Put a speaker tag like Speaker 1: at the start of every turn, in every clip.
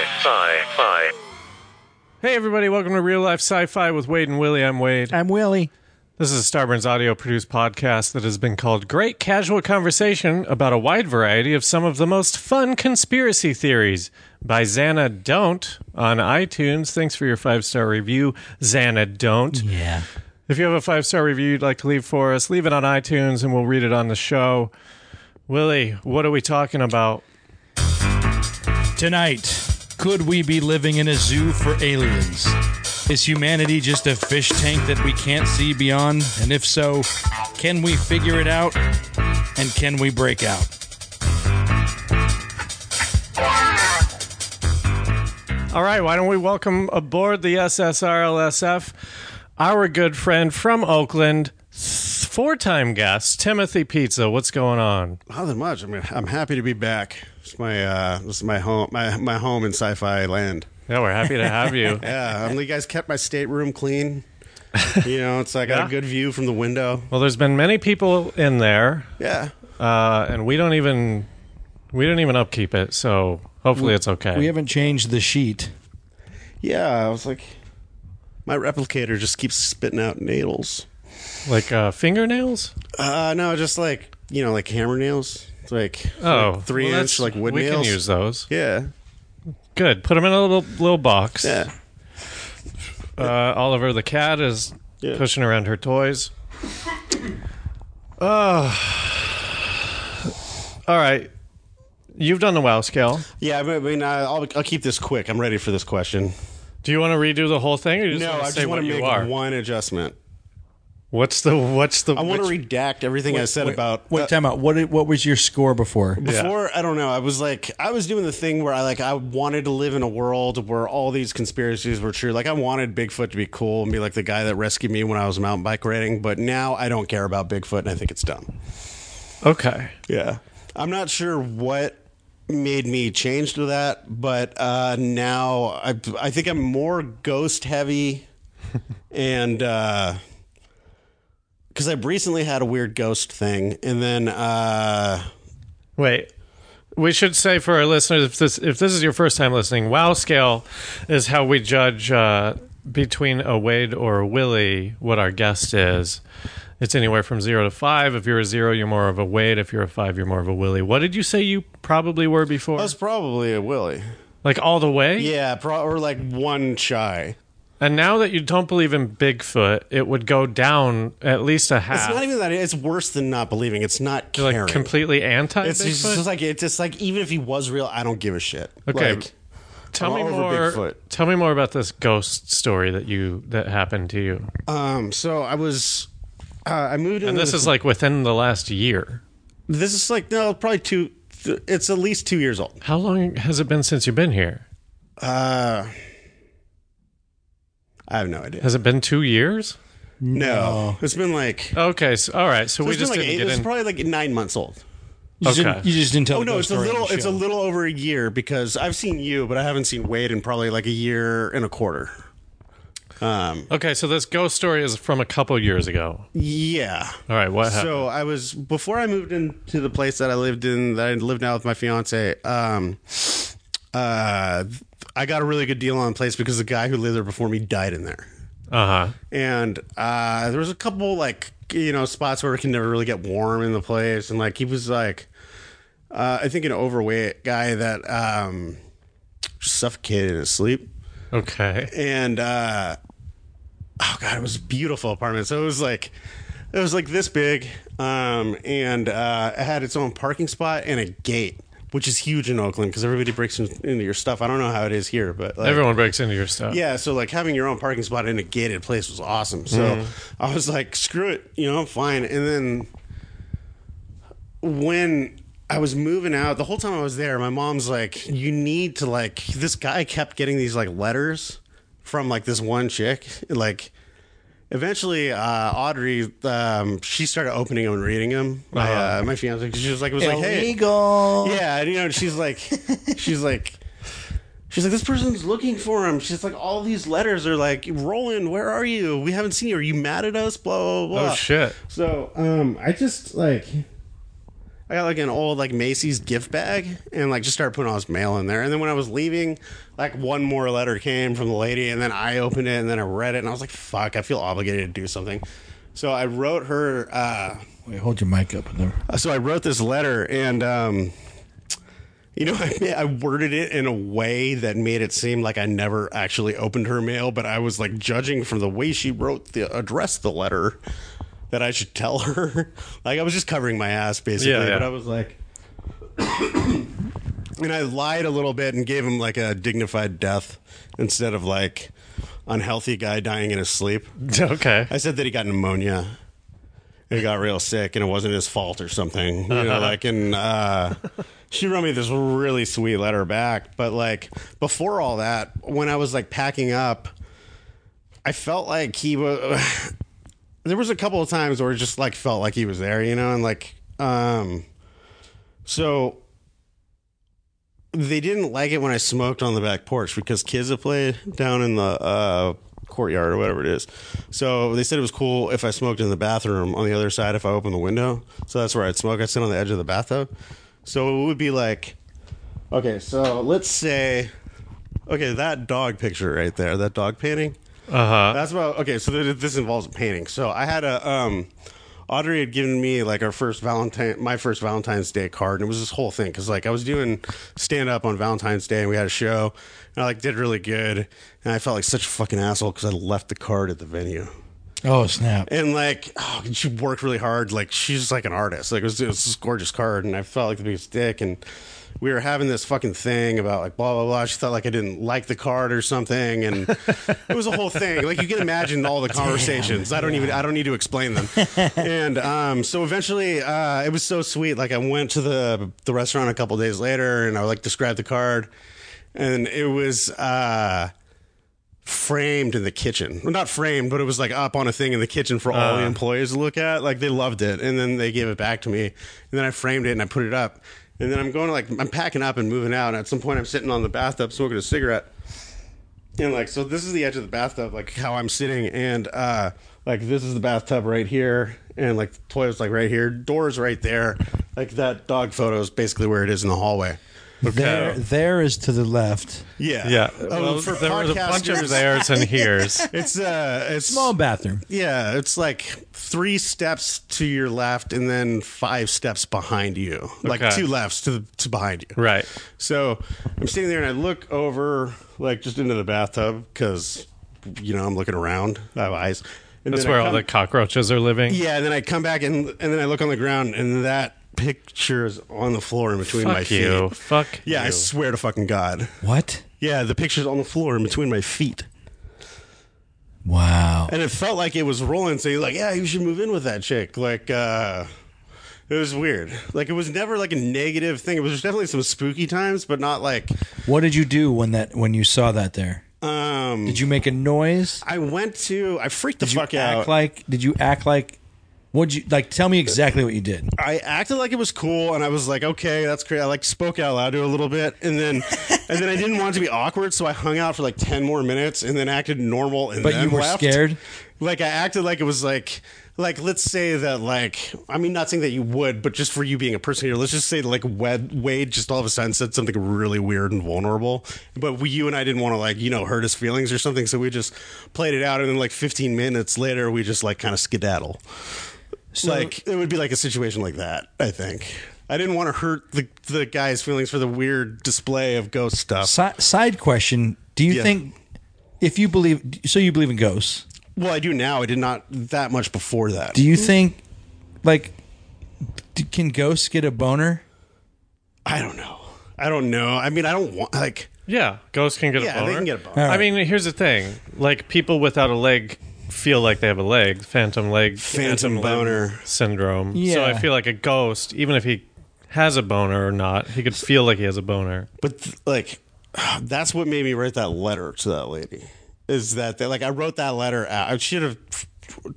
Speaker 1: Sci-fi.
Speaker 2: Hey, everybody, welcome to Real Life Sci Fi with Wade and Willie. I'm Wade.
Speaker 3: I'm Willie.
Speaker 2: This is a Starburns audio produced podcast that has been called Great Casual Conversation about a wide variety of some of the most fun conspiracy theories by Xana Don't on iTunes. Thanks for your five star review, Xana Don't.
Speaker 3: Yeah.
Speaker 2: If you have a five star review you'd like to leave for us, leave it on iTunes and we'll read it on the show. Willie, what are we talking about?
Speaker 3: Tonight, could we be living in a zoo for aliens? Is humanity just a fish tank that we can't see beyond? And if so, can we figure it out? And can we break out?
Speaker 2: All right, why don't we welcome aboard the SSRLSF our good friend from Oakland, four time guest, Timothy Pizza. What's going on?
Speaker 4: Nothing much. I mean, I'm happy to be back. It's my uh, this is my home, my my home in sci-fi land.
Speaker 2: Yeah, we're happy to have you.
Speaker 4: Yeah, um, you guys kept my stateroom clean. You know, it's like I got
Speaker 2: Yeah.
Speaker 4: a good view from the window.
Speaker 2: Well, there's been many people in there,
Speaker 4: Yeah,
Speaker 2: uh, and we don't even we don't even upkeep it, so hopefully it's okay.
Speaker 3: We haven't changed the sheet.
Speaker 4: yeah. I was like, my replicator just keeps spitting out nails.
Speaker 2: like uh, fingernails.
Speaker 4: Uh, no, just like you know, like hammer nails. It's like
Speaker 2: Oh,
Speaker 4: like three
Speaker 2: well, that's-
Speaker 4: inch like wood
Speaker 2: we
Speaker 4: nails.
Speaker 2: can use those.
Speaker 4: Yeah,
Speaker 2: Good. Put them in a little little box.
Speaker 4: yeah.
Speaker 2: Uh, Oliver the cat is
Speaker 4: Yeah.
Speaker 2: pushing around her toys. Uh, all right. You've done the wow scale.
Speaker 4: Yeah, I mean, I- I'll, I'll keep this quick. I'm ready for this question.
Speaker 2: Do you want to redo the whole thing, or you just
Speaker 4: No,
Speaker 2: want to
Speaker 4: I just
Speaker 2: say
Speaker 4: want
Speaker 2: what
Speaker 4: to
Speaker 2: you
Speaker 4: make
Speaker 2: are?
Speaker 4: one adjustment.
Speaker 2: What's the what's the?
Speaker 4: I want to
Speaker 2: which-
Speaker 4: redact everything I said
Speaker 3: Wait,
Speaker 4: about uh,
Speaker 3: Wait, time out. What, did- what was your score before?
Speaker 4: Before, I don't know. I was like, I was doing the thing where I like, I wanted to live in a world where all these conspiracies were true. Like, I wanted Bigfoot to be cool and be like the guy that rescued me when I was mountain bike riding. But now I don't care about Bigfoot, and I think it's dumb.
Speaker 2: Okay.
Speaker 4: Yeah, I'm not sure what made me change to that, but uh, now I, I think I'm more ghost heavy, and because I've recently had a weird ghost thing, and then. Uh,
Speaker 2: Wait. We should say for our listeners, if this if this is your first time listening, wow scale is how we judge uh, between a Wade or a Willie what our guest is. It's anywhere from zero to five. If you're a zero, you're more of a Wade. If you're a five, you're more of a Willie. What did you say you probably were before?
Speaker 4: That's probably a Willie.
Speaker 2: like all the way?
Speaker 4: Yeah, pro- or like one shy.
Speaker 2: And now that you don't believe in Bigfoot, it would go down at least a
Speaker 4: It's
Speaker 2: half.
Speaker 4: not even that. It's worse than not believing. It's not
Speaker 2: You're,
Speaker 4: caring.
Speaker 2: Ah. like completely anti
Speaker 4: it's just,
Speaker 2: Bigfoot.
Speaker 4: it's like it's just like even if he was real, I don't give a shit.
Speaker 2: Okay.
Speaker 4: Like,
Speaker 2: tell
Speaker 4: I'm
Speaker 2: me
Speaker 4: all
Speaker 2: more.
Speaker 4: over Bigfoot.
Speaker 2: Tell me more about this ghost story that you that happened to you.
Speaker 4: um. So I was. Uh, I moved.
Speaker 2: And
Speaker 4: into
Speaker 2: this is like within the last year.
Speaker 4: This is like no, probably two. th- It's at least two years old.
Speaker 2: How long has it been since you've been here?
Speaker 4: Uh. I have no idea.
Speaker 2: Has it been two years?
Speaker 4: No, Uh, it's been like.
Speaker 2: Okay, so, all right. So
Speaker 4: So
Speaker 2: we
Speaker 4: it's been
Speaker 2: just
Speaker 4: like
Speaker 2: didn't
Speaker 4: eight,
Speaker 2: get
Speaker 4: it's
Speaker 2: in.
Speaker 4: probably like nine months old.
Speaker 3: You, just
Speaker 2: Okay.
Speaker 3: didn't, you just didn't tell
Speaker 4: Oh
Speaker 3: the
Speaker 4: no,
Speaker 3: ghost
Speaker 4: it's a
Speaker 3: story on
Speaker 4: little
Speaker 3: the
Speaker 4: it's a
Speaker 3: show.
Speaker 4: little over a year because I've seen you, but I haven't seen Wade in probably like a year and a quarter. Um
Speaker 2: Okay, so this ghost story is from a couple years ago.
Speaker 4: yeah.
Speaker 2: All right, what happened?
Speaker 4: So I was before I moved into the place that I lived in that I live now with my fiance, um uh I got a really good deal on the place because the guy who lived there before me died in there.
Speaker 2: uh huh.
Speaker 4: and uh, there was a couple like you know spots where it can never really get warm in the place, and like he was like, uh, I think an overweight guy that um, suffocated in his sleep,
Speaker 2: Okay.
Speaker 4: and uh, oh god, it was a beautiful apartment. So it was like it was like this big, um, and uh, it had its own parking spot and a gate. Which is huge in Oakland because everybody breaks in, into your stuff. I don't know how it is here, but like,
Speaker 2: Everyone breaks into your stuff.
Speaker 4: yeah, so like having your own parking spot in a gated place was awesome. So I was like, screw it, you know, fine. And then when I was moving out, the whole time I was there, my mom's like, you need to like this guy kept getting these like letters from like this one chick. Like eventually uh Audrey um she started opening them and reading them. My uh, my fiance she was like was like, "Hey,
Speaker 3: Illegal.
Speaker 4: yeah, and you know, and she's like, she's like, she's like, this person's looking for him. She's like, all these letters are like, Roland, where are you? We haven't seen you. Are you mad at us? Blah blah blah.
Speaker 2: Oh shit.
Speaker 4: So, um, I just like, I got like an old like Macy's gift bag and like just started putting all this mail in there. And then when I was leaving, like one more letter came from the lady, and then I opened it and then I read it and I was like, "Fuck, I feel obligated to do something." So I wrote her. Uh,
Speaker 1: Wait, hold your mic up. There.
Speaker 4: so I wrote this letter, and um, you know, I, I worded it in a way that made it seem like I never actually opened her mail, but I was like judging from the way she wrote the address the letter that I should tell her. like I was just covering my ass basically,
Speaker 2: Yeah, yeah.
Speaker 4: but I was like. And I lied a little bit and gave him like a dignified death instead of like unhealthy guy dying in his sleep.
Speaker 2: Okay.
Speaker 4: I said that he got pneumonia. He got real sick, and it wasn't his fault or something. You know, like, and uh, she wrote me this really sweet letter back. But like before all that, when I was like packing up, I felt like he was. there was a couple of times where it just like felt like he was there, you know, and like, um, so they didn't like it when I smoked on the back porch because kids have played down in the uh, courtyard or whatever it is. So they said it was cool if I smoked in the bathroom on the other side if I opened the window. So that's where I'd smoke. I'd sit on the edge of the bathtub. So it would be like, okay, so let's say, okay, that dog picture right there, that dog painting.
Speaker 2: Uh huh.
Speaker 4: That's about okay. So th- this involves painting. So I had a um, Audrey had given me like our first Valentine, my first Valentine's Day card, and it was this whole thing because like I was doing stand up on Valentine's Day, and we had a show, and I like did really good, and I felt like such a fucking asshole because I left the card at the venue.
Speaker 1: Oh snap!
Speaker 4: And like, oh, and she worked really hard. Like, she's like an artist. Like, it was, it was this gorgeous card, and I felt like the biggest dick. And we were having this fucking thing about like blah blah blah. She thought like I didn't like the card or something, and it was a whole thing. Like you can imagine all the conversations. I don't even I don't need to explain them. and um, so eventually, uh, it was so sweet. Like I went to the the restaurant a couple days later, and I like described the card, and it was. uh framed in the kitchen. Well, not framed, but it was like up on a thing in the kitchen for all
Speaker 2: Uh.
Speaker 4: the employees to look at. Like they loved it. And then they gave it back to me. And then I framed it and I put it up. And then I'm going to like, I'm packing up and moving out. And at some point, I'm sitting on the bathtub smoking a cigarette. And like, so this is the edge of the bathtub, like how I'm sitting. And uh, like, this is the bathtub right here. And like, the toilet's like right here. Door's right there. Like, that dog photo is basically where it is in the hallway.
Speaker 1: There, there is to the left.
Speaker 4: Yeah.
Speaker 2: Yeah.
Speaker 4: Oh,
Speaker 2: Well,
Speaker 4: for
Speaker 2: there was a bunch of
Speaker 4: podcasters,
Speaker 2: theirs and here's.
Speaker 4: It's uh, it's
Speaker 1: Small bathroom.
Speaker 4: Yeah, it's like three steps to your left and then five steps behind you. Like
Speaker 2: Okay.
Speaker 4: two lefts to, to behind you.
Speaker 2: Right.
Speaker 4: So I'm sitting there and I look over, like just into the bathtub because, you know, I'm looking around. I have eyes. And
Speaker 2: That's
Speaker 4: then I
Speaker 2: where all
Speaker 4: come-
Speaker 2: the cockroaches are living.
Speaker 4: Yeah, and then I come back and, and then I look on the ground and that picture is on the floor in between my
Speaker 2: Fuck
Speaker 4: feet.
Speaker 2: you. Fuck.
Speaker 4: Yeah, I
Speaker 2: you.
Speaker 4: swear to fucking God.
Speaker 1: What?
Speaker 4: Yeah, the picture's on the floor in between my feet.
Speaker 1: Wow.
Speaker 4: and it felt like it was rolling. So you're like, yeah, you should move in with that chick. Like, uh, it was weird. Like, it was never like a negative thing. It was definitely some spooky times, but not like,
Speaker 1: What did you do when that when you saw that there?
Speaker 4: um,
Speaker 1: Did you make a noise?
Speaker 4: I went to, I freaked the
Speaker 1: Did you
Speaker 4: fuck
Speaker 1: act
Speaker 4: out.
Speaker 1: like? Did you act like? Would you like? Tell me exactly what you did.
Speaker 4: I acted like it was cool, and I was like, okay, that's great. I like spoke out loud to it a little bit, and then, and then I didn't want it to be awkward, so I hung out for like ten more minutes, and then acted normal, and
Speaker 1: But
Speaker 4: then
Speaker 1: you were
Speaker 4: left.
Speaker 1: scared?
Speaker 4: Like I acted like it was like. Like, let's say that, like, I mean, not saying that you would, but just for you being a person here, let's just say, like, Wed- Wade just all of a sudden said something really weird and vulnerable. But we, you and I didn't want to, like, you know, hurt his feelings or something. So we just played it out. And then, like, 15 minutes later, we just, like, kind of skedaddle like it would be like a situation like that. I think I didn't want to hurt the the guy's feelings for the weird display of ghost stuff.
Speaker 1: Si- side question: Do you
Speaker 4: Yeah.
Speaker 1: think if you believe? So you believe in ghosts?
Speaker 4: Well, I do now. I did not that much before that.
Speaker 1: Do you think like d- can ghosts get a boner?
Speaker 4: I don't know. I don't know. I mean, I don't want like
Speaker 2: Yeah, ghosts can get
Speaker 4: Yeah,
Speaker 2: a
Speaker 4: they
Speaker 2: boner.
Speaker 4: can get a boner.
Speaker 1: All right.
Speaker 2: I mean, here's the thing: like people without a leg feel like they have a leg, phantom leg,
Speaker 4: Phantom
Speaker 2: limb
Speaker 4: boner.
Speaker 2: syndrome. So
Speaker 1: Yeah.
Speaker 2: I feel like a ghost, even if he has a boner or not, he could feel like he has a boner.
Speaker 4: but th- like that's what made me write that letter to that lady is that they, like i wrote that letter out i should have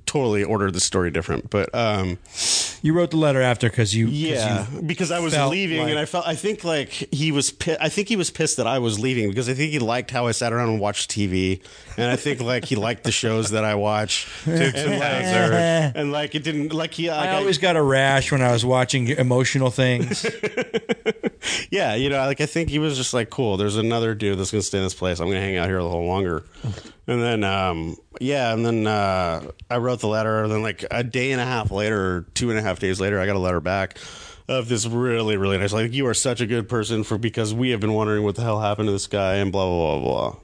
Speaker 4: totally ordered the story different but um
Speaker 1: You wrote the letter after because you. 'cause
Speaker 4: Yeah,
Speaker 1: you-
Speaker 4: because I was
Speaker 1: felt
Speaker 4: leaving,
Speaker 1: like-
Speaker 4: and I felt I think like he was. Pi- I think he was pissed that I was leaving because I think he liked how I sat around and watched TV, and I think like he liked the shows that I watch.
Speaker 2: Dukes and Hazard.
Speaker 4: And like it didn't like he like,
Speaker 1: I always got a rash when I was watching emotional things.
Speaker 4: yeah you know like I think he was just like cool there's another dude that's gonna stay in this place I'm gonna hang out here a little longer and then um yeah and then uh I wrote the letter and then like a day and a half later or two and a half days later I got a letter back of this really really nice like you are such a good person for because we have been wondering what the hell happened to this guy and blah blah blah blah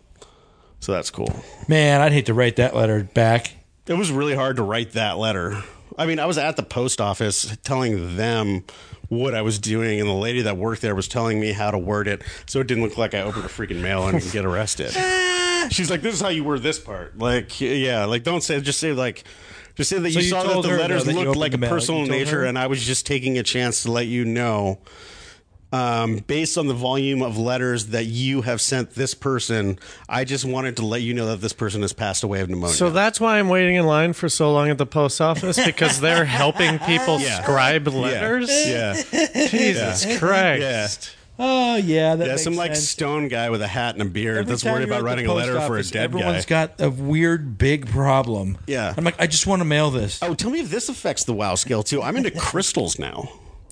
Speaker 4: so that's cool
Speaker 1: Man, I'd hate to write that letter back.
Speaker 4: it was really hard to write that letter. I mean, I was at the post office telling them what I was doing, and the lady that worked there was telling me how to word it so it didn't look like I opened a freaking mail and get arrested.
Speaker 1: Eh.
Speaker 4: She's like, "This is how you word this part." Like, yeah, like don't say, just say like, just say that you
Speaker 1: you
Speaker 4: saw that
Speaker 1: told
Speaker 4: the
Speaker 1: her, though,
Speaker 4: letters
Speaker 1: that you
Speaker 4: looked
Speaker 1: opened
Speaker 4: like
Speaker 1: the
Speaker 4: a
Speaker 1: mail. You
Speaker 4: personal
Speaker 1: told
Speaker 4: nature,
Speaker 1: her?
Speaker 4: and I was just taking a chance to let you know um, based on the volume of letters that you have sent this person, I just wanted to let you know that this person has passed away of pneumonia.
Speaker 2: So that's why I'm waiting in line for so long at the post office because they're helping people
Speaker 4: Yeah.
Speaker 2: scribe
Speaker 4: Yeah.
Speaker 2: letters.
Speaker 4: Yeah.
Speaker 2: Jesus Christ.
Speaker 4: Yeah.
Speaker 1: Oh yeah, that
Speaker 4: Yeah,
Speaker 1: makes
Speaker 4: some like
Speaker 1: sense.
Speaker 4: stone guy with a hat and a beard
Speaker 1: Every
Speaker 4: that's
Speaker 1: time
Speaker 4: worried
Speaker 1: you're at
Speaker 4: about
Speaker 1: the
Speaker 4: writing a
Speaker 1: post
Speaker 4: letter for a
Speaker 1: office,
Speaker 4: dead guy.
Speaker 1: Everyone's got a weird big problem.
Speaker 4: Yeah.
Speaker 1: I'm like, I just want to mail this.
Speaker 4: oh, tell me if this affects the WoW scale too. I'm into crystals now.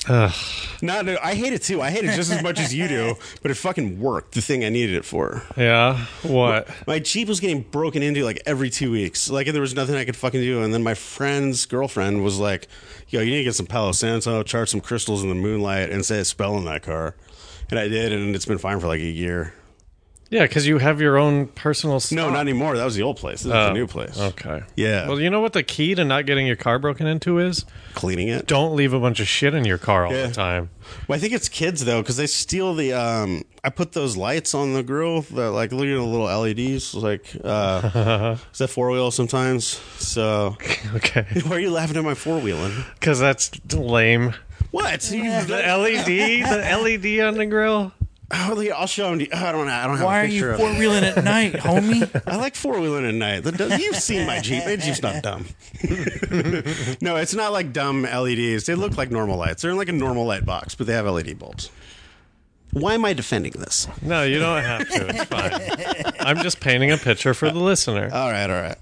Speaker 2: Ugh.
Speaker 4: No, no, I hate it too. I hate it just as much as you do, but it fucking worked. The thing I needed it for.
Speaker 2: Yeah. What?
Speaker 4: My Jeep was getting broken into like every two weeks. Like, and there was nothing I could fucking do. And then my friend's girlfriend was like, yo, you need to get some Palo Santo, charge some crystals in the moonlight, and say a spell in that car. And I did, and it's been fine for like a year.
Speaker 2: Yeah, because you have your own personal. Stuff.
Speaker 4: No, not anymore. That was the old place. This is the new place.
Speaker 2: Okay.
Speaker 4: Yeah.
Speaker 2: Well, you know what the key to not getting your car broken into is?
Speaker 4: Cleaning it.
Speaker 2: Don't leave a bunch of shit in your car all
Speaker 4: Yeah.
Speaker 2: the time.
Speaker 4: Well, I think it's kids though, because they steal the. Um, I put those lights on the grill, the, like look at the little LEDs, like uh, is that four wheel sometimes. So
Speaker 2: Okay.
Speaker 4: why are you laughing at my four wheeling?
Speaker 2: Because that's lame.
Speaker 4: What? You,
Speaker 2: The LED, the LED on the grill.
Speaker 4: oh, I'll show them. To you. I don't. know. I don't have
Speaker 1: Why
Speaker 4: a
Speaker 1: are you
Speaker 4: picture
Speaker 1: four
Speaker 4: of it.
Speaker 1: wheeling at night, homie?
Speaker 4: I like four wheeling at night. That does- You've seen my Jeep. My Jeep's not dumb. no, it's not like dumb LEDs. They look like normal lights. They're in like a normal light box, but they have LED bulbs. Why am I defending this?
Speaker 2: No, you don't have to. It's fine. I'm just painting a picture for the listener.
Speaker 4: All right, all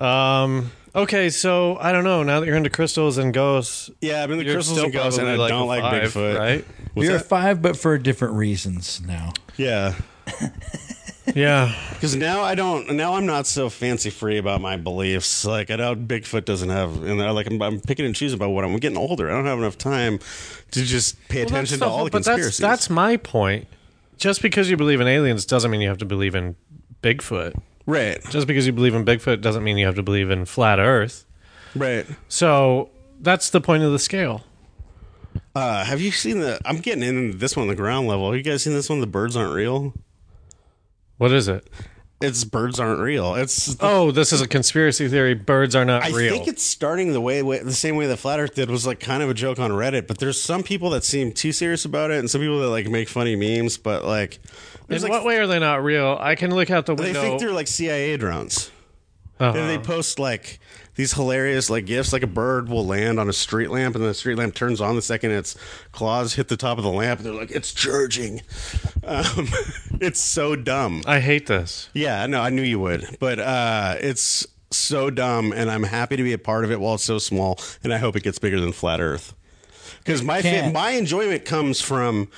Speaker 4: right.
Speaker 2: Um. Okay, so I don't know. Now that you're into crystals and ghosts,
Speaker 4: Yeah, I've been the
Speaker 2: you're
Speaker 4: crystals
Speaker 2: still
Speaker 4: and ghosts, and I
Speaker 2: probably
Speaker 4: don't like
Speaker 2: a five,
Speaker 4: Bigfoot.
Speaker 2: right?
Speaker 4: What's
Speaker 1: You're a
Speaker 4: that?
Speaker 1: five, but for different reasons now.
Speaker 4: Yeah,
Speaker 2: Yeah.
Speaker 4: because now I don't. Now I'm not so fancy free about my beliefs. Like I don't. Bigfoot doesn't have, and I like I'm, I'm picking and choosing about what I'm getting older. I don't have enough time to just pay
Speaker 2: Well, that's
Speaker 4: attention to
Speaker 2: the
Speaker 4: all
Speaker 2: whole-
Speaker 4: the
Speaker 2: but
Speaker 4: conspiracies.
Speaker 2: That's, that's my point. Just because you believe in aliens doesn't mean you have to believe in Bigfoot.
Speaker 4: right,
Speaker 2: Just because you believe in Bigfoot doesn't mean you have to believe in flat Earth.
Speaker 4: right.
Speaker 2: So that's the point of the scale.
Speaker 4: Uh, have you seen the? I'm getting in this one, the ground level. Have you guys seen this one? The birds aren't real.
Speaker 2: What is it?
Speaker 4: It's birds aren't real. It's
Speaker 2: Oh, this is a conspiracy theory. Birds are not
Speaker 4: Uh, I
Speaker 2: real.
Speaker 4: think it's starting the way, way the same way that Flat Earth did was like kind of a joke on Reddit. But there's some people that seem too serious about it, and some people that like make funny memes. But like,
Speaker 2: in
Speaker 4: there's like
Speaker 2: what way are they not real? I can look out the
Speaker 4: they
Speaker 2: window.
Speaker 4: think they're like CIA drones.
Speaker 2: Uh-huh.
Speaker 4: And they post like these hilarious like gifs. Like a bird will land on a street lamp, and the street lamp turns on the second its claws hit the top of the lamp. And they're like, "It's charging." Um, it's so dumb.
Speaker 2: I hate this.
Speaker 4: Yeah, no, I knew you would, but uh, it's so dumb, and I'm happy to be a part of it while it's so small, and I hope it gets bigger than flat Earth. Because my fa-
Speaker 1: can't.
Speaker 4: my enjoyment comes from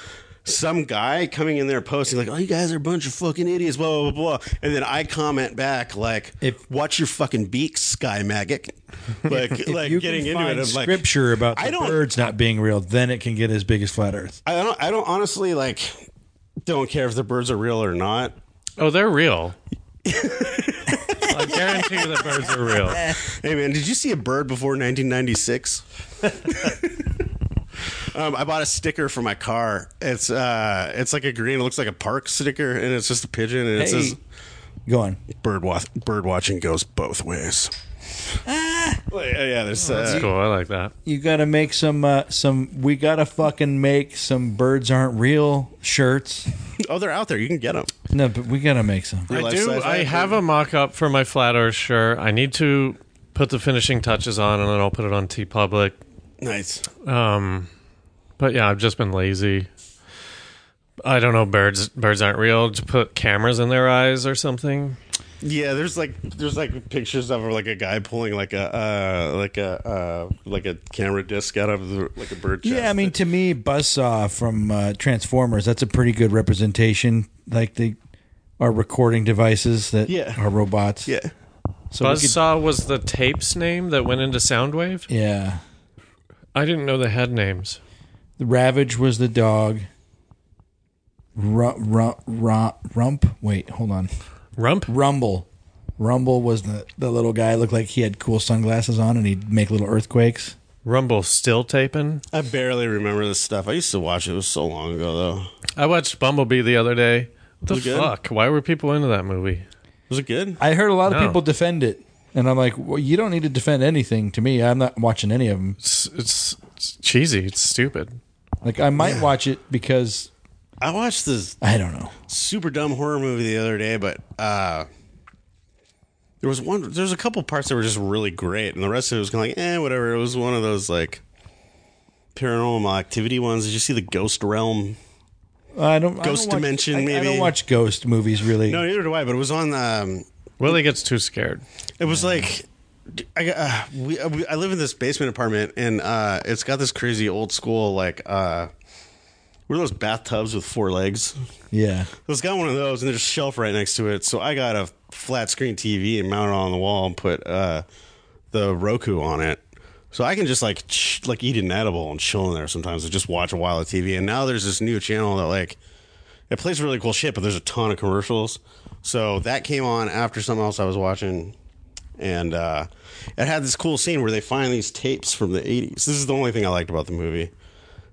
Speaker 4: some guy coming in there posting like, "Oh, you guys are a bunch of fucking idiots," blah blah blah, blah. and then I comment back like,
Speaker 1: If-
Speaker 4: "Watch your fucking beak, sky magic." Like, like
Speaker 1: you
Speaker 4: getting
Speaker 1: can
Speaker 4: into
Speaker 1: find
Speaker 4: it. I'm like,
Speaker 1: scripture about
Speaker 4: I
Speaker 1: the
Speaker 4: don't-
Speaker 1: birds not being real, then it can get as big as flat Earth.
Speaker 4: I don't, I don't honestly like, don't care if the birds are real or not.
Speaker 2: Oh, they're real. I guarantee you the birds are real.
Speaker 4: Hey man, did you see a bird before 1996? um, I bought a sticker for my car. It's uh, it's like a green. It looks like a park sticker, and it's just a pigeon, and it says
Speaker 1: Go on.
Speaker 4: bird wa- bird watching goes both ways. Like, uh, yeah, there's
Speaker 2: That's
Speaker 4: uh,
Speaker 2: cool. I like that.
Speaker 1: You gotta make some uh, some. We gotta fucking make some birds aren't real shirts.
Speaker 4: oh, they're out there. You can get them.
Speaker 1: No, but we gotta make some.
Speaker 2: I do.
Speaker 4: life-size
Speaker 2: I
Speaker 4: iPhone.
Speaker 2: have a mock-up for my flat Earth shirt. I need to put the finishing touches on, and then I'll put it on T Public.
Speaker 4: Nice.
Speaker 2: Um, but yeah, I've just been lazy. I don't know. Birds, birds aren't real. Just put cameras in their eyes or something.
Speaker 4: Yeah, there's like there's like pictures of like a guy pulling like a uh, like a uh, like a camera disc out of the, like a bird. Chest.
Speaker 1: Yeah, I mean, to me, Buzzsaw from uh, Transformers, that's a pretty good representation. Like they are recording devices that
Speaker 4: Yeah.
Speaker 1: are robots.
Speaker 4: yeah.
Speaker 1: So we could-
Speaker 2: Buzzsaw was the tape's name that went into Soundwave.
Speaker 1: yeah.
Speaker 2: I didn't know they had names.
Speaker 1: The Ravage was the dog. Ru- ru- ru- rump. Wait, hold on.
Speaker 2: Rump.
Speaker 1: Rumble. Rumble was the, the little guy. Looked like he had cool sunglasses on, and he'd make little earthquakes.
Speaker 2: Rumble still taping.
Speaker 4: I barely remember this stuff. I used to watch it. It was so long ago though.
Speaker 2: I watched Bumblebee the other day. What the
Speaker 4: Was it good?
Speaker 2: fuck? Why were people into that movie?
Speaker 4: Was it good?
Speaker 1: I heard a lot of
Speaker 2: No.
Speaker 1: people defend it, and I'm like, well, you don't need to defend anything to me. I'm not watching any of them.
Speaker 2: It's, it's, it's cheesy. It's stupid.
Speaker 1: Like, I might watch it because
Speaker 4: I watched this
Speaker 1: I don't know.
Speaker 4: super dumb horror movie the other day, but uh there was one there's a couple parts that were just really great and the rest of it was kinda like, eh, whatever. It was one of those like paranormal activity ones. Did you see the ghost realm?
Speaker 1: I don't. I
Speaker 4: Ghost
Speaker 1: don't watch-
Speaker 4: Dimension,
Speaker 1: I- I
Speaker 4: maybe?
Speaker 1: don't watch ghost movies really.
Speaker 4: No, neither do I, but it was on um
Speaker 2: Willie gets too scared.
Speaker 4: It was like I got- uh, we, uh, we I live in this basement apartment and uh, it's got this crazy old school like uh, what are those bathtubs with four legs?
Speaker 1: Yeah.
Speaker 4: It's got one of those and there's a shelf right next to it. So I got a flat screen TV and mounted it on the wall and put uh, the Roku on it. So I can just like ch- like eat an edible and chill in there sometimes and just watch a while of TV. And now there's this new channel that like it plays really cool shit, but there's a ton of commercials. So that came on after something else I was watching, and uh, it had this cool scene where they find these tapes from the '80s. This is the only thing I liked about the movie.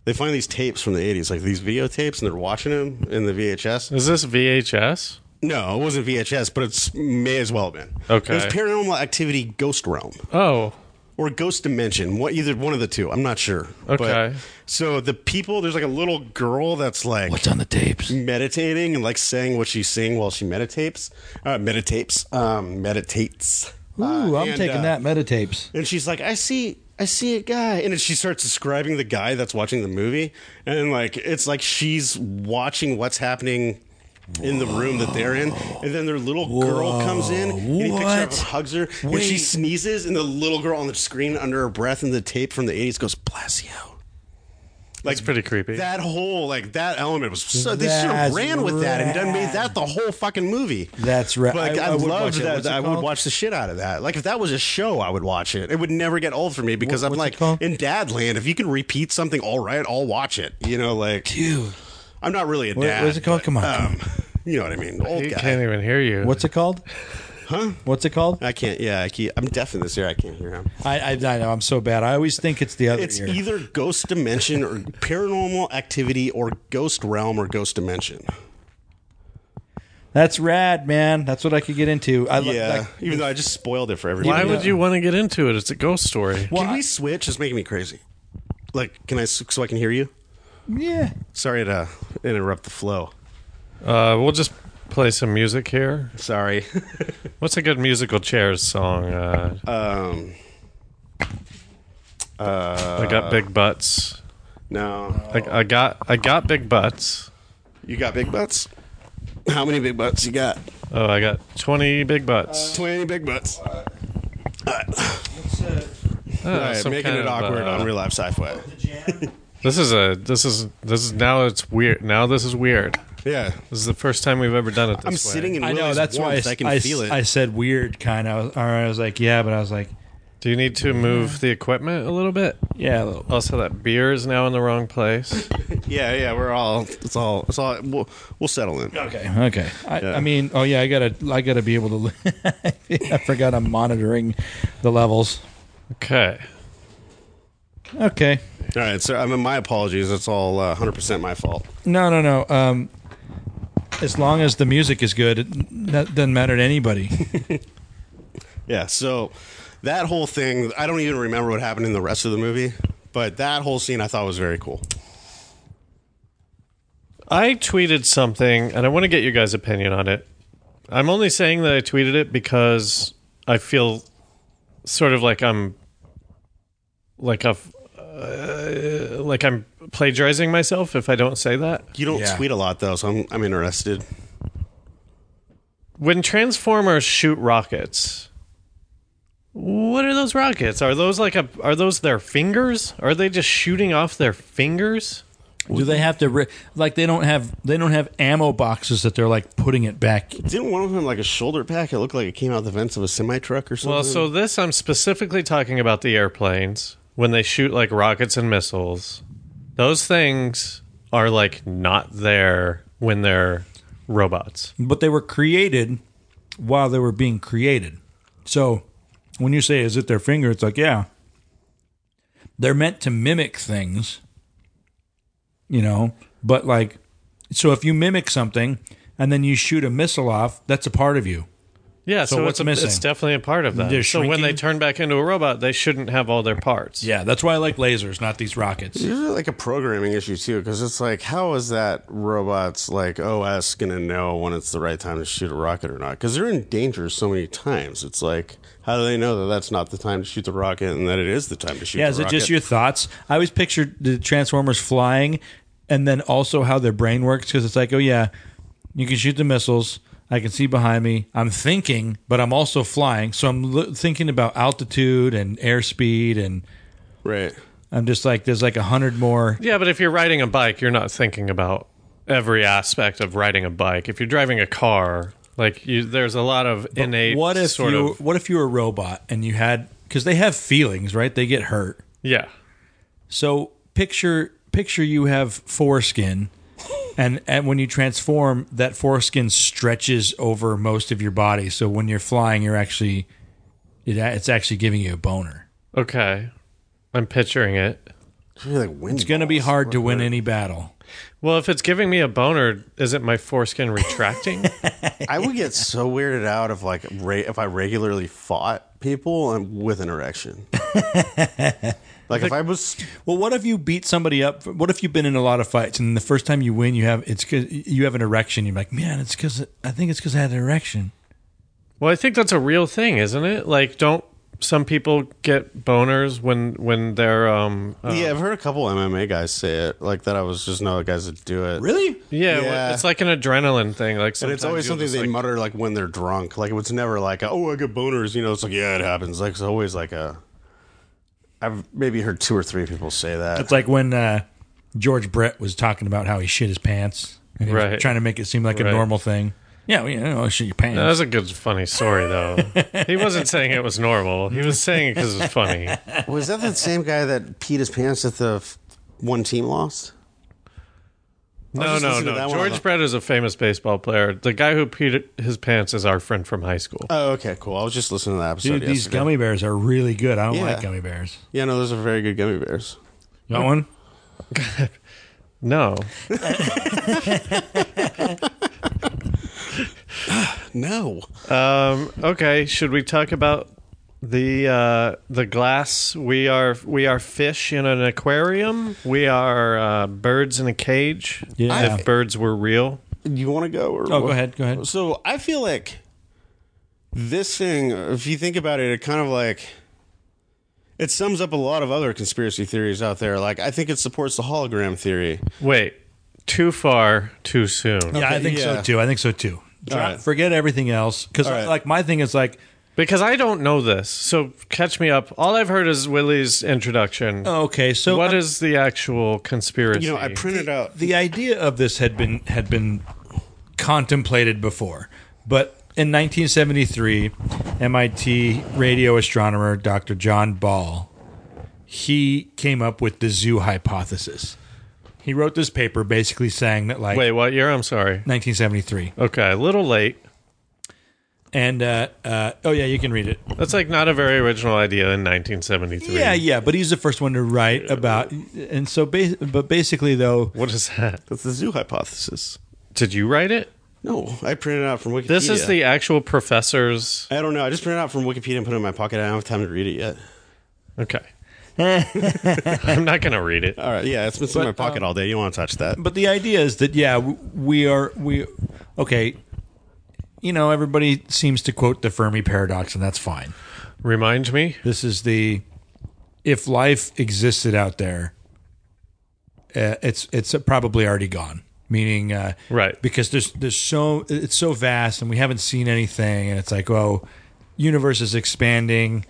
Speaker 4: They find these tapes from the '80s, like these videotapes, and they're watching them in the VHS.
Speaker 2: Is this VHS?
Speaker 4: No, it wasn't VHS, but it's may as well have been.
Speaker 2: Okay.
Speaker 4: it was Paranormal Activity Ghost Realm
Speaker 2: Oh,
Speaker 4: or Ghost Dimension, what either one of the two. I'm not sure.
Speaker 2: Okay.
Speaker 4: so the people, there's like a little girl that's like
Speaker 1: What's on the tapes?
Speaker 4: meditating and like saying what she's saying while she meditates, uh, meditates, um, meditates.
Speaker 1: Ooh, I'm
Speaker 4: and,
Speaker 1: taking
Speaker 4: uh,
Speaker 1: that metapapes.
Speaker 4: And she's like, I see, I see a guy. And then she starts describing the guy that's watching the movie. And like, it's like she's watching what's happening in the room that they're in. And then their little girl comes in and he picks her up and
Speaker 1: What?
Speaker 4: hugs her. And she
Speaker 1: Wait.
Speaker 4: sneezes. And the little girl on the screen under her breath in the tape from the 80s goes, Bless you. Like,
Speaker 2: it's pretty creepy.
Speaker 4: that whole like that element was so they should have
Speaker 1: That's
Speaker 4: ran with that and done made
Speaker 1: rad.
Speaker 4: that the whole fucking movie.
Speaker 1: That's rad.
Speaker 4: But I,
Speaker 1: I- I would
Speaker 4: loved
Speaker 1: watch it.
Speaker 4: that.
Speaker 1: What's it
Speaker 4: I would
Speaker 1: called?
Speaker 4: watch the shit out of that. Like if that was a show, I would watch it. It would never get old for me because
Speaker 1: What-
Speaker 4: I'm
Speaker 1: what's it
Speaker 4: like
Speaker 1: called?
Speaker 4: in dad land. If you can repeat something, all right, I'll watch it. You know, like
Speaker 1: Dude,
Speaker 4: I'm not really a
Speaker 1: What-
Speaker 4: dad.
Speaker 1: what's it called?
Speaker 4: but,
Speaker 1: Come on, come
Speaker 4: um, you know what I mean. Old
Speaker 2: He
Speaker 4: guy.
Speaker 2: can't even hear you.
Speaker 1: what's it called? Huh? What's it called?
Speaker 4: I can't. Yeah, I keep, I'm deaf in this ear. I can't hear him.
Speaker 1: I, I I know I'm so bad. I always think it's the other
Speaker 4: It's
Speaker 1: ear.
Speaker 4: either Ghost Dimension or Paranormal Activity or Ghost Realm or Ghost Dimension.
Speaker 1: That's rad, man. That's what I could get into. I lo-
Speaker 4: Yeah,
Speaker 1: like,
Speaker 4: even though I just spoiled it for everybody.
Speaker 2: Why would you want to get into it? It's a ghost story.
Speaker 1: Well,
Speaker 4: can
Speaker 1: I-
Speaker 4: we switch? It's making me crazy. Like, can I s- so I can hear you?
Speaker 1: yeah.
Speaker 4: Sorry to interrupt the flow.
Speaker 2: Uh, we'll just play some music here.
Speaker 4: Sorry.
Speaker 2: What's a good musical chairs song? Uh,
Speaker 4: um,
Speaker 2: I got big butts.
Speaker 4: no,
Speaker 2: I, I got I got big butts.
Speaker 4: you got big butts. How many big butts you got?
Speaker 2: Oh, I got twenty big butts.
Speaker 4: Twenty big butts. All uh,
Speaker 2: Oh,
Speaker 4: right,
Speaker 2: some
Speaker 4: making
Speaker 2: kind
Speaker 4: it
Speaker 2: of,
Speaker 4: awkward
Speaker 2: uh,
Speaker 4: on real life sci-fi.
Speaker 2: This is a this is this is now it's weird. Now this is weird.
Speaker 4: Yeah,
Speaker 2: This is the first time we've ever done it this
Speaker 4: I'm
Speaker 2: way.
Speaker 4: sitting in.
Speaker 1: I know
Speaker 4: Willie's
Speaker 1: that's why I,
Speaker 4: warmth.
Speaker 1: s-
Speaker 4: I can
Speaker 1: I s-
Speaker 4: feel it.
Speaker 1: I said weird kind of. All right, I was like, yeah, but I was like,
Speaker 2: Do you need to move the equipment a little bit?
Speaker 1: yeah, a little.
Speaker 2: Also, that beer is now in the wrong place.
Speaker 4: yeah, yeah. We're all. It's all. It's all. We'll, we'll settle in.
Speaker 1: Okay, okay. I, I mean, oh yeah, I gotta, I gotta be able to. I forgot I'm monitoring the levels.
Speaker 2: Okay.
Speaker 1: Okay,
Speaker 4: All right. So I mean, my apologies. It's all uh, 100% my fault.
Speaker 1: no, no, no. Um, as long as the music is good, it n- that doesn't matter to anybody.
Speaker 4: Yeah, so that whole thing, I don't even remember what happened in the rest of the movie, but that whole scene I thought was very cool.
Speaker 2: I tweeted something, and I want to get your guys' opinion on it. I'm only saying that I tweeted it because I feel sort of like I'm like a, uh, like I'm plagiarizing myself if I don't say that.
Speaker 4: You don't
Speaker 3: Yeah.
Speaker 4: tweet a lot though, so I'm I'm interested.
Speaker 2: When Transformers shoot rockets, what are those rockets? Are those like a? Are those their fingers? Are they just shooting off their fingers?
Speaker 3: Do they have to ri- like they don't have they don't have ammo boxes that they're like putting it back?
Speaker 4: Didn't one of them have, like a shoulder pack? It looked like it came out the vents of a semi truck or something.
Speaker 1: Mm-hmm.
Speaker 2: Well, so this I'm specifically talking about the airplanes when they shoot like rockets and missiles. Those things are like not there when they're robots.
Speaker 1: but they were created while they were being created. So when you say, is it their finger? It's like, yeah. They're meant to mimic things, you know, but like, so if you mimic something and then you shoot a missile off, that's a part of you.
Speaker 2: Yeah, so,
Speaker 1: what's
Speaker 2: it's, a,
Speaker 1: missing?
Speaker 2: it's definitely a part of
Speaker 1: They're
Speaker 2: that. So when they
Speaker 1: shrinking?
Speaker 2: turn back into a robot, they shouldn't have all their parts.
Speaker 1: Yeah, that's why I like lasers, not these rockets.
Speaker 4: There's like a programming issue too, because it's like, how is that robot's like OS gonna know when it's the right time to shoot a rocket or not? Because they're in danger so many times. It's like, how do they know that that's not the time to shoot the rocket and that it is the time to shoot?
Speaker 1: Yeah,
Speaker 4: the
Speaker 1: is it
Speaker 4: rocket?
Speaker 1: just your thoughts? I always pictured the Transformers flying, and then also how their brain works because it's like, oh yeah, you can shoot the missiles. I can see behind me. I'm thinking, but I'm also flying, so I'm l- thinking about altitude and airspeed, and
Speaker 4: right?
Speaker 1: I'm just like, there's like a hundred more.
Speaker 2: Yeah, but if you're riding a bike, you're not thinking about every aspect of riding a bike. If you're driving a car, like you, there's a lot of innate
Speaker 1: What if
Speaker 2: sort
Speaker 1: you?
Speaker 2: of
Speaker 1: What if you were a robot and you had? Because they have feelings, right? They get hurt.
Speaker 2: yeah.
Speaker 1: So picture picture you have foreskin, and and when you transform, that foreskin stretches over most of your body. So when you're flying, you're actually it, a- it's actually giving you a boner.
Speaker 2: Okay, I'm picturing it.
Speaker 4: You're like wind
Speaker 1: It's gonna be hard to win any battle.
Speaker 2: Well, if it's giving me a boner, isn't my foreskin retracting?
Speaker 4: I would get so weirded out if like re- if I regularly fought people and with an erection. like if I was
Speaker 1: Well, what if you beat somebody up? What if you've been in a lot of fights and the first time you win, you have it's 'cause- you have an erection. You're like, man, it's because I think it's because I had an erection.
Speaker 2: well, I think that's a real thing, isn't it? Like, don't some people get boners when when they're um uh,
Speaker 4: yeah, I've heard a couple MMA guys say it like that. I was just know the guys that do it.
Speaker 1: Really?
Speaker 2: yeah,
Speaker 4: Yeah.
Speaker 2: it's like an adrenaline thing. Like,
Speaker 4: And it's always something they mutter like when they're drunk. Like it's never like oh I get boners. You know, it's like yeah it happens. Like it's always like a. I've maybe heard two or three people say that.
Speaker 1: It's like when uh, George Brett was talking about how he shit his pants, and he was
Speaker 2: Right.
Speaker 1: trying to make it seem like a
Speaker 2: Right.
Speaker 1: normal thing. Yeah, well, you know, shit your
Speaker 2: That
Speaker 1: pants.
Speaker 2: was a good, funny story, though. he wasn't saying it was normal. He was saying it because it's funny.
Speaker 4: Was that the same guy that peed his pants at the f- one team lost?
Speaker 2: No,
Speaker 4: just
Speaker 2: no,
Speaker 4: listening to that
Speaker 2: no.
Speaker 4: one on the-
Speaker 2: George Brett is a famous baseball player. The guy who peed his pants is our friend from high school.
Speaker 4: Oh, okay, cool. I was just listening to that episode.
Speaker 1: Dude, these
Speaker 4: yesterday.
Speaker 1: gummy bears are really good. I don't
Speaker 4: Yeah.
Speaker 1: like gummy bears.
Speaker 4: Yeah, no, those are very good gummy bears.
Speaker 1: You want one?
Speaker 2: No,
Speaker 4: No.
Speaker 2: Um, okay, should we talk about the uh, the glass? We are we are fish in an aquarium. We are uh, birds in a cage.
Speaker 1: Yeah.
Speaker 2: if birds were real.
Speaker 4: You want to go? Or
Speaker 1: Oh, go ahead, go ahead.
Speaker 4: So I feel like this thing, if you think about it, it kind of like it sums up a lot of other conspiracy theories out there. Like I think it supports the hologram theory.
Speaker 2: Wait, too far, too soon.
Speaker 1: Yeah, I
Speaker 4: Okay,
Speaker 1: think
Speaker 4: yeah.
Speaker 1: so too. I think so too. Drop-
Speaker 4: right.
Speaker 1: Forget everything else because,
Speaker 4: right.
Speaker 1: like, my thing is like,
Speaker 2: Because I don't know this, so catch me up. All I've heard is Willie's introduction.
Speaker 1: okay, Oh, so
Speaker 2: What is the actual conspiracy?
Speaker 4: You know, I printed out.
Speaker 1: the idea of this had been had been contemplated before, but in 1973, MIT radio astronomer Dr. John Ball he came up with the zoo hypothesis. He wrote this paper basically saying that like
Speaker 2: Wait, what year? I'm sorry.
Speaker 1: 1973,
Speaker 2: Okay, a little late.
Speaker 1: and uh, uh, oh yeah, you can read it.
Speaker 2: That's like not a very original idea in 1973.
Speaker 1: Yeah, yeah, but he's the first one to write about, and so ba- but basically though,
Speaker 2: What is that?
Speaker 4: That's the zoo hypothesis.
Speaker 2: Did you write it?
Speaker 4: No, I printed it out from Wikipedia.
Speaker 2: This is the actual professor's.
Speaker 4: I don't know. I just printed it out from Wikipedia and put it in my pocket. I don't have time to read it yet.
Speaker 2: Okay. I'm not going to read it.
Speaker 4: All right. Yeah, it's been in my pocket all day. You don't want to touch that.
Speaker 1: but the idea is that yeah w- we are we okay you know everybody seems to quote the fermi paradox and that's fine
Speaker 2: Remind me.
Speaker 1: this is the if life existed out there, uh, it's it's probably already gone. Meaning, uh,
Speaker 2: Right.
Speaker 1: Because there's there's so it's so vast, and we haven't seen anything, and it's like, oh, universe is expanding.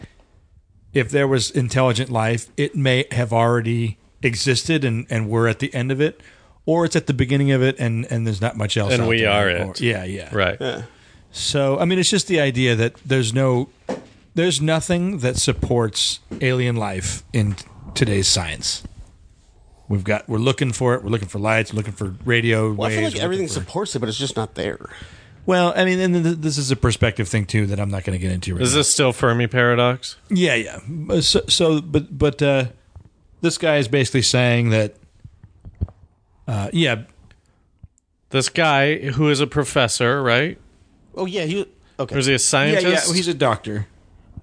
Speaker 1: If there was intelligent life, it may have already existed, and and we're at the end of it, or it's at the beginning of it, and and there's not much else.
Speaker 2: And
Speaker 1: out
Speaker 2: we
Speaker 1: there
Speaker 2: are
Speaker 1: anymore.
Speaker 2: it.
Speaker 1: Yeah, yeah,
Speaker 2: Right.
Speaker 1: so, I mean, it's just the idea that there's no, there's nothing that supports alien life in t- today's science. We've got, we're looking for it. We're looking for lights. We're looking for radio
Speaker 4: Well, I
Speaker 1: waves.
Speaker 4: feel like
Speaker 1: we're
Speaker 4: everything
Speaker 1: looking for-
Speaker 4: supports it, but it's just not there.
Speaker 1: well, I mean, and th- this is a perspective thing too that I'm not going to get into. Right
Speaker 2: Is
Speaker 1: now.
Speaker 2: this still Fermi paradox?
Speaker 1: Yeah, yeah. But So, so but but uh, this guy is basically saying that, uh, yeah,
Speaker 2: This guy who is a professor, right?
Speaker 4: Oh yeah, he okay.
Speaker 2: Or is he a scientist?
Speaker 1: Yeah, yeah. He's a doctor.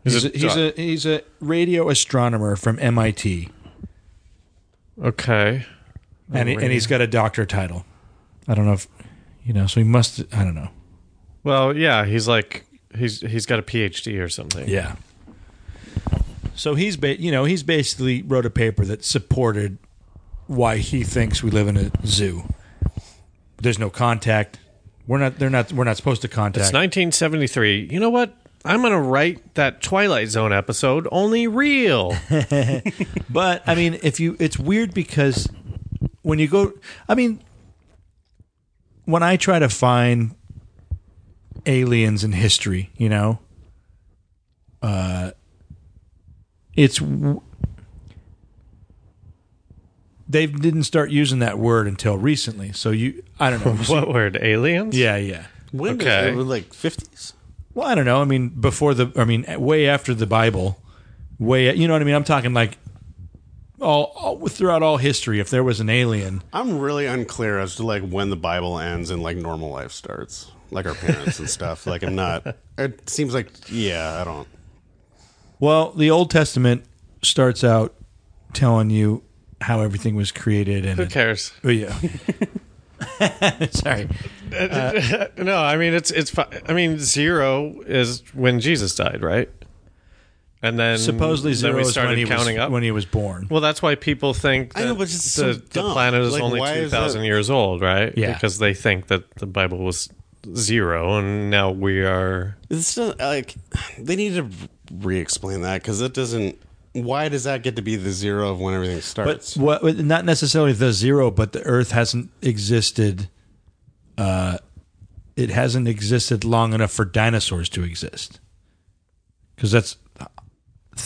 Speaker 1: He's,
Speaker 2: He's
Speaker 1: a,
Speaker 2: a
Speaker 1: he's a he's a radio astronomer from MIT,
Speaker 2: okay.
Speaker 1: and he, and he's got a doctor title. Oh, I don't know if you know. So he must. I don't know.
Speaker 2: Well, yeah, he's like he's he's got a PhD or something.
Speaker 1: Yeah. So he's ba- you know he's basically wrote a paper that supported why he thinks we live in a zoo. There's no contact. We're not. They're not. We're not supposed to contact.
Speaker 2: It's 1973. You know what? I'm gonna write that Twilight Zone episode only real.
Speaker 1: But I mean, if you, it's weird because when you go, I mean, when I try to find aliens in history, you know, uh, it's w- they didn't start using that word until recently. So you, I don't know.
Speaker 2: what word? Aliens?
Speaker 1: yeah, yeah.
Speaker 4: when was
Speaker 2: okay.
Speaker 4: it? It was like fifties.
Speaker 1: Well, I don't know. I mean, before the, I mean, way after the Bible, way, you know what I mean? I'm talking like all, all throughout all history, if there was an alien,
Speaker 4: I'm really unclear as to like when the Bible ends and like normal life starts, like our parents and stuff. Like I'm not. It seems like yeah, I don't.
Speaker 1: well, the Old Testament starts out telling you how everything was created and,
Speaker 2: Who cares?
Speaker 1: oh yeah. Sorry.
Speaker 2: Mm, No, I mean it's it's. fi- I mean zero is when Jesus died, right? And then
Speaker 1: Supposedly
Speaker 2: then
Speaker 1: zero
Speaker 2: we
Speaker 1: is
Speaker 2: started
Speaker 1: when he,
Speaker 2: counting
Speaker 1: was,
Speaker 2: up.
Speaker 1: when he was born.
Speaker 2: well, that's why people think
Speaker 4: I
Speaker 2: that
Speaker 4: know, but it's so
Speaker 2: the,
Speaker 4: dumb.
Speaker 2: the planet is
Speaker 4: Like,
Speaker 2: only
Speaker 4: why
Speaker 2: two
Speaker 4: is that-
Speaker 2: thousand years old, right?
Speaker 1: Yeah.
Speaker 2: because they think that the Bible was zero, and now we are.
Speaker 4: It's not, like they need to re-explain that because it doesn't. Why does that get to be the zero of when everything
Speaker 1: But
Speaker 4: starts?
Speaker 1: what, not necessarily the zero, but the Earth hasn't existed. Uh, it hasn't existed long enough for dinosaurs to exist, because that's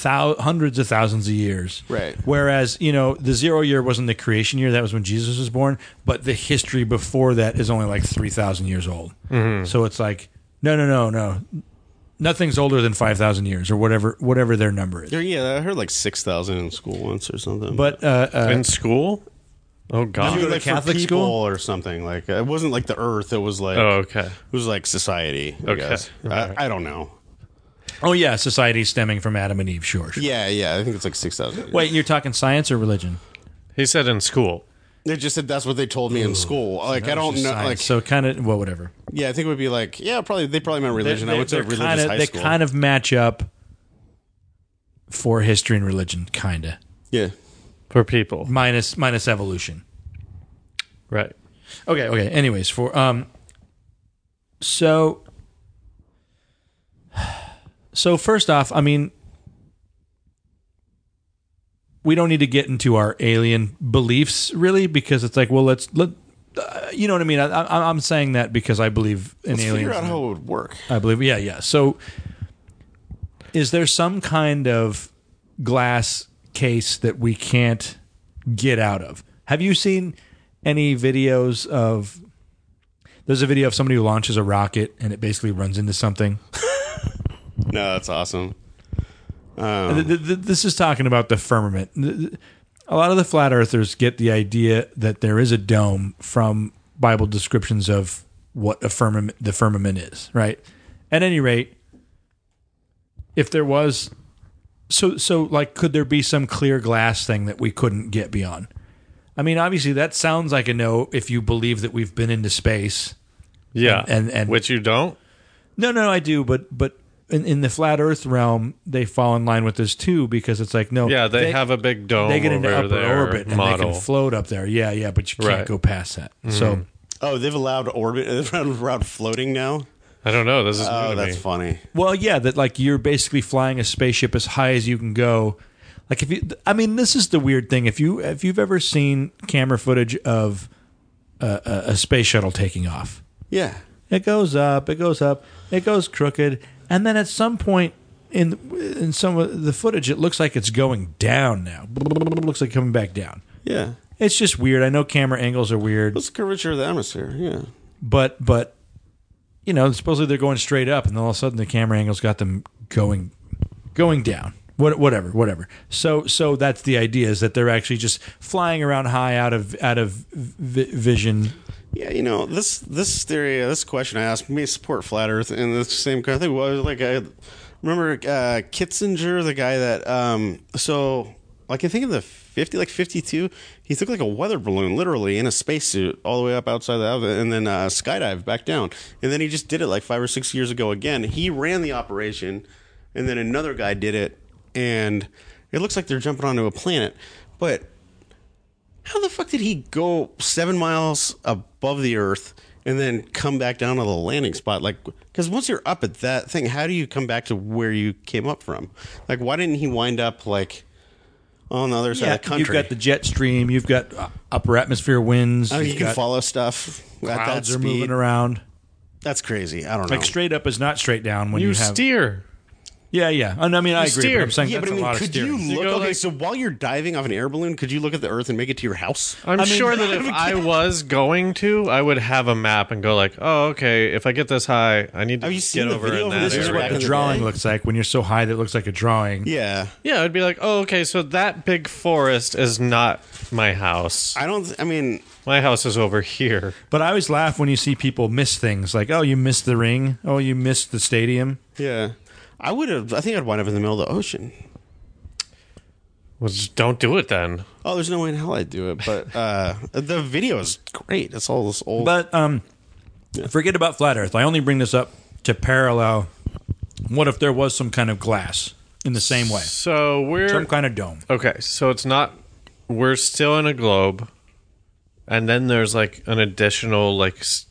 Speaker 1: thou- hundreds of thousands of years.
Speaker 4: Right.
Speaker 1: Whereas you know the zero year wasn't the creation year; that was when Jesus was born. But the history before that is only like three thousand years old.
Speaker 4: Mm-hmm.
Speaker 1: So it's like no, no, no, no. Nothing's older than five thousand years, or whatever, whatever their number is.
Speaker 4: There- yeah, I heard like six thousand in school once or something.
Speaker 1: But uh, uh,
Speaker 2: in school? Oh
Speaker 4: I
Speaker 2: God!
Speaker 1: go
Speaker 4: mean,
Speaker 1: to
Speaker 4: like, for
Speaker 1: Catholic
Speaker 4: people
Speaker 1: school?
Speaker 4: or something like it wasn't like the Earth. It was like
Speaker 2: oh okay.
Speaker 4: it was like society. I
Speaker 2: Okay.
Speaker 4: guess. I, I don't know.
Speaker 1: oh yeah, society stemming from Adam and Eve. Sure, sure.
Speaker 4: Yeah, yeah. I think it's like six thousand.
Speaker 1: Wait, you're talking science or religion?
Speaker 2: He said in school.
Speaker 4: They just said that's what they told me in school. Like I don't know.
Speaker 1: Science.
Speaker 4: Oh, Like
Speaker 1: so kind of well, whatever.
Speaker 4: yeah, I think it would be like yeah, probably they probably meant religion. I went to
Speaker 1: they're
Speaker 4: religious
Speaker 1: kinda,
Speaker 4: high
Speaker 1: they
Speaker 4: school.
Speaker 1: kind of match up for history and religion, kind of
Speaker 4: yeah.
Speaker 2: For people,
Speaker 1: minus minus evolution.
Speaker 2: right?
Speaker 1: Okay, okay. Anyways, for um, so so first off, I mean, we don't need to get into our alien beliefs really because it's like, well, let's let. Uh, you know what I mean? I, I, I'm saying that because I believe in
Speaker 4: Let's
Speaker 1: aliens.
Speaker 4: figure out how it would work.
Speaker 1: I believe. Yeah, yeah. So, is there some kind of glass case that we can't get out of? Have you seen any videos of? There's a video of somebody who launches a rocket and it basically runs into something.
Speaker 4: No, that's awesome. Um,
Speaker 1: Th- th- th- This is talking about the firmament. Th- th- A lot of the flat earthers get the idea that there is a dome from Bible descriptions of what a firmament, the firmament is, right? At any rate, if there was, so so like, could there be some clear glass thing that we couldn't get beyond? I mean, obviously, that sounds like a no if you believe that we've been into space.
Speaker 2: Yeah,
Speaker 1: And- and-
Speaker 2: which you don't.
Speaker 1: No, no, I do, but but in, in the flat Earth realm, they fall in line with this too because it's like no,
Speaker 2: Yeah, they, have a big dome
Speaker 1: they get
Speaker 2: over
Speaker 1: into upper
Speaker 2: their
Speaker 1: orbit and
Speaker 2: model.
Speaker 1: they can float up there. Yeah, yeah, but you can't
Speaker 2: Right. Mm-hmm.
Speaker 1: go past that. So
Speaker 4: Oh, they've allowed orbit. They've allowed floating now.
Speaker 2: I don't know. This is new
Speaker 4: Oh,
Speaker 2: to
Speaker 4: that's
Speaker 2: me.
Speaker 4: funny.
Speaker 1: Well, yeah, that like you're basically flying a spaceship as high as you can go. Like if you, I mean, this is the weird thing. If you if you've ever seen camera footage of a, a, a space shuttle taking off,
Speaker 4: Yeah.
Speaker 1: it goes up, it goes up, it goes crooked, and then at some point in in some of the footage, it looks like it's going down now. Looks like coming back down.
Speaker 4: Yeah.
Speaker 1: It's just weird. I know camera angles are weird,
Speaker 4: What's the curvature of the atmosphere? Yeah.
Speaker 1: but but you know, supposedly they're going straight up, and then all of a sudden the camera angles got them going going down. What, whatever, whatever. So so that's the idea is that they're actually just flying around high out of out of vi vision.
Speaker 4: Yeah, you know this this theory, uh, this question I asked may support flat Earth, and the same kind of thing was like I remember uh, Kitzinger, the guy that um, so like I think in the fifty, like fifty two, he took like a weather balloon, literally in a spacesuit, all the way up outside the oven, and then uh, skydive back down, and then he just did it like five or six years ago again. He ran the operation, and then another guy did it, and it looks like they're jumping onto a planet, but how the fuck did he go seven miles above the earth and then come back down to the landing spot? Like, because once you're up at that thing, how do you come back to where you came up from? Like, why didn't he wind up like on the other side of the
Speaker 1: you've
Speaker 4: country?
Speaker 1: got the jet stream, you've got uh, upper atmosphere winds,
Speaker 4: Oh,
Speaker 1: you've
Speaker 4: you can
Speaker 1: got
Speaker 4: follow stuff at that
Speaker 1: clouds are
Speaker 4: speed.
Speaker 1: moving around.
Speaker 4: That's crazy. I don't know.
Speaker 1: Like straight up is not straight down when you,
Speaker 2: You
Speaker 1: have.
Speaker 2: steer.
Speaker 1: yeah, yeah. And I mean, I
Speaker 2: You
Speaker 1: agree. But
Speaker 2: steer.
Speaker 1: I'm saying
Speaker 4: yeah,
Speaker 1: that's
Speaker 4: but I
Speaker 1: a
Speaker 4: mean,
Speaker 1: lot of
Speaker 4: could you
Speaker 1: steering.
Speaker 4: look?
Speaker 2: go
Speaker 4: okay,
Speaker 2: like-
Speaker 4: so while you're diving off an air balloon, could you look at the Earth and make it to your house?
Speaker 2: I'm sure that if I was going to, I would have a map and go like, "Oh, okay. If I get this high, I need to
Speaker 4: Have you seen
Speaker 2: get
Speaker 4: the
Speaker 2: over
Speaker 4: video
Speaker 2: in
Speaker 4: for
Speaker 2: that
Speaker 4: this? This is
Speaker 2: area."
Speaker 4: what
Speaker 1: the
Speaker 4: in the
Speaker 1: drawing
Speaker 4: day.
Speaker 1: looks like when you're so high that it looks like a drawing.
Speaker 4: Yeah,
Speaker 2: Yeah, I'd be like, "Oh, okay. So that big forest is not my house.
Speaker 4: I don't. I mean,
Speaker 2: My house is over here."
Speaker 1: But I always laugh when you see people miss things like, oh, you missed the ring. Oh, you missed the stadium.
Speaker 4: yeah, I would have. I think I'd wind up in the middle of the ocean.
Speaker 2: Well, just don't do it then.
Speaker 4: Oh, there's no way in hell I'd do it, but uh, the video is great. It's all this old.
Speaker 1: But um, forget about flat Earth. I only bring this up to parallel. What if there was some kind of glass in the same way,
Speaker 2: So we're
Speaker 1: some kind of dome?
Speaker 2: Okay, so it's not. We're still in a globe, and then there's like an additional like s-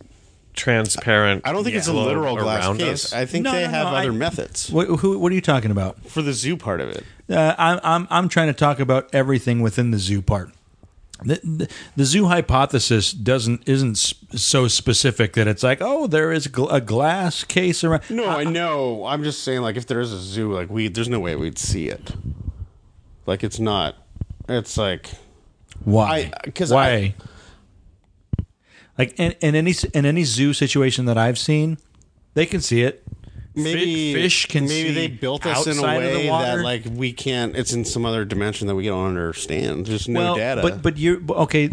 Speaker 2: transparent.
Speaker 4: I don't think it's a
Speaker 2: globe
Speaker 4: literal glass
Speaker 2: around
Speaker 4: case.
Speaker 2: us.
Speaker 4: I think
Speaker 1: No,
Speaker 4: they
Speaker 1: no, no,
Speaker 4: have
Speaker 1: I-
Speaker 4: other methods
Speaker 1: What, who, what are you talking about?
Speaker 4: for the zoo part of it.
Speaker 1: Uh, I'm, I'm I'm trying to talk about everything within the zoo part. The, the, the zoo hypothesis doesn't isn't sp- so specific that it's like, oh, there is gl- a glass case around.
Speaker 4: No, I know. I'm just saying, like, if there is a zoo, like, we there's no way we'd see it. Like, it's not. It's like
Speaker 1: Why?
Speaker 4: I- 'cause
Speaker 1: Why? like in, in any in any zoo situation that I've seen, they can see it.
Speaker 4: maybe
Speaker 1: fish can
Speaker 4: maybe
Speaker 1: see
Speaker 4: they built us in a
Speaker 1: outside of the
Speaker 4: way that
Speaker 1: water.
Speaker 4: like we can't. It's in some other dimension that we don't understand. There's no data.
Speaker 1: but but you but- okay,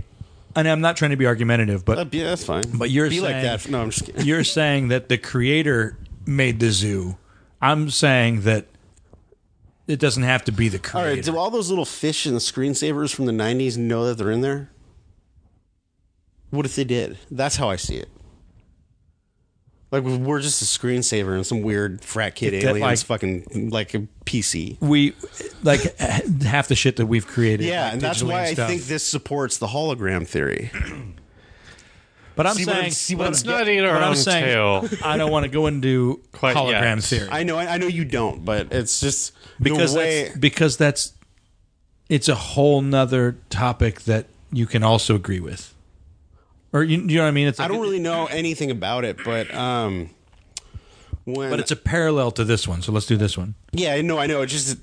Speaker 1: and I'm not trying to be argumentative, but
Speaker 4: Uh, yeah, that's fine.
Speaker 1: But you're
Speaker 4: be like
Speaker 1: saying-
Speaker 4: that. No, I'm just kidding.
Speaker 1: you're saying that the creator made the zoo. I'm saying that it doesn't have to be the
Speaker 4: All
Speaker 1: creator.
Speaker 4: right. Do all those little fish in the screensavers from the '90s know that they're in there? What if they did? That's how I see it. Like we're just a screensaver and some weird frat kid
Speaker 1: That,
Speaker 4: aliens,
Speaker 1: like-
Speaker 4: fucking like a PC.
Speaker 1: we like half the shit that we've created.
Speaker 4: Yeah,
Speaker 1: like,
Speaker 4: and that's
Speaker 1: digitally
Speaker 4: why I
Speaker 1: stuff.
Speaker 4: think this supports the hologram theory.
Speaker 1: But I'm
Speaker 4: See what I'm-
Speaker 1: saying,
Speaker 4: see what
Speaker 1: but-
Speaker 4: I'm
Speaker 2: Let's not eat our
Speaker 1: but
Speaker 2: own
Speaker 1: I'm saying,
Speaker 2: tail.
Speaker 1: I don't want to go into
Speaker 2: Quite yet.
Speaker 1: hologram theory.
Speaker 4: I know, I know you don't, but it's just
Speaker 1: because
Speaker 4: the way.
Speaker 1: that's, because that's it's a whole nother topic that you can also agree with or you, you know what i mean it's like,
Speaker 4: I don't really know anything about it, but um, when
Speaker 1: but it's a parallel to this one so let's do this one.
Speaker 4: yeah, I know, I know. It's just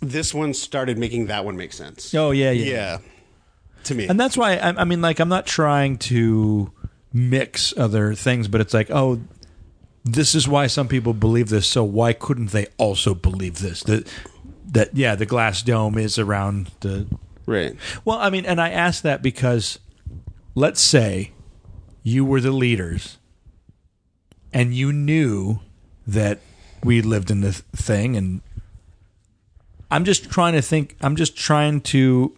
Speaker 4: this one started making that one make sense.
Speaker 1: Oh yeah yeah,
Speaker 4: Yeah. To me.
Speaker 1: and that's why I, I mean like i'm not trying to mix other things but it's like oh this is why some people believe this so why couldn't they also believe this that that yeah the glass dome is around the
Speaker 4: right.
Speaker 1: Well, I mean, and I ask that because let's say you were the leaders and you knew that we lived in this thing and I'm just trying to think I'm just trying to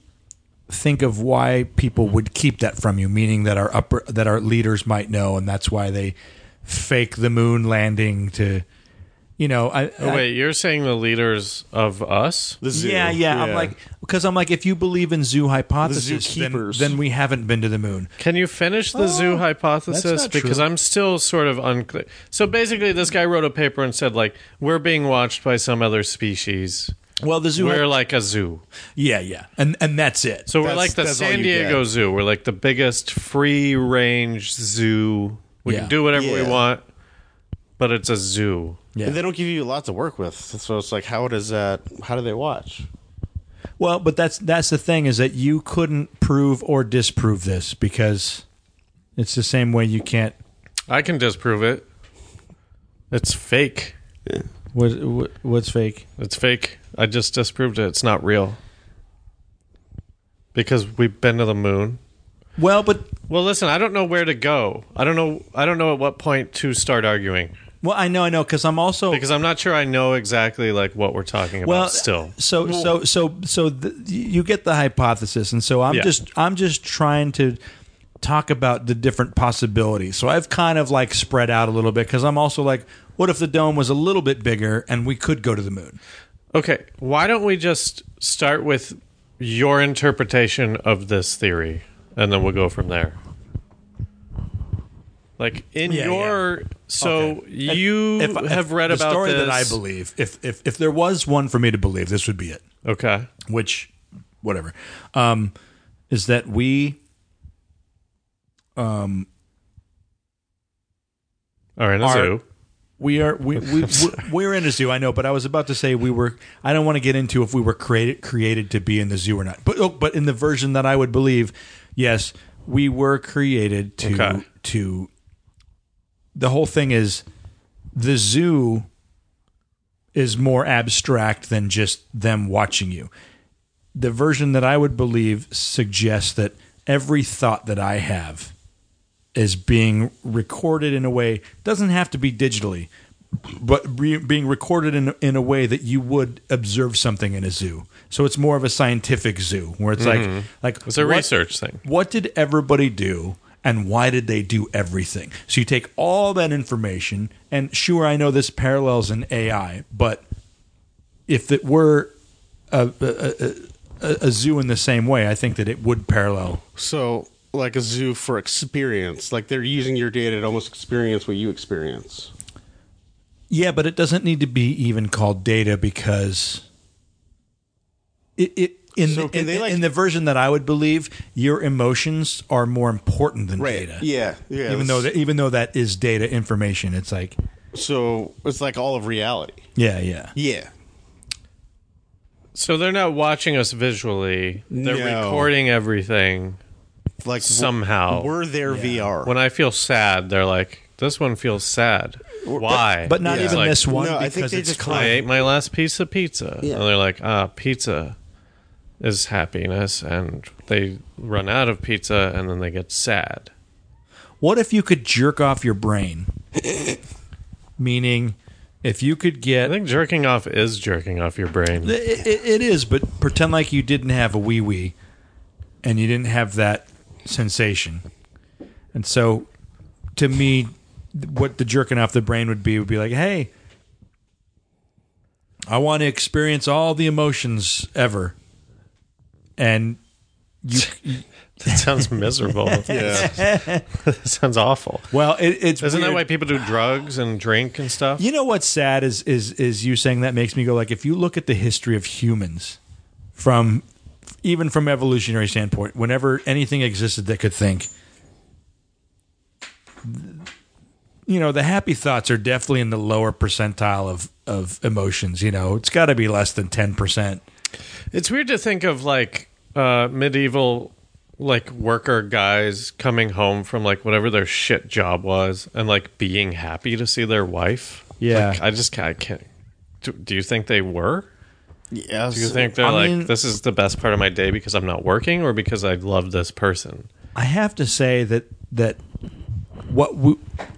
Speaker 1: think of why people would keep that from you meaning that our upper that our leaders might know and that's why they fake the moon landing to you know, I, I-
Speaker 2: Oh, Wait, you're saying the leaders of us?
Speaker 4: The zoo.
Speaker 1: Yeah, yeah, I'm like because I'm like if you believe in zoo hypothesis, then,
Speaker 4: zookeepers.
Speaker 1: then we haven't been to the moon.
Speaker 2: Can you finish the
Speaker 4: Oh,
Speaker 2: zoo hypothesis?
Speaker 3: not true.
Speaker 2: Because I'm still sort of unclear. So basically, this guy wrote a paper and said, like, we're being watched by some other species.
Speaker 1: Well, the zoo.
Speaker 2: We're like a zoo.
Speaker 1: yeah, yeah, and and that's it.
Speaker 2: So we're
Speaker 4: That's-
Speaker 2: like the
Speaker 4: that's all
Speaker 2: San
Speaker 4: you
Speaker 2: Diego
Speaker 4: get.
Speaker 2: Zoo. We're like the biggest free range zoo. We
Speaker 1: Yeah.
Speaker 2: can do whatever we
Speaker 4: Yeah.
Speaker 2: want, but it's a zoo.
Speaker 1: yeah.
Speaker 4: And they don't give you a lot to work with, so it's like, how does that? How do they watch?
Speaker 1: Well, but that's that's the thing is that you couldn't prove or disprove this because it's the same way you can't.
Speaker 2: I can disprove it. It's fake.
Speaker 1: What, what what's fake?
Speaker 2: It's fake. I just disproved it. It's not real. Because we've been to the moon.
Speaker 1: Well, but
Speaker 2: Well, listen, I don't know where to go. I don't know I don't know at what point to start arguing
Speaker 1: well, I know, I know, because I'm also
Speaker 2: because I'm not sure I know exactly like what we're talking about
Speaker 1: well
Speaker 2: still.
Speaker 1: So so so so th you get the hypothesis, and so I'm
Speaker 2: Yeah.
Speaker 1: just I'm just trying to talk about the different possibilities. So I've kind of like spread out a little bit because I'm also like, what if the dome was a little bit bigger and we could go to the moon?
Speaker 2: Okay, why don't we just start with your interpretation of this theory and then we'll go from there. Like in
Speaker 1: Yeah,
Speaker 2: your so you
Speaker 1: If- if
Speaker 2: have read
Speaker 1: the
Speaker 2: about
Speaker 1: story
Speaker 2: this.
Speaker 1: that I believe. If if if there was one for me to believe, this would be it.
Speaker 2: Okay.
Speaker 1: which whatever um is that we
Speaker 2: All right, a
Speaker 1: Are-
Speaker 2: zoo.
Speaker 1: we are we, we we're in a zoo i know but i was about to say we were i don't want to get into if we were created created to be in the zoo or not but oh, but in the version that i would believe yes we were created to
Speaker 2: Okay.
Speaker 1: to the whole thing is the zoo is more abstract than just them watching you the version that I would believe suggests that every thought that I have is being recorded in a way doesn't have to be digitally, but re- being recorded in in a way that you would observe something in a zoo. So it's more of a scientific zoo where it's like like
Speaker 2: Mm-hmm. It's a
Speaker 1: what-
Speaker 2: research thing.
Speaker 1: What did everybody do? And why did they do everything? So you take all that information, and sure, I know this parallels in AI, but if it were a zoo in the same way, I think that it would parallel.
Speaker 4: So, like a zoo for experience, like they're using your data to almost experience what you experience.
Speaker 1: Yeah, but it doesn't need to be even called data because it, it in,
Speaker 4: So
Speaker 1: the,
Speaker 4: can
Speaker 1: in,
Speaker 4: they, like-
Speaker 1: in the version that I would believe, your emotions are more important than data.
Speaker 4: Yeah. Yeah.
Speaker 1: Even
Speaker 4: that's-
Speaker 1: though that, even though that is data information, it's like
Speaker 4: so it's like all of reality.
Speaker 1: yeah, yeah.
Speaker 4: Yeah.
Speaker 2: So they're not watching us visually. They're
Speaker 4: No.
Speaker 2: recording everything
Speaker 4: Like w-
Speaker 2: somehow.
Speaker 4: we're their VR.
Speaker 2: when I feel sad, they're like, "This one feels sad. Why?"
Speaker 1: But not
Speaker 4: Yeah.
Speaker 1: even
Speaker 2: Like-
Speaker 1: this one
Speaker 4: No, I think
Speaker 1: because
Speaker 4: they
Speaker 1: it's
Speaker 4: just
Speaker 2: I
Speaker 1: clear.
Speaker 2: ate my last piece of pizza,
Speaker 4: Yeah.
Speaker 2: and they're like, "Ah, pizza is happiness," and they run out of pizza, and then they get sad.
Speaker 1: What if you could jerk off your brain? Meaning, if you could
Speaker 2: I
Speaker 1: get
Speaker 2: think jerking off is jerking off your brain.
Speaker 1: It, it, it is, but pretend like you didn't have a wee wee, and you didn't have that sensation, and so to me, what the jerking off the brain would be would be like, hey, I want to experience all the emotions ever, and you
Speaker 2: That sounds miserable. yeah, that sounds awful.
Speaker 1: well, it, it's
Speaker 2: Isn't that
Speaker 1: weird.
Speaker 2: why people do drugs and drink and stuff?
Speaker 1: You know what's sad is is is you saying that makes me go like if you look at the history of humans from even from evolutionary standpoint, whenever anything existed that could think, you know, the happy thoughts are definitely in the lower percentile of of emotions. You know, it's got to be less than ten percent.
Speaker 2: It's weird to think of like uh, medieval like worker guys coming home from like whatever their shit job was and like being happy to see their wife.
Speaker 1: Yeah.
Speaker 2: Like, I just ca- I can't. Do, do you think they were?
Speaker 4: yeah.
Speaker 2: Do you think they're
Speaker 1: I
Speaker 2: like
Speaker 1: mean-
Speaker 2: this is the best part of my day because I'm not working or because I love this person?
Speaker 1: I have to say that that what we,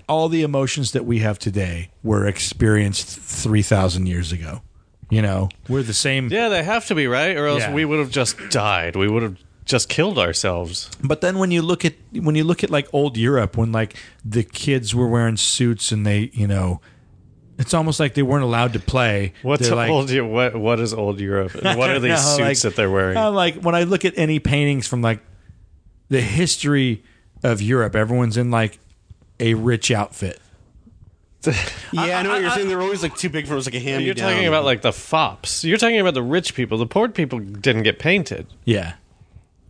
Speaker 1: all the emotions that we have today were experienced three thousand years ago. You know, we're the same.
Speaker 2: Yeah, they have to be right, or else
Speaker 1: Yeah.
Speaker 2: we would have just died. We would have just killed ourselves.
Speaker 1: But then when you look at when you look at like old Europe, when like the kids were wearing suits and they you know it's almost like they weren't allowed to play.
Speaker 2: What's
Speaker 1: They're like,
Speaker 2: old? Eu- What what is old Europe? And what are these
Speaker 1: No,
Speaker 2: suits
Speaker 1: like-
Speaker 2: that they're wearing?
Speaker 1: uh, like when I look at any paintings from like the history of Europe, everyone's in like a rich outfit.
Speaker 4: Yeah, I know what you're saying. They're always like too big for us, like a hand.
Speaker 2: You're talking about like the fops. You're talking about the rich people. The poor people didn't get painted.
Speaker 1: Yeah.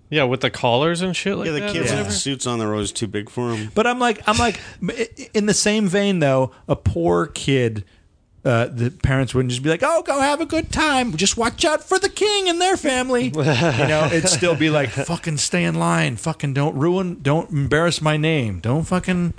Speaker 2: Yeah, with the collars and shit like
Speaker 4: yeah, the
Speaker 2: that.
Speaker 4: kids
Speaker 2: Yeah.
Speaker 4: with suits on. They're always too big for them.
Speaker 1: But I'm like, I'm like, in the same vein though, a poor kid, uh, the parents wouldn't just be like, "Oh, go have a good time. Just watch out for the king and their family." You know, it'd still be like, "Fucking stay in line. Fucking don't ruin. Don't embarrass my name. Don't fucking."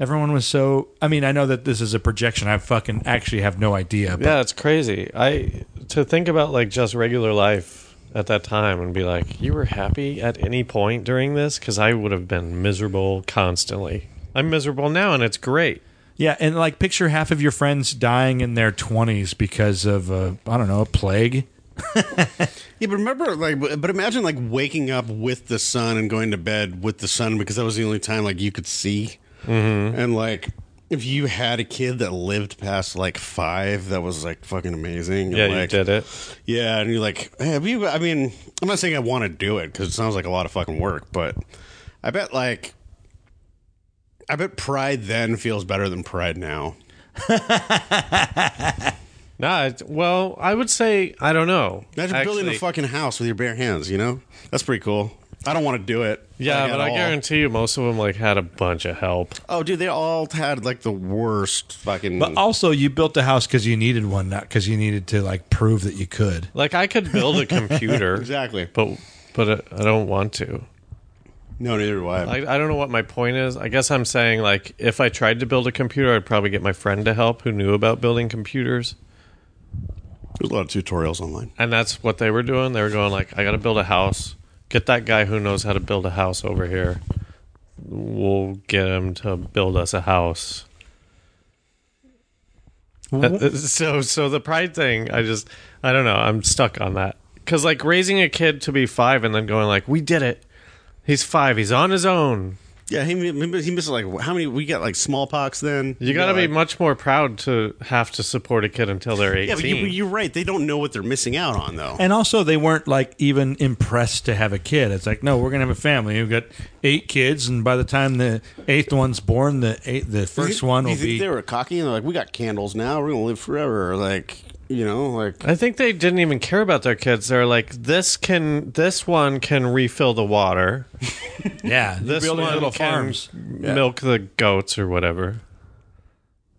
Speaker 1: Everyone was so. I mean, I know that this is a projection. I fucking actually have no idea. But
Speaker 2: Yeah, it's crazy. I to think about like just regular life at that time and be like, you were happy at any point during this because I would have been miserable constantly. I'm miserable now, and it's great.
Speaker 1: Yeah, and like picture half of your friends dying in their 20s because of uh, I don't know, a plague.
Speaker 4: Yeah, but remember, like, but but imagine like waking up with the sun and going to bed with the sun because that was the only time like you could see. Mm-hmm. And like, if you had a kid that lived past like five, that was like fucking amazing.
Speaker 2: Yeah,
Speaker 4: and, like,
Speaker 2: you did it.
Speaker 4: Yeah, and you're like, hey, have you? I mean, I'm not saying I want to do it because it sounds like a lot of fucking work, but I bet like, I bet pride then feels better than pride now.
Speaker 2: Nah, it, well, I would say I don't know.
Speaker 4: Imagine building a
Speaker 2: actually.
Speaker 4: fucking house with your bare hands. You know, that's pretty cool. I don't want to do it.
Speaker 2: Yeah,
Speaker 4: like,
Speaker 2: but
Speaker 4: at
Speaker 2: I
Speaker 4: all.
Speaker 2: guarantee you, most of them like had a bunch of help.
Speaker 4: Oh, dude, they all had like the worst fucking.
Speaker 1: But also, you built a house because you needed one, not because you needed to like prove that you could.
Speaker 2: Like I could build a computer,
Speaker 4: exactly.
Speaker 2: but but uh, I don't want to.
Speaker 4: No, neither do I.
Speaker 2: I, I don't know what my point is. I guess I'm saying like if I tried to build a computer, I'd probably get my friend to help who knew about building computers,
Speaker 4: There's a lot of tutorials online.
Speaker 2: and that's what they were doing. They were going like, I got to build a house. Get that guy who knows how to build a house over here. We'll get him to build us a house. Uh, so so the pride thing i just i don't know i'm stuck on that because like raising a kid to be five and then going like we did it he's five he's on his own
Speaker 4: Yeah, he mi- he missed like how many? We got like smallpox then.
Speaker 2: you gotta be
Speaker 4: like-
Speaker 2: much more proud to have to support a kid until they're 18
Speaker 4: Yeah, but you, you're right. They don't know what they're missing out on though.
Speaker 1: And also, they weren't like even impressed to have a kid. It's like, no, we're gonna have a family. We've got eight kids, and by the time the eighth one's born, the eight, the first one
Speaker 4: Do
Speaker 1: will
Speaker 4: you
Speaker 1: be.
Speaker 4: think they were cocky and they're like, "We got candles now. We're gonna live forever." Or like, you know, like
Speaker 1: Uh,
Speaker 2: i think they didn't even care about their kids they're like this can this one can refill the water
Speaker 1: yeah,
Speaker 2: this
Speaker 1: building
Speaker 2: one
Speaker 1: little
Speaker 2: can
Speaker 1: farms. Yeah.
Speaker 2: milk the goats or whatever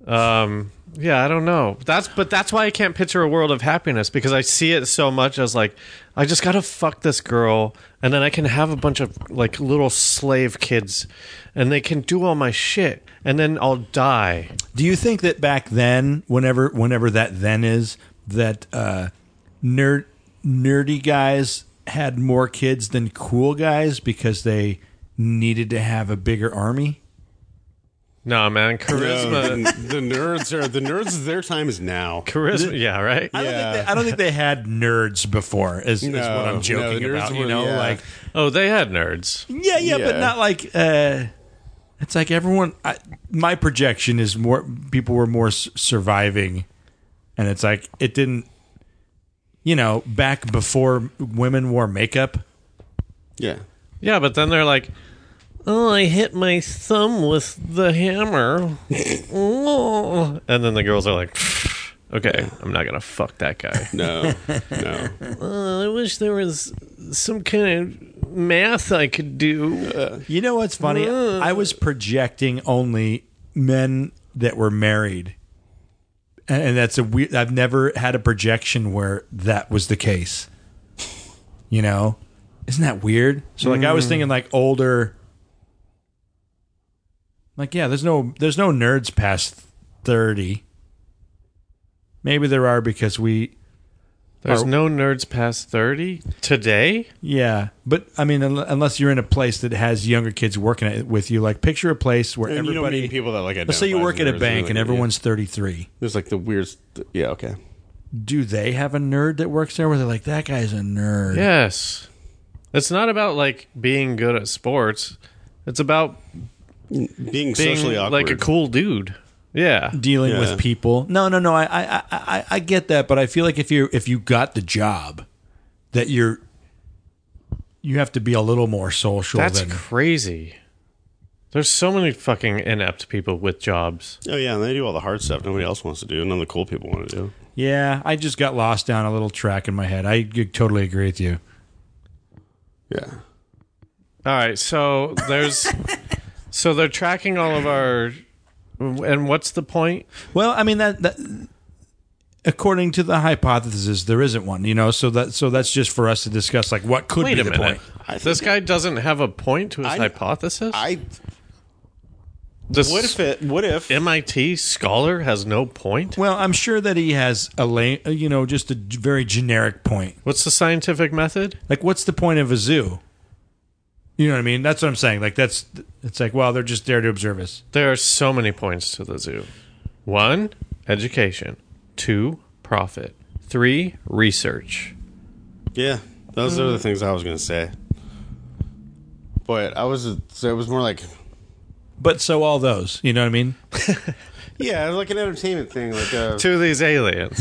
Speaker 2: um yeah i don't know that's but that's why i can't picture a world of happiness because i see it so much as like i just gotta fuck this girl and then i can have a bunch of like little slave kids and they can do all my shit and then i'll die
Speaker 1: Do you think that back then, whenever whenever that then is, that uh, nerd nerdy guys had more kids than cool guys because they needed to have a bigger army?
Speaker 2: no man charisma
Speaker 4: uh, the nerds are the nerds. Their time is now.
Speaker 2: charisma yeah right
Speaker 1: I don't,
Speaker 4: Yeah.
Speaker 1: think they, I don't think they had nerds before. Is, is
Speaker 4: No,
Speaker 1: what I'm
Speaker 4: no,
Speaker 1: joking
Speaker 4: nerds
Speaker 1: about. you
Speaker 4: were-
Speaker 1: know,
Speaker 4: yeah.
Speaker 1: like
Speaker 2: oh they had nerds
Speaker 1: yeah, yeah, but
Speaker 4: Yeah.
Speaker 1: not like. Uh, it's like everyone. I, my projection is more people were more s- surviving, and it's like it didn't. You know, back before women wore makeup.
Speaker 4: Yeah.
Speaker 2: Yeah, but then they're like, "Oh, I hit my thumb with the hammer," Oh. and then the girls are like, "Okay, I'm not gonna fuck that guy."
Speaker 4: No. No.
Speaker 2: I wish there was some kind of math I could do.
Speaker 1: You know what's funny? I
Speaker 4: Uh.
Speaker 1: was projecting only men that were married. And and that's a weird I've never had a projection where that was the case. You know? Isn't that weird? So like I
Speaker 4: Mm.
Speaker 1: was thinking like older like yeah, there's no there's no nerds past 30. Maybe there are because we
Speaker 2: There's
Speaker 1: Or-
Speaker 2: no nerds past thirty today.
Speaker 1: yeah, but I mean, un- unless you're in a place that has younger kids working at, with you, like picture a place where
Speaker 4: And you don't
Speaker 1: everybody
Speaker 4: meet people that like.
Speaker 1: Let's say you
Speaker 4: identify as
Speaker 1: work at a
Speaker 4: nerds,
Speaker 1: bank
Speaker 4: like,
Speaker 1: and
Speaker 4: yeah.
Speaker 1: everyone's 33.
Speaker 4: There's like the weird. st- Yeah. Okay.
Speaker 1: Do they have a nerd that works there where they're like, that guy's a nerd?
Speaker 2: Yes, it's not about like being good at sports. It's about
Speaker 4: Being
Speaker 2: being
Speaker 4: socially awkward.
Speaker 2: like a cool dude. Yeah.
Speaker 1: dealing
Speaker 4: Yeah.
Speaker 1: with people. No, no, no. I, I, I, I- I get that, but I feel like if you if you got the job, that you're you have to be a little more social.
Speaker 2: That's
Speaker 1: than,
Speaker 2: crazy. There's so many fucking inept people with jobs.
Speaker 4: Oh yeah, and they do all the hard stuff nobody else wants to do, none of the cool people want to do.
Speaker 1: yeah. I just got lost down a little track in my head. I g- totally agree with you.
Speaker 4: Yeah.
Speaker 2: All right, so there's so they're tracking all of our and what's the point?
Speaker 1: Well, I mean that that according to the hypothesis, there isn't one. You know, so that so that's just for us to discuss. Like, what could
Speaker 2: Wait
Speaker 1: be
Speaker 2: a
Speaker 1: the
Speaker 2: minute.
Speaker 1: point?
Speaker 2: This guy doesn't have a point to his
Speaker 4: I-
Speaker 2: hypothesis?
Speaker 4: I
Speaker 2: this
Speaker 4: what if it what if
Speaker 2: MIT scholar has no point?
Speaker 1: Well, I'm sure that he has a lane, you know, just a g- very generic point.
Speaker 2: What's the scientific method?
Speaker 1: Like, what's the point of a zoo? You know what I mean? That's what I'm saying. Like, that's it's like, well, they're just there to observe us.
Speaker 2: There are so many points to the zoo. One, education. Two, profit. Three, research.
Speaker 4: Yeah, those are the things I was gonna say. But I was so it was more like
Speaker 1: But so all those, you know what I mean?
Speaker 4: yeah, it was like an entertainment thing, like a,
Speaker 2: To these aliens.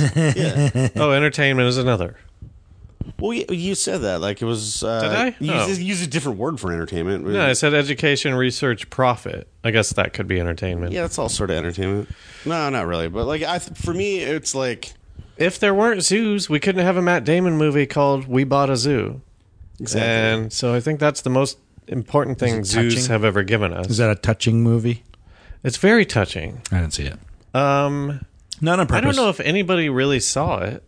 Speaker 2: Oh, entertainment is another.
Speaker 4: well, you, you said that like it was. Uh,
Speaker 2: Did I?
Speaker 4: You
Speaker 2: No.
Speaker 4: used, used a different word for entertainment.
Speaker 2: No, I said education, research, profit. I guess that could be entertainment.
Speaker 4: yeah, that's all sort of entertainment. No, not really. But like, I th- for me, it's like
Speaker 2: If there weren't zoos, we couldn't have a Matt Damon movie called We Bought a Zoo.
Speaker 4: exactly.
Speaker 2: And so I think that's the most important thing zoos
Speaker 1: touching?
Speaker 2: have ever given us.
Speaker 1: Is that a touching movie?
Speaker 2: It's very touching.
Speaker 1: I didn't see it.
Speaker 2: Um,
Speaker 1: Not on
Speaker 2: I
Speaker 1: purpose.
Speaker 2: don't know if anybody really saw it.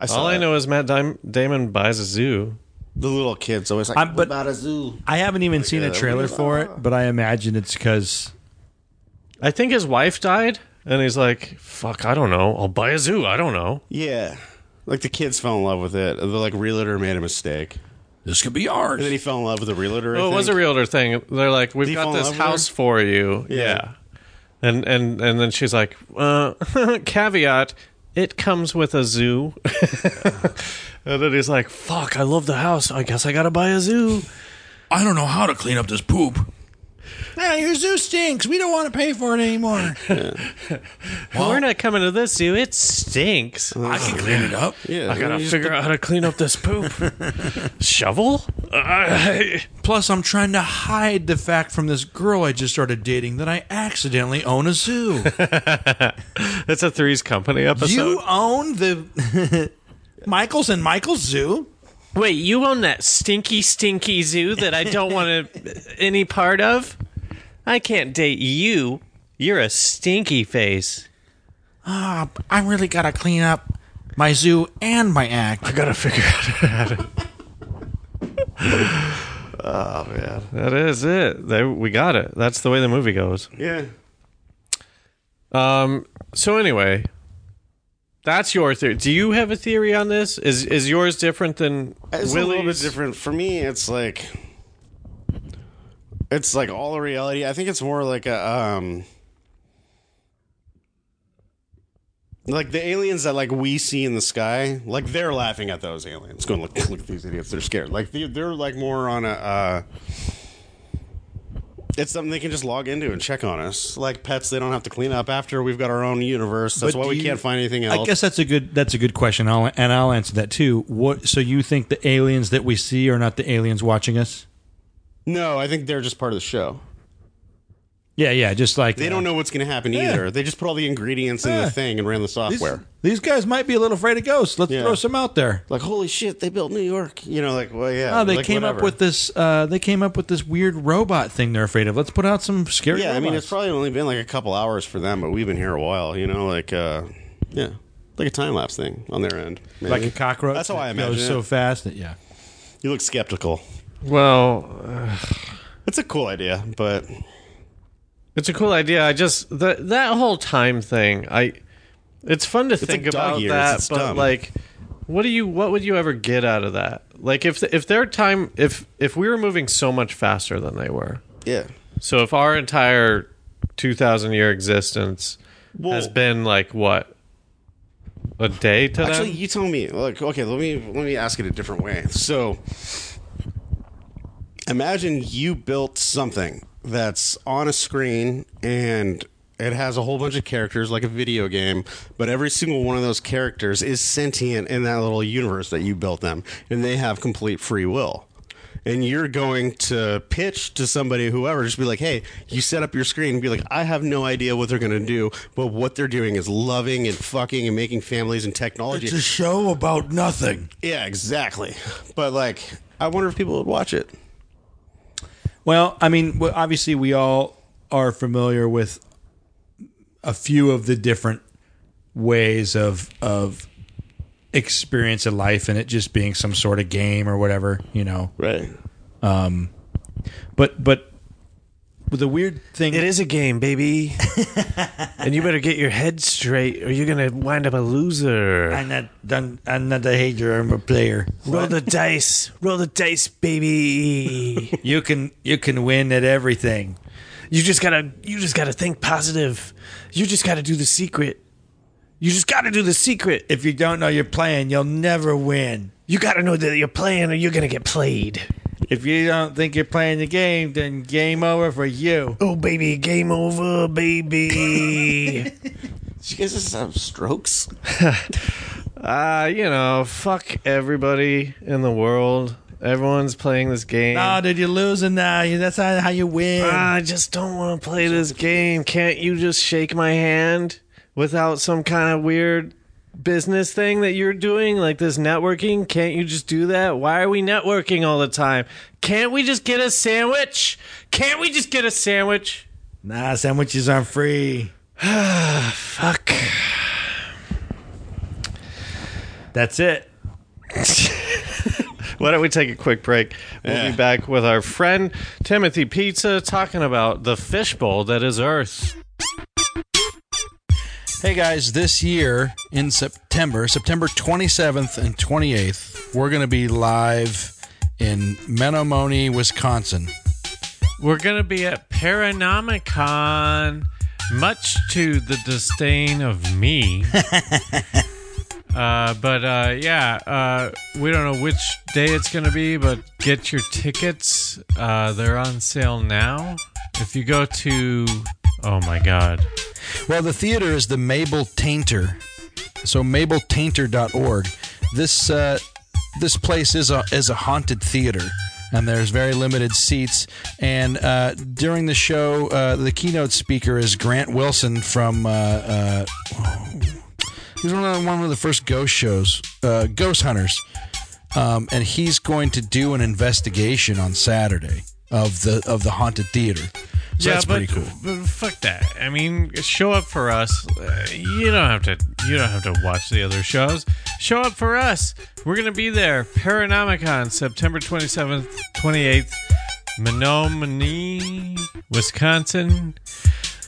Speaker 4: I saw
Speaker 2: All I
Speaker 4: that.
Speaker 2: know is Matt Dim- Damon buys a zoo.
Speaker 4: the little kids always like
Speaker 1: I'm- but-
Speaker 4: about a zoo.
Speaker 1: I haven't even seen a trailer for it, but I imagine it's because
Speaker 2: I think his wife died, and he's like, "Fuck, I don't know. I'll buy a zoo. I don't know."
Speaker 4: Yeah, like the kids fell in love with it. The like realtor made a mistake,
Speaker 1: this could be
Speaker 4: and then
Speaker 1: ours.
Speaker 4: he fell in love with the realtor. I
Speaker 2: Well, Oh, it was a
Speaker 4: think.
Speaker 2: realtor thing. They're like, "We've
Speaker 4: Did he
Speaker 2: got
Speaker 4: fall in
Speaker 2: this
Speaker 4: love with her?
Speaker 2: house for you." Yeah. And and and then she's like, uh, "Caveat: It comes with a zoo." and then he's like, "Fuck, I love the house. I guess I gotta buy a zoo."
Speaker 1: I don't know how to clean up this poop. Hey, your zoo stinks. We don't want to pay for it anymore.
Speaker 2: We're not coming to this zoo. It stinks.
Speaker 1: I can clean it up.
Speaker 4: yeah.
Speaker 2: I gotta figure out how to clean up this poop. Shovel? I-
Speaker 1: Plus, I'm trying to hide the fact from this girl I just started dating that I accidentally own a zoo.
Speaker 2: That's a Three's Company episode.
Speaker 1: you own the Michaels and Michaels Zoo?
Speaker 2: Wait, you own that stinky, stinky zoo that I don't want to any part of? I can't date you. You're a stinky face.
Speaker 1: Ah, I really gotta clean up my zoo and my act.
Speaker 2: I gotta figure out how to. oh man, that is it. They, we got it. That's the way the movie goes.
Speaker 4: yeah.
Speaker 2: Um. So anyway, that's your theory. Do you have a theory on this? Is is yours different than
Speaker 4: It's a little bit
Speaker 2: Willie's?
Speaker 4: different for me. It's like it's like all the reality. I think it's more like a um like the aliens that like we see in the sky. Like they're laughing at those aliens. Going look look at these idiots. They're scared. Like they, they're like more on a. Uh, it's something they can just log into and check on us. Like pets, they don't have to clean up after. We've got our own universe. That's
Speaker 1: But
Speaker 4: why
Speaker 1: do
Speaker 4: we
Speaker 1: you-
Speaker 4: can't find anything else.
Speaker 1: I guess that's a good that's a good question, I'll, and I'll answer that too. What? So you think the aliens that we see are not the aliens watching us?
Speaker 4: no, I think they're just part of the show.
Speaker 1: Yeah, yeah. Just like uh,
Speaker 4: They don't know what's going to happen either. They just put all the ingredients in
Speaker 1: Yeah.
Speaker 4: the thing and ran the
Speaker 1: these,
Speaker 4: software.
Speaker 1: these guys might be a little afraid of ghosts. Let's
Speaker 4: Yeah.
Speaker 1: throw some out there.
Speaker 4: like, holy shit, they built New York. You know, like, well, yeah.
Speaker 1: Oh, they
Speaker 4: like,
Speaker 1: came up
Speaker 4: whatever.
Speaker 1: with this. Uh, they came up with this weird robot thing they're afraid of. Let's put out some scary.
Speaker 4: Yeah, I mean, it's
Speaker 1: robots.
Speaker 4: probably only been like a couple hours for them, but we've been here a while, you know, like, uh, yeah. Like a time lapse thing on their end. maybe.
Speaker 1: like a cockroach.
Speaker 4: That's how I
Speaker 1: that
Speaker 4: imagine
Speaker 1: Goes
Speaker 4: it.
Speaker 1: so fast that yeah.
Speaker 4: You look skeptical.
Speaker 2: Well, uh,
Speaker 4: It's a cool idea, but
Speaker 2: it's a cool idea. I just that that whole time thing. I it's fun to think
Speaker 4: like dog
Speaker 2: about
Speaker 4: years.
Speaker 2: that,
Speaker 4: It's
Speaker 2: but
Speaker 4: dumb.
Speaker 2: like, what do you? What would you ever get out of that? Like, if if their time, if if we were moving so much faster than they were,
Speaker 4: yeah.
Speaker 2: so if our entire two thousand year existence
Speaker 4: Well,
Speaker 2: has been like what a day to them.
Speaker 4: Actually, you tell me. Look, okay, let me let me ask it a different way. So, imagine you built something that's on a screen and It has a whole bunch of characters like a video game, but every single one of those characters is sentient in that little universe that you built them, and they have complete free will. And you're going to pitch to somebody, whoever, just be like, hey, you set up your screen and be like, I have no idea what they're going to do, but what they're doing is loving and fucking and making families and technology.
Speaker 1: It's a show about nothing.
Speaker 4: yeah, exactly. But like, I wonder if people would watch it.
Speaker 1: Well, I mean, w- obviously, we all are familiar with a few of the different ways of of experience of life, and it just being some sort of game or whatever, you know.
Speaker 4: Right.
Speaker 1: But but the weird thing
Speaker 2: It is a game, baby. and you better get your head straight or you're going to wind up a loser.
Speaker 1: I'm not done. I'm not a hater. I'm a player.
Speaker 2: Roll the dice. Roll the dice, baby.
Speaker 1: You can you can win at everything.
Speaker 2: you just got to you just got to think positive. You just got to do the secret. You just got to do the secret.
Speaker 1: If you don't know you're playing, you'll never win.
Speaker 2: You got to know that you're playing or you're going to get played.
Speaker 1: If you don't think you're playing the game, then game over for you.
Speaker 2: Oh baby, game over, baby.
Speaker 4: Did you guys just have strokes?
Speaker 2: Uh, you know, fuck everybody in the world. Everyone's playing this game.
Speaker 1: Oh, did you lose? And now that's not how you win.
Speaker 2: I just don't want to play this game. Can't you just shake my hand without some kind of weird business thing that you're doing, like this networking? Can't you just do that? Why are we networking all the time? Can't we just get a sandwich? Can't we just get a sandwich?
Speaker 1: Nah, sandwiches aren't free.
Speaker 2: Fuck.
Speaker 1: That's it.
Speaker 2: Why don't we take a quick break? We'll
Speaker 4: Yeah.
Speaker 2: be back with our friend Timothy Pizza talking about the fishbowl that is Earth.
Speaker 3: Hey guys, this year in September, September 27th and 28th, we're going to be live in Menomonee, Wisconsin.
Speaker 2: We're going to be at Paranomicon, much to the disdain of me. uh, but uh, yeah, uh, we don't know which day it's going to be, but get your tickets. Uh, they're on sale now. If you go to. Oh my God.
Speaker 3: Well, the theater is the Mabel Tainter. So mabeltainter.org. This uh, this place is a is a haunted theater, and there's very limited seats. And uh, during the show, uh, the keynote speaker is Grant Wilson from. Uh, uh, he was one of the, one of the first ghost shows, uh, Ghost Hunters, um, and he's going to do an investigation on Saturday of the of the haunted theater. So that's
Speaker 2: but,
Speaker 3: pretty cool.
Speaker 2: but fuck that. I mean, show up for us. Uh, you don't have to. You don't have to watch the other shows. Show up for us. We're gonna be there. Paranomicon, September twenty seventh, twenty eighth, Menominee, Wisconsin.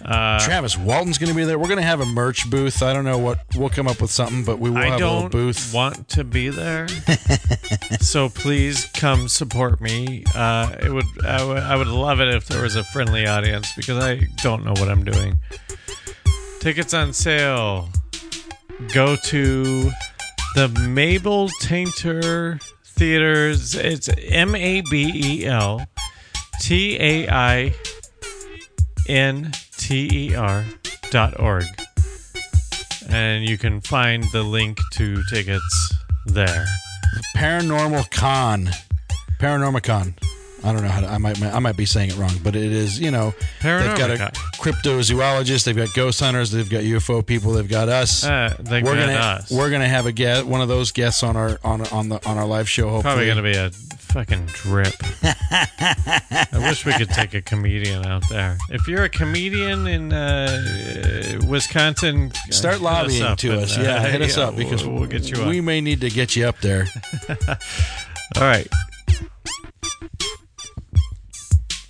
Speaker 3: Travis Walton's going to be there. We're going to have a merch booth. I don't know what we'll come up with something, but we will
Speaker 2: I
Speaker 3: have a little
Speaker 2: don't
Speaker 3: booth.
Speaker 2: want to be there, so please come support me. Uh, it would I would- I would love it if there was a friendly audience because I don't know what I'm doing. Tickets on sale. Go to the Mabel Tainter Theaters. It's M A B E L T A I N T E R dot org and you can find the link to tickets there.
Speaker 3: Paranormal Con, Paranormicon. I don't know how to, I might I might be saying it wrong, but it is you know they've got a
Speaker 2: Paranormicon.
Speaker 3: cryptozoologist, they've got ghost hunters, they've got UFO people, they've got us.
Speaker 2: Uh, they
Speaker 3: we're
Speaker 2: got
Speaker 3: gonna
Speaker 2: us.
Speaker 3: we're gonna have a guest, one of those guests on our on on the on our live show. Hopefully,
Speaker 2: Probably gonna be a fucking drip. I wish we could take a comedian out there. If you're a comedian in uh, uh, Wisconsin, uh,
Speaker 3: start
Speaker 2: hit
Speaker 3: lobbying
Speaker 2: up
Speaker 3: to
Speaker 2: and,
Speaker 3: us.
Speaker 2: uh,
Speaker 3: yeah, hit us
Speaker 2: yeah,
Speaker 3: up because
Speaker 2: we'll, we'll get you
Speaker 3: We
Speaker 2: up.
Speaker 3: may need to get you up there.
Speaker 2: All right.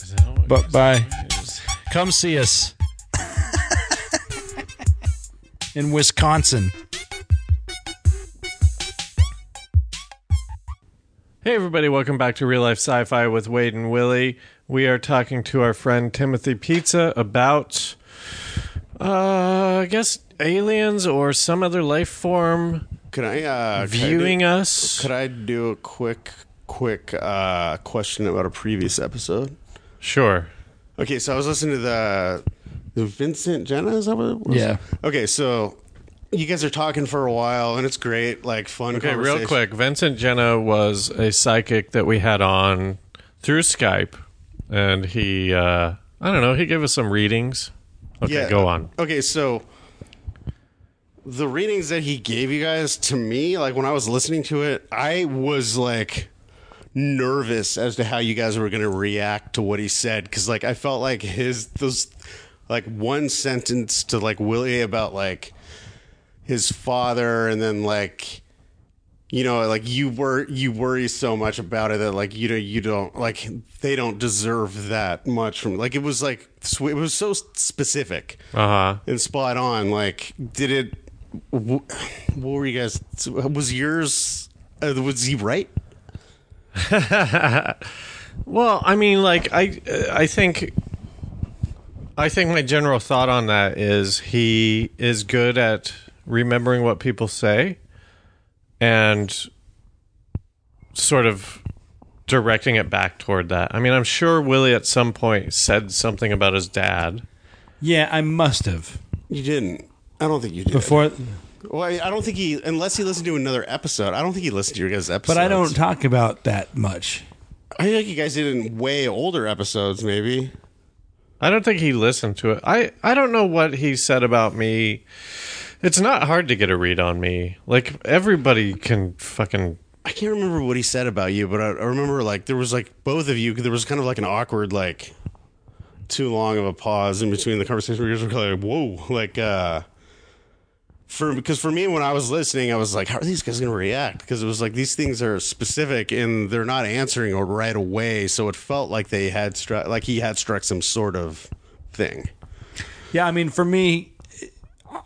Speaker 2: Is that all-
Speaker 3: But bye. Come see us in Wisconsin.
Speaker 2: Hey, everybody, welcome back to Real Life Sci Fi with Wade and Willie. We are talking to our friend Timothy Pizza about, uh, I guess, aliens or some other life form
Speaker 4: Can I uh,
Speaker 2: viewing
Speaker 4: Could I do,
Speaker 2: us.
Speaker 4: could I do a quick, quick uh, question about a previous episode?
Speaker 2: Sure.
Speaker 4: Okay, so I was listening to the The Vincent Jenna is that what it was?
Speaker 1: Yeah.
Speaker 4: Okay, so you guys are talking for a while, and it's great, like fun.
Speaker 2: Okay, real
Speaker 4: conversation.
Speaker 2: quick. Vincent Jenna was a psychic that we had on through Skype, and he, uh, I don't know, he gave us some readings. Okay, go on.
Speaker 4: Okay, so the readings that he gave you guys to me, like when I was listening to it, I was like nervous as to how you guys were going to react to what he said cuz like I felt like his those like one sentence to like Willie about like his father and then like you know like you were you worry so much about it that like you know you don't like they don't deserve that much from like it was like sw- it was so specific
Speaker 2: Uh huh.
Speaker 4: and spot on. Like, did it? wh- What were you guys? Was yours? Uh, was he right?
Speaker 2: Well, I mean, like I, uh, I think, I think my general thought on that is he is good at remembering what people say, and sort of directing it back toward that. I mean, I'm sure Willie at some point said something about his dad.
Speaker 1: Yeah, I must have.
Speaker 4: You didn't. I don't think you did.
Speaker 1: Before
Speaker 4: Well, I I don't think he, unless he listened to another episode. I don't think he listened to your guys' episodes.
Speaker 1: but I don't talk about that much.
Speaker 4: I think you guys did in way older episodes, maybe.
Speaker 2: I don't think he listened to it. I, I don't know what he said about me. It's not hard to get a read on me. Like everybody can fucking
Speaker 4: I can't remember what he said about you, but I, I remember like there was like both of you. There was kind of like an awkward like too long of a pause in between the conversation. Where you guys were like, "Whoa!" Like uh, for because for me when I was listening, I was like, "How are these guys going to react?" Because it was like these things are specific and they're not answering right away, so it felt like they had struck like he had struck some sort of thing.
Speaker 1: Yeah, I mean, for me,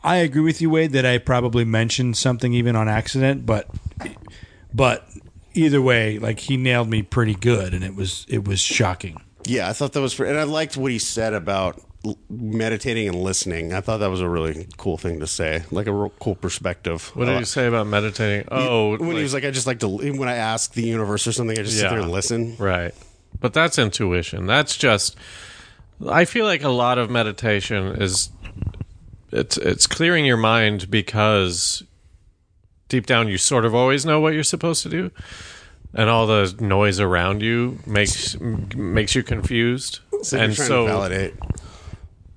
Speaker 1: I agree with you, Wade, that I probably mentioned something even on accident, but but either way, like he nailed me pretty good, and it was it was shocking.
Speaker 4: Yeah, I thought that was for, and I liked what he said about l- meditating and listening. I thought that was a really cool thing to say, like a real cool perspective. Uh,
Speaker 2: What did you say about meditating? Oh,
Speaker 4: when Oh, he was like, I just like to when I ask the universe or something, I just sit
Speaker 2: Yeah.
Speaker 4: there and listen.
Speaker 2: right. But that's intuition. That's just. I feel like a lot of meditation is it's it's clearing your mind because deep down you sort of always know what you're supposed to do, and all the noise around you makes makes you confused.
Speaker 4: So
Speaker 2: and
Speaker 4: you're trying to validate.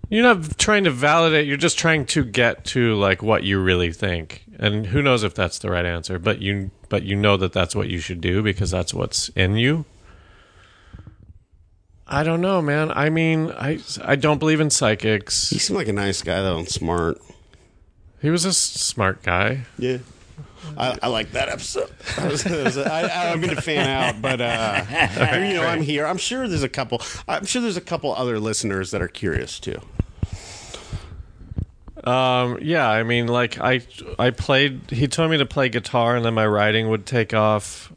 Speaker 2: You're not trying to validate. You're just trying to get to like what you really think, and who knows if that's the right answer. But you, but you know that that's what you should do because that's what's in you. I don't know, man. I mean, I I don't believe in psychics.
Speaker 4: He seemed like a nice guy though, and smart.
Speaker 2: He was a s- smart guy.
Speaker 4: Yeah, I, I like that episode. I, was, I, was, I, I'm going to fan out, but uh, you know, I'm here. I'm sure there's a couple. I'm sure there's a couple other listeners that are curious too.
Speaker 2: Um, yeah, I mean, like I I played. He told me to play guitar, and then my writing would take off.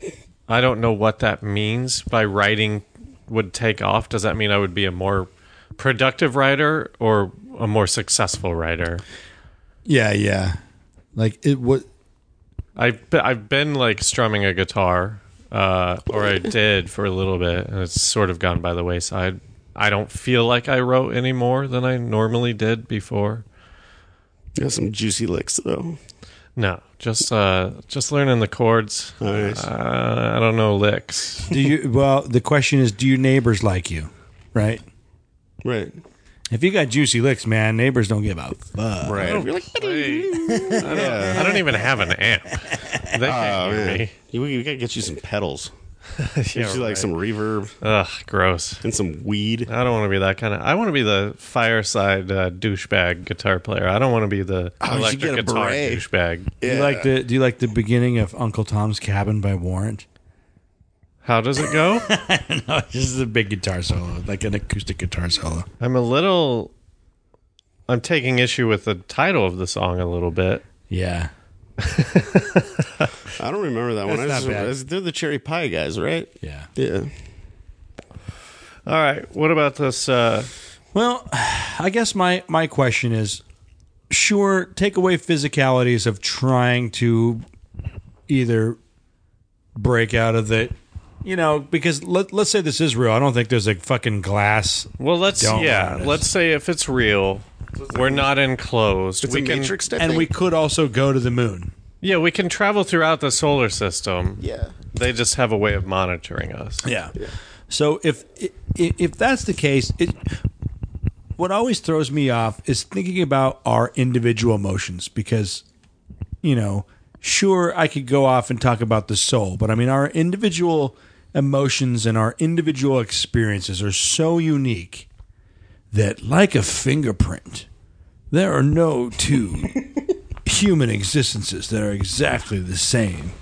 Speaker 2: I don't know what that means by writing would take off. Does that mean I would be a more productive writer or a more successful writer?
Speaker 1: Yeah, yeah. Like it was.
Speaker 2: I've be- I've been like strumming a guitar, uh, or I did for a little bit, and it's sort of gone by the wayside. I don't feel like I wrote any more than I normally did before.
Speaker 4: You got some juicy licks though.
Speaker 2: No, just uh, just learning the chords.
Speaker 4: Nice.
Speaker 2: Uh, I don't know licks.
Speaker 1: Do you? Well, the question is, do your neighbors like you? Right.
Speaker 4: Right.
Speaker 1: If you got juicy licks, man, neighbors don't give a fuck.
Speaker 4: Right. You're like,
Speaker 2: I don't even have an amp. They can't hear me.
Speaker 4: Oh, You- We, we gotta get you some pedals.
Speaker 2: Yeah,
Speaker 4: Get you like
Speaker 2: right.
Speaker 4: some reverb
Speaker 2: Ugh, gross.
Speaker 4: and some weed.
Speaker 2: I don't want to be that kind of. I want to be the fireside uh, douchebag guitar player. I don't want to be the
Speaker 4: Oh, you should
Speaker 2: electric
Speaker 4: get a
Speaker 2: guitar
Speaker 4: beret.
Speaker 2: douchebag.
Speaker 1: Do you like the Do you like the beginning of Uncle Tom's Cabin by Warrant?
Speaker 2: How does it go?
Speaker 1: No, this is a big guitar solo, like an acoustic guitar solo.
Speaker 2: I'm a little. I'm taking issue with the title of the song a little bit.
Speaker 1: Yeah.
Speaker 4: I don't remember that one. I
Speaker 1: not
Speaker 4: just,
Speaker 1: bad.
Speaker 4: I- They're the cherry pie guys, right?
Speaker 1: Yeah.
Speaker 4: Yeah.
Speaker 2: All right, what about this? Uh,
Speaker 1: Well, I guess my my question is sure take away physicalities of trying to either break out of the you know, because let, let's say this is real. I don't think there's a fucking glass.
Speaker 2: Well, let's
Speaker 1: Don't
Speaker 2: yeah.
Speaker 1: let us.
Speaker 2: Let's say if it's real, we're not enclosed.
Speaker 4: It's
Speaker 2: we
Speaker 4: a
Speaker 2: can
Speaker 4: matrix type
Speaker 1: And
Speaker 4: thing.
Speaker 1: we could also go to the moon.
Speaker 2: yeah, we can travel throughout the solar system.
Speaker 4: yeah.
Speaker 2: They just have a way of monitoring us.
Speaker 1: Yeah. So if i- i- if that's the case, it what always throws me off is thinking about our individual emotions because you know, sure I could go off and talk about the soul, but I mean our individual emotions and our individual experiences are so unique that like a fingerprint, there are no two human existences that are exactly the same.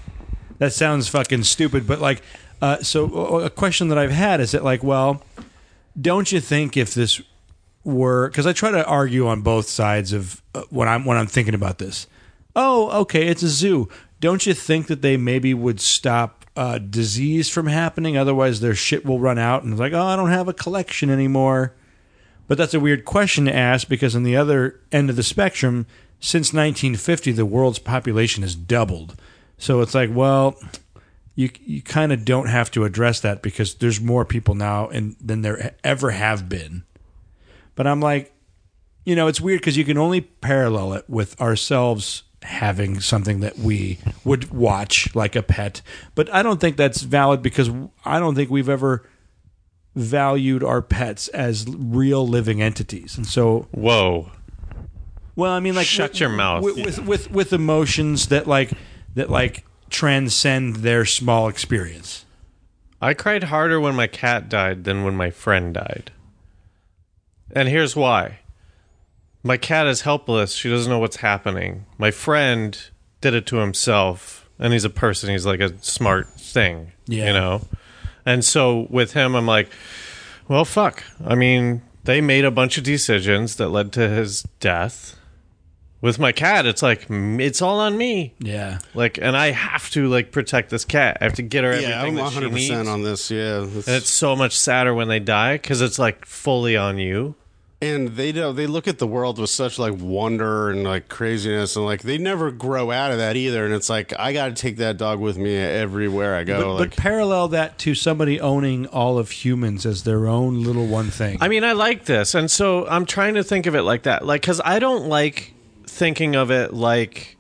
Speaker 1: That sounds fucking stupid, but like, uh, so uh, a question that I've had is that like, well, don't you think if this were because I try to argue on both sides of uh, when I'm when I'm thinking about this. Oh, okay, it's a zoo. Don't you think that they maybe would stop uh, disease from happening? Otherwise, their shit will run out, and it's like, oh, I don't have a collection anymore. But that's a weird question to ask because on the other end of the spectrum, since 1950, the world's population has doubled. So it's like, well, you you kind of don't have to address that because there's more people now and than there e-, ever have been. But I'm like, you know, it's weird because you can only parallel it with ourselves having something that we would watch like a pet. But I don't think that's valid because I don't think we've ever valued our pets as real living entities. And so,
Speaker 2: Whoa.
Speaker 1: well, I mean, like
Speaker 2: Shut your mouth.
Speaker 1: with, with with with emotions that like that like transcend their small experience.
Speaker 2: I cried harder when my cat died than when my friend died. And here's why. My cat is helpless. She doesn't know what's happening. My friend did it to himself, and he's a person. He's like a smart thing,
Speaker 1: Yeah.
Speaker 2: you know? And so with him, I'm like, well, fuck. I mean, they made a bunch of decisions that led to his death. With my cat, it's like, mm, it's all on me.
Speaker 1: Yeah.
Speaker 2: Like, and I have to, like, protect this cat. I have to get her
Speaker 4: Yeah,
Speaker 2: everything
Speaker 4: I'm
Speaker 2: that she
Speaker 4: 100
Speaker 2: needs.
Speaker 4: percent on this. Yeah, It's-
Speaker 2: And it's so much sadder when they die because it's like fully on you.
Speaker 4: and they do they look at the world with such like wonder and like craziness, and like they never grow out of that either. And it's like I got to take that dog with me everywhere I
Speaker 1: But,
Speaker 4: go.
Speaker 1: but
Speaker 4: like,
Speaker 1: parallel that to somebody owning all of humans as their own little one thing.
Speaker 2: I mean, I like this. And so I'm trying to think of it like that. Like, because I don't like thinking of it like,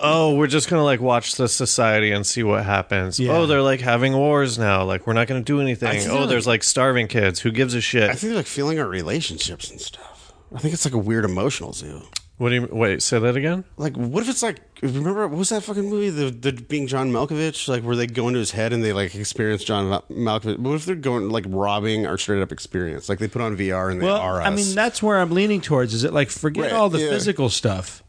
Speaker 2: oh, we're just going to like watch the society and see what happens.
Speaker 1: Yeah.
Speaker 2: Oh, they're like having wars now. Like, we're not going to do anything.
Speaker 4: think
Speaker 2: Oh,
Speaker 4: they're-
Speaker 2: there's like starving kids. Who gives a
Speaker 4: I
Speaker 2: shit?
Speaker 4: think they're like feeling our relationships and stuff. I think it's like a weird emotional zoo.
Speaker 2: What do you wait? Say that again?
Speaker 4: Like, what if it's like? Remember what was that fucking movie? The the being John Malkovich, like where they go into his head and they like experience John Mal- Malkovich. What if they're going like robbing our straight up experience? Like they put on VR and they
Speaker 1: well,
Speaker 4: are us.
Speaker 1: I mean, that's where I'm leaning towards. Is it like forget
Speaker 4: Right,
Speaker 1: all the
Speaker 4: yeah.
Speaker 1: physical stuff?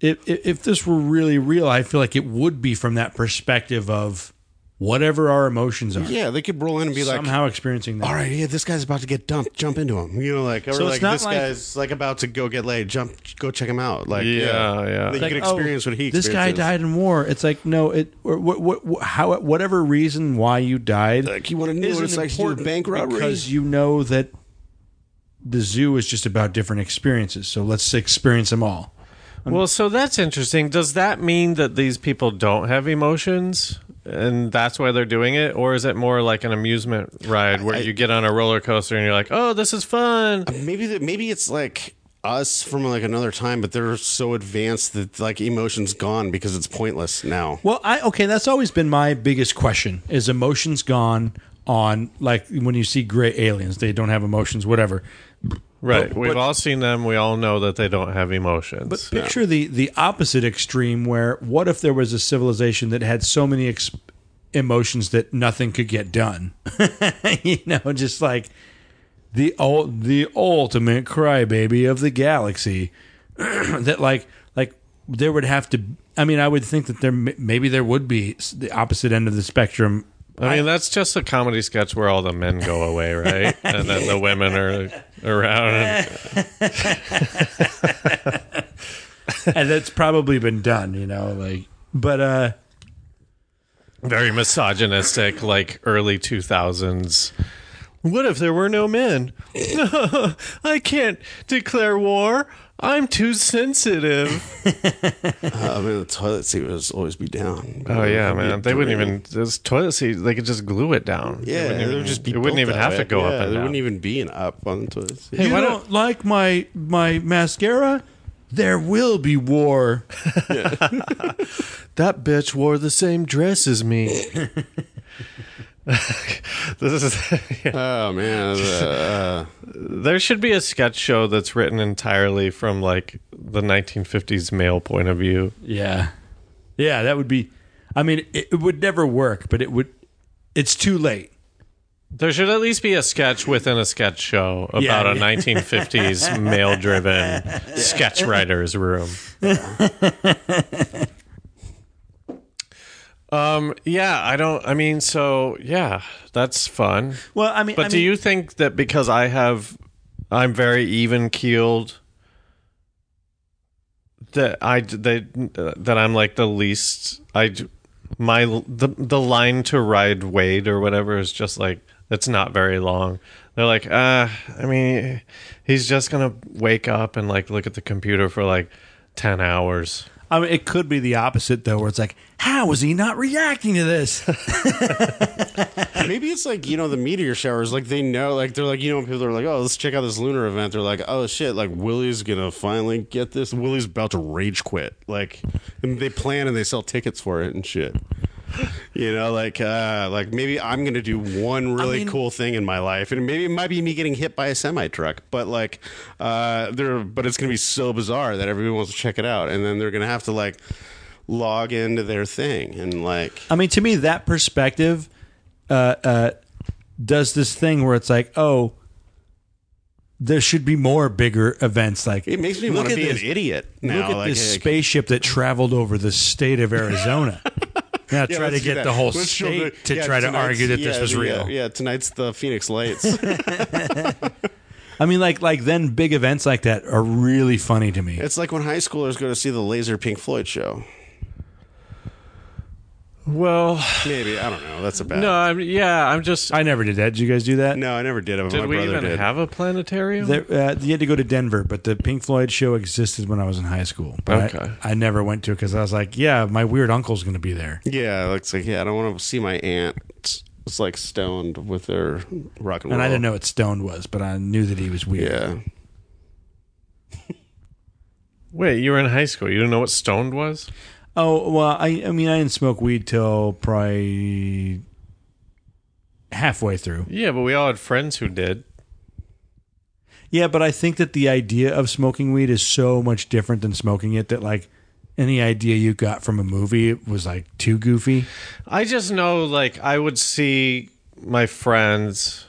Speaker 1: If, if if this were really real, I feel like it would be from that perspective of whatever our emotions are.
Speaker 4: yeah, they could roll in and be like,
Speaker 1: somehow experiencing that.
Speaker 4: all right, yeah, this guy's about to get dumped. Jump into him. You know, like, or
Speaker 1: So it's
Speaker 4: like
Speaker 1: not
Speaker 4: this
Speaker 1: like-
Speaker 4: guy's like about to go get laid. Jump, go check him out. Like,
Speaker 2: Yeah, yeah.
Speaker 4: That you
Speaker 2: Like,
Speaker 4: can experience
Speaker 1: oh,
Speaker 4: what he.
Speaker 1: This guy
Speaker 4: experiences.
Speaker 1: died in war. It's like no, it or what what, what how whatever reason why you died
Speaker 4: Like, you want to know what
Speaker 1: isn't
Speaker 4: it's like to do a
Speaker 1: important
Speaker 4: bank robbery?
Speaker 1: because you know that the zoo is just about different experiences. So let's experience them all.
Speaker 2: Well, so that's interesting. Does that mean that these people don't have emotions and that's why they're doing it? Or is it more like an amusement ride where you get on a roller coaster and you're like, oh, this is fun?
Speaker 4: maybe that maybe it's like us from like another time, but they're so advanced that like emotion's gone because it's pointless now.
Speaker 1: Well, I okay, that's always been my biggest question is emotions gone on like when you see gray aliens, they don't have emotions, whatever.
Speaker 2: Right. We've all seen them. We all know that they don't have emotions.
Speaker 1: But picture the the opposite extreme where what if there was a civilization that had so many ex- emotions that nothing could get done? you know, just like the ul- the ultimate crybaby of the galaxy that like like there would have to I mean, I would think that there m- maybe there would be s- the opposite end of the spectrum.
Speaker 2: I mean, that's just a comedy sketch where all the men go away, right? and then the women are around. And,
Speaker 1: and that's probably been done, you know, like but uh
Speaker 2: very misogynistic, like early 2000s. What if there were no men? I can't declare war. I'm too sensitive.
Speaker 4: Uh, I mean, the toilet seat would always be down.
Speaker 2: Oh yeah, man. They wouldn't even this toilet seat. They could just glue it down. It
Speaker 4: Yeah,
Speaker 2: wouldn't even-
Speaker 4: it would just be.
Speaker 2: It wouldn't
Speaker 4: built
Speaker 2: even
Speaker 4: that
Speaker 2: have
Speaker 4: way.
Speaker 2: to go
Speaker 4: Yeah,
Speaker 2: up and
Speaker 4: There
Speaker 2: down.
Speaker 4: wouldn't even be an up on the toilet seat.
Speaker 2: Hey,
Speaker 1: you
Speaker 2: why
Speaker 1: don't, like my my mascara? There will be war.
Speaker 2: That bitch wore the same dress as me. this is
Speaker 4: Oh man, uh,
Speaker 2: there should be a sketch show that's written entirely from like the 1950s male point of view.
Speaker 1: Yeah, yeah, that would be. I mean, it, it would never work, but it would. It's too late.
Speaker 2: There should at least be a sketch within a sketch show about
Speaker 1: Yeah,
Speaker 2: a
Speaker 1: yeah.
Speaker 2: 1950s male driven sketch writer's room. um yeah, I don't I mean so yeah, that's fun.
Speaker 1: Well, I mean,
Speaker 2: But
Speaker 1: I
Speaker 2: do
Speaker 1: mean,
Speaker 2: you think that because I have, I'm very even keeled, that I that that I'm like the least I d- my the the line to ride Wade or whatever is just like it's not very long. They're like, uh, I mean, he's just gonna wake up and like look at the computer for like ten hours.
Speaker 1: I mean, it could be the opposite though, where it's like, how is he not reacting to this?
Speaker 4: maybe it's like you know the meteor showers. Like they know, like they're like you know when people are like, oh, let's check out this lunar event. They're like, oh shit, like Willie's gonna finally get this. Willie's about to rage quit. Like and they plan and they sell tickets for it and shit. You know, like uh like maybe I'm gonna do one really
Speaker 1: mean-
Speaker 4: cool thing in my life, and maybe it might be me getting hit by a semi truck, but like uh they're but it's gonna be so bizarre that everyone wants to check it out, and then they're gonna have to like log into their thing and like
Speaker 1: I mean, to me, that perspective uh, uh, does this thing where it's like, oh, there should be more bigger events. Like
Speaker 4: it makes me
Speaker 1: look
Speaker 4: want to
Speaker 1: at
Speaker 4: be
Speaker 1: this-
Speaker 4: an idiot now.
Speaker 1: Look at
Speaker 4: like,
Speaker 1: this
Speaker 4: hey,
Speaker 1: spaceship that traveled over the state of Arizona. now
Speaker 4: Yeah,
Speaker 1: try to
Speaker 4: let's do
Speaker 1: get
Speaker 4: that.
Speaker 1: the whole
Speaker 4: Let's show
Speaker 1: state
Speaker 4: the-
Speaker 1: to
Speaker 4: yeah,
Speaker 1: try to
Speaker 4: tonight's-
Speaker 1: argue that this
Speaker 4: yeah, uh,
Speaker 1: was
Speaker 4: yeah,
Speaker 1: real.
Speaker 4: Yeah, tonight's the Phoenix Lights.
Speaker 1: I mean, like like then big events like that are really funny to me.
Speaker 4: it's like when high schoolers go to see the Laser Pink Floyd show.
Speaker 2: Well,
Speaker 4: Maybe I don't know. That's a bad.
Speaker 2: no, I'm yeah, I'm just.
Speaker 1: I never did that. Did you guys do that?
Speaker 4: no, I never did it. But
Speaker 2: did
Speaker 4: my
Speaker 2: we
Speaker 4: brother
Speaker 2: even
Speaker 4: did.
Speaker 2: have a planetarium?
Speaker 1: There, uh, you had to go to Denver, but the Pink Floyd show existed when I was in high school. But I-
Speaker 2: Okay.
Speaker 1: I, never went to it because I was like, yeah, my weird uncle's going to be there.
Speaker 4: Yeah, it looks like yeah. I don't want to see my aunt. It's, it's like stoned with their rock and roll.
Speaker 1: And I didn't know what Stone was, but I knew that he was weird.
Speaker 4: Yeah,
Speaker 2: Wait, you were in high school. You didn't know what stoned was?
Speaker 1: Oh, well, I, I mean, I didn't smoke weed till probably halfway through.
Speaker 2: Yeah, but we all had friends who did.
Speaker 1: Yeah, but I think that the idea of smoking weed is so much different than smoking it that, like, any idea you got from a movie was like too goofy.
Speaker 2: I just know, like, I would see my friends,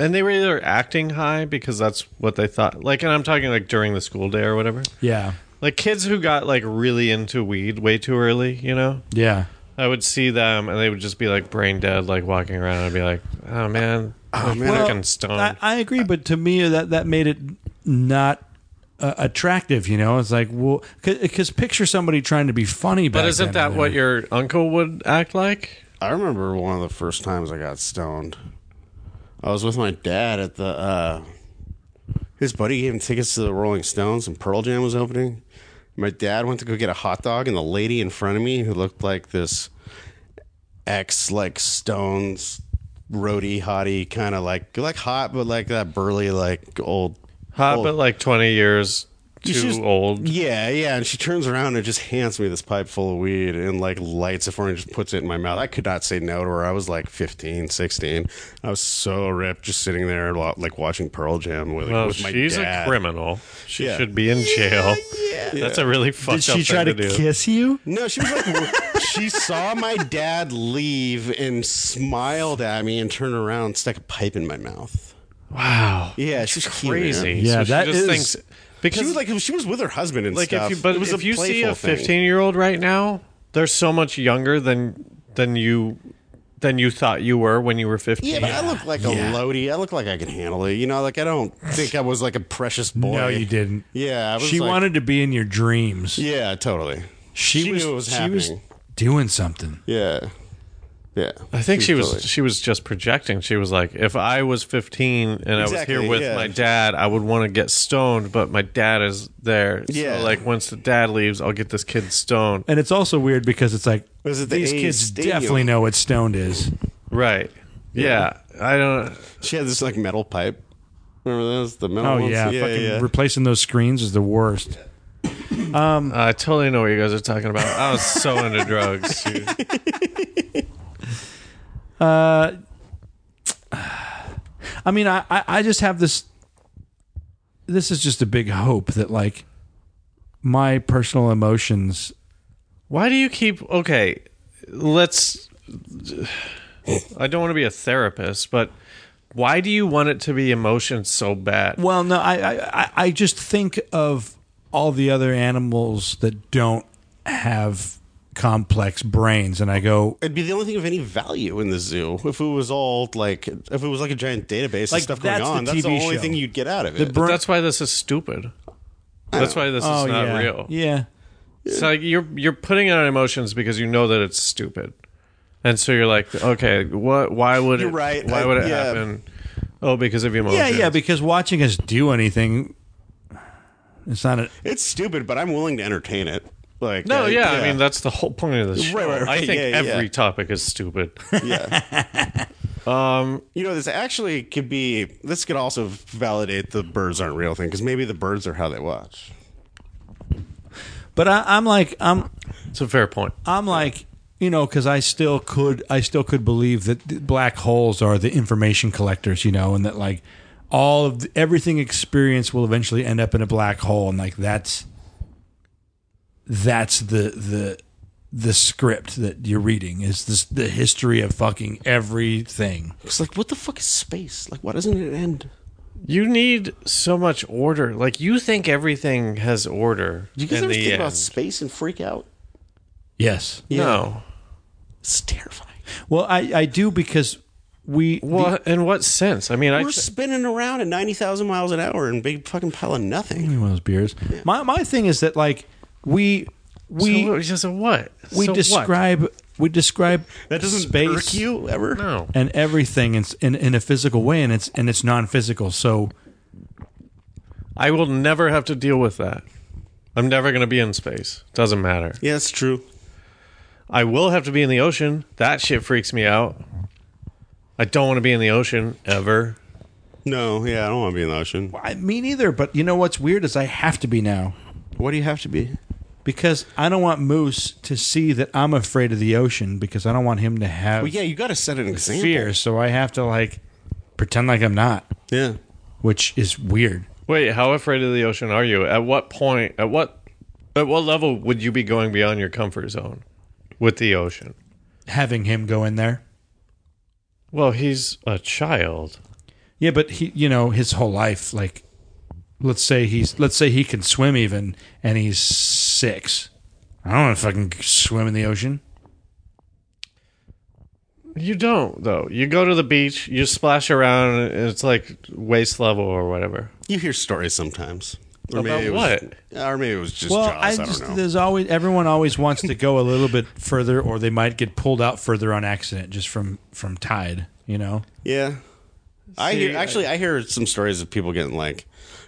Speaker 2: and they were either acting high because that's what they thought. Like, and I'm talking like during the school day or whatever.
Speaker 1: Yeah.
Speaker 2: Like kids who got like really into weed way too early, you know.
Speaker 1: Yeah.
Speaker 2: I would see them, and they would just be like brain dead, like walking around. and I'd be like, "Oh man, oh man,
Speaker 1: Well,
Speaker 2: fucking stoned."
Speaker 1: I, I agree, but to me that that made it not uh, attractive. You know, it's like well, because picture somebody trying to be funny,
Speaker 2: but isn't that what your uncle would act like?
Speaker 4: I remember one of the first times I got stoned. I was with my dad at the. uh His buddy gave him tickets to the Rolling Stones, and Pearl Jam was opening. My dad went to go get a hot dog, and the lady in front of me, who looked like this ex like Stones roadie hottie kind of like like hot, but like that burly like old
Speaker 2: Hot,
Speaker 4: old-
Speaker 2: but like 20 years too
Speaker 4: She's-
Speaker 2: old.
Speaker 4: Yeah, yeah. And she turns around and just hands me this pipe full of weed and like lights it for me and just puts it in my mouth. I could not say no to her. I was like 15, 16. I was so ripped just sitting there lo- like watching Pearl Jam with,
Speaker 2: Well,
Speaker 4: with my
Speaker 2: Oh, she's
Speaker 4: dad.
Speaker 2: a criminal. She
Speaker 4: Yeah.
Speaker 2: should be in jail. That's a really fucked
Speaker 1: Did
Speaker 2: up
Speaker 1: she
Speaker 2: thing
Speaker 1: try
Speaker 2: to,
Speaker 1: to,
Speaker 2: do.
Speaker 1: kiss you?
Speaker 4: No, she was like, she saw my dad leave and smiled at me and turned around and stuck a pipe in my mouth.
Speaker 2: Wow,
Speaker 4: Yeah, she's cute, man.
Speaker 2: crazy.
Speaker 1: Yeah,
Speaker 2: so
Speaker 1: that
Speaker 2: she just
Speaker 1: is-
Speaker 2: thinks because
Speaker 4: She was like, she was with her husband and
Speaker 2: like
Speaker 4: stuff.
Speaker 2: if you but
Speaker 4: it was
Speaker 2: if
Speaker 4: a
Speaker 2: you see
Speaker 4: playful
Speaker 2: a
Speaker 4: thing.
Speaker 2: 15 year old right now, they're so much younger than than you than you thought you were when you were 15.
Speaker 4: Yeah, but I look like a loady. I look like I can handle it. You know, like I don't think I was like a precious boy.
Speaker 1: No, you didn't.
Speaker 4: Yeah, I was
Speaker 1: She
Speaker 4: like-
Speaker 1: wanted to be in your dreams.
Speaker 4: Yeah, totally.
Speaker 1: she,
Speaker 4: she
Speaker 1: was.
Speaker 4: knew it was
Speaker 1: she was
Speaker 4: happening.
Speaker 1: doing something.
Speaker 4: Yeah, Yeah.
Speaker 2: I think she was
Speaker 4: totally-
Speaker 2: she was just projecting. She was like, if I was 15 and I was
Speaker 4: Exactly,
Speaker 2: here with
Speaker 4: yeah.
Speaker 2: my dad, I would want to get stoned, but my dad is there.
Speaker 4: Yeah.
Speaker 2: So like once the dad leaves, I'll get this kid stoned.
Speaker 1: And it's also weird because it's like
Speaker 4: Was it the
Speaker 1: these
Speaker 4: A's
Speaker 1: kids
Speaker 4: Stadium?
Speaker 1: definitely know what stoned is.
Speaker 2: Right. Yeah. I don't
Speaker 4: She had this like metal pipe. Remember those? The metal
Speaker 1: Oh
Speaker 4: ones?
Speaker 1: yeah,
Speaker 4: yeah,
Speaker 1: fucking
Speaker 4: yeah.
Speaker 1: replacing those screens is the worst.
Speaker 2: I totally know what you guys are talking about. I was so into drugs. dude.
Speaker 1: Uh, I mean, I, I I just have this. This is just a big hope that like my personal emotions.
Speaker 2: Why do you keep okay? Let's. I don't want to be a therapist, but why do you want it to be emotion so bad?
Speaker 1: Well, no, I I I- I just think of all the other animals that don't have complex brains, and I go,
Speaker 4: It'd be the only thing of any value in the zoo if it was all like if it was like a giant database
Speaker 1: Like,
Speaker 4: of stuff
Speaker 1: that's
Speaker 4: going
Speaker 1: the
Speaker 4: on. That's the
Speaker 1: TV
Speaker 4: only
Speaker 1: show.
Speaker 4: thing you'd get out of
Speaker 1: the
Speaker 4: it.
Speaker 1: brain.
Speaker 2: That's why this is stupid. That's why this is
Speaker 1: oh
Speaker 2: not
Speaker 1: yeah,
Speaker 2: real.
Speaker 1: yeah.
Speaker 2: It's like you're you're putting it on emotions because you know that it's stupid, and so you're like, okay, what? Why would
Speaker 4: You're
Speaker 2: it?
Speaker 4: right.
Speaker 2: Why
Speaker 4: I-
Speaker 2: would it
Speaker 4: yeah.
Speaker 2: happen? Oh, because of emotions.
Speaker 1: Yeah, yeah, because watching us do anything, it's not a.
Speaker 4: it's stupid, but I'm willing to entertain it. Like
Speaker 2: no,
Speaker 4: uh,
Speaker 2: yeah, I mean that's the whole point of this show.
Speaker 4: Right, right,
Speaker 2: I
Speaker 4: right,
Speaker 2: think
Speaker 4: yeah, yeah.
Speaker 2: every topic is stupid.
Speaker 4: You know, this actually could be. This could also validate the birds aren't real thing because maybe the birds are how they watch.
Speaker 1: But I, I'm like, I'm
Speaker 2: It's a fair point.
Speaker 1: I'm like, you know, because I still could, I still could believe that th- black holes are the information collectors, you know, and that like all of the, everything experience will eventually end up in a black hole, and like that's that's the the the script that you're reading is this the history of fucking everything.
Speaker 4: It's like, what the fuck is space? Like, why doesn't it end?
Speaker 2: You need so much order. Like you think everything has order.
Speaker 4: Do you guys
Speaker 2: in
Speaker 4: ever
Speaker 2: the
Speaker 4: think about
Speaker 2: end.
Speaker 4: space and freak out?
Speaker 1: Yes.
Speaker 2: No.
Speaker 4: It's terrifying.
Speaker 1: Well, I I do because we
Speaker 2: Well, in what sense? I mean, I
Speaker 4: We're spinning around at ninety thousand miles an hour in a big fucking pile of nothing.
Speaker 1: Give me one of those beers. My my thing is that like we we
Speaker 2: so, what- just a what?
Speaker 1: we
Speaker 2: So what?
Speaker 1: describe we describe
Speaker 4: That doesn't
Speaker 1: space
Speaker 4: irk you ever.
Speaker 2: No.
Speaker 1: and everything in, in in a physical way, and it's and it's non physical. So
Speaker 2: I will never have to deal with that. I'm never going to be in space. Doesn't matter.
Speaker 4: Yeah, it's true.
Speaker 2: I will have to be in the ocean. That shit freaks me out. I don't want to be in the ocean ever.
Speaker 4: No, yeah, I don't want to be in the ocean.
Speaker 1: I, me neither. But you know what's weird is I have to be now
Speaker 4: What do you have to be?
Speaker 1: because I don't want Moose to see that I'm afraid of the ocean because I don't want him to have
Speaker 4: Well, yeah, you got to set an example.
Speaker 1: fear. So I have to like pretend like I'm not,
Speaker 4: Yeah.
Speaker 1: which is weird.
Speaker 2: Wait, how afraid of the ocean are you? At what point? At what? At what level would you be going beyond your comfort zone with the ocean?
Speaker 1: Having him go in there,
Speaker 2: Well, he's a child.
Speaker 1: yeah, but he, you know, his whole life, like. Let's say he's. Let's say he can swim even, and he's six. I don't want to fucking swim in the ocean.
Speaker 2: You don't though. You go to the beach, you splash around, and it's like waist level or whatever.
Speaker 4: You hear stories sometimes. Or
Speaker 2: About
Speaker 4: maybe it was, Or maybe it was just
Speaker 1: Well,
Speaker 4: Jaws. I,
Speaker 1: I
Speaker 4: don't
Speaker 1: just
Speaker 4: know.
Speaker 1: there's always everyone always wants to go a little bit further, or they might get pulled out further on accident just from from tide. You know,
Speaker 4: yeah. I
Speaker 2: See,
Speaker 4: hear, actually, I hear some stories of people getting like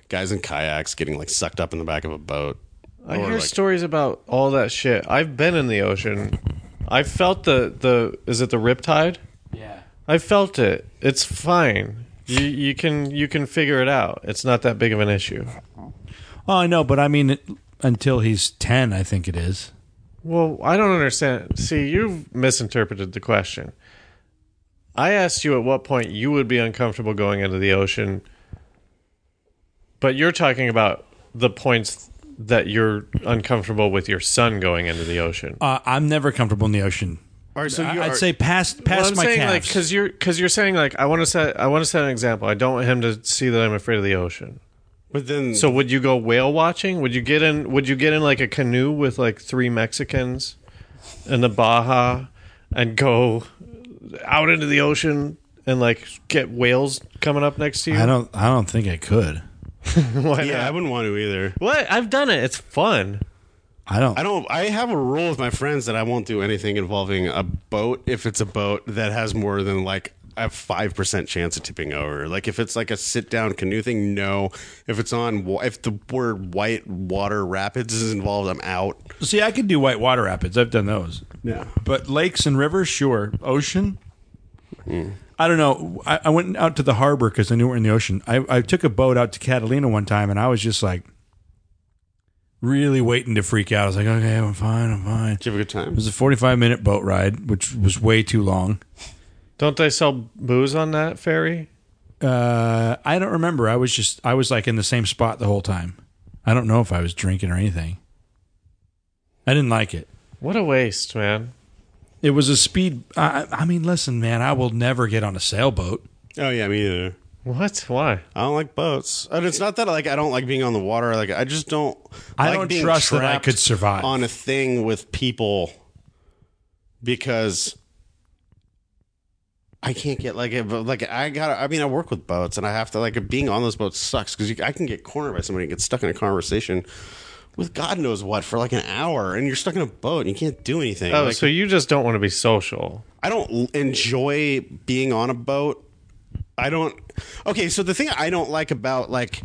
Speaker 4: guys in kayaks getting like sucked up in the back of a boat.
Speaker 2: I
Speaker 4: Or,
Speaker 2: hear
Speaker 4: like-
Speaker 2: stories about all that shit. I've been in the ocean. I felt the the is it the riptide?
Speaker 1: yeah,
Speaker 2: I felt it. It's fine. You you can you can figure it out. It's not that big of an issue.
Speaker 1: oh I know, but I mean it, until he's ten, I think it is.
Speaker 2: Well, I don't understand. See, you've misinterpreted the question. I asked you at what point you would be uncomfortable going into the ocean, but you're talking about the points that you're uncomfortable with your son going into the ocean.
Speaker 1: Uh, I'm never comfortable in the ocean.
Speaker 4: Or so
Speaker 1: I-
Speaker 4: you
Speaker 1: I'd
Speaker 4: are-
Speaker 1: say past
Speaker 2: Well,
Speaker 1: past
Speaker 2: I'm
Speaker 1: my
Speaker 2: saying like
Speaker 1: calves.
Speaker 2: because you're because you're saying like I want to set I want to set an example. I don't want him to see that I'm afraid of the ocean.
Speaker 4: but then
Speaker 2: So would you go whale watching? Would you get in? Would you get in like a canoe with like three Mexicans in the Baja and go out into the ocean and like get whales coming up next to you?
Speaker 1: I don't I don't think I could.
Speaker 2: Why
Speaker 4: yeah, I
Speaker 2: not?
Speaker 4: wouldn't want to either.
Speaker 2: What? I've done it. It's fun.
Speaker 1: I don't.
Speaker 4: I don't. I have a rule with my friends that I won't do anything involving a boat if it's a boat that has more than like a five percent chance of tipping over. Like if it's like a sit down canoe thing, no. If it's on, wa- if the word white water rapids is involved, I'm out.
Speaker 1: See, I could do white water rapids. I've done those.
Speaker 4: Yeah.
Speaker 1: But lakes and rivers, sure. Ocean, I don't know. I, I went out to the harbor because I knew we're in the ocean. I, I took a boat out to Catalina one time, and I was just like really waiting to freak out. I was like, okay, I'm fine, I'm fine. It
Speaker 4: Did you have a good time?
Speaker 1: was a 45 minute boat ride, which was way too long.
Speaker 2: Don't they sell booze on that ferry?
Speaker 1: Uh, I don't remember. I was just I was like in the same spot the whole time. I don't know if I was drinking or anything. I didn't like it.
Speaker 2: What a waste, man.
Speaker 1: It was a speed. I, I mean, listen, man, I will never get on a sailboat.
Speaker 4: Oh yeah, me either.
Speaker 2: What? Why?
Speaker 4: I don't like boats, and it's not that like I don't like being on the water. Like I just don't.
Speaker 1: I
Speaker 4: like
Speaker 1: don't
Speaker 4: being
Speaker 1: trust that I
Speaker 4: trapped
Speaker 1: could survive.
Speaker 4: on a thing with people because I can't get like it. But like I got. I mean, I work with boats, and I have to like being on those boats sucks because I can get cornered by somebody and get stuck in a conversation with God knows what for like an hour, and you're stuck in a boat and you can't do anything.
Speaker 2: Oh,
Speaker 4: Like,
Speaker 2: so you just don't want to be social.
Speaker 4: I don't l- enjoy being on a boat. I don't. Okay, so the thing I don't like about like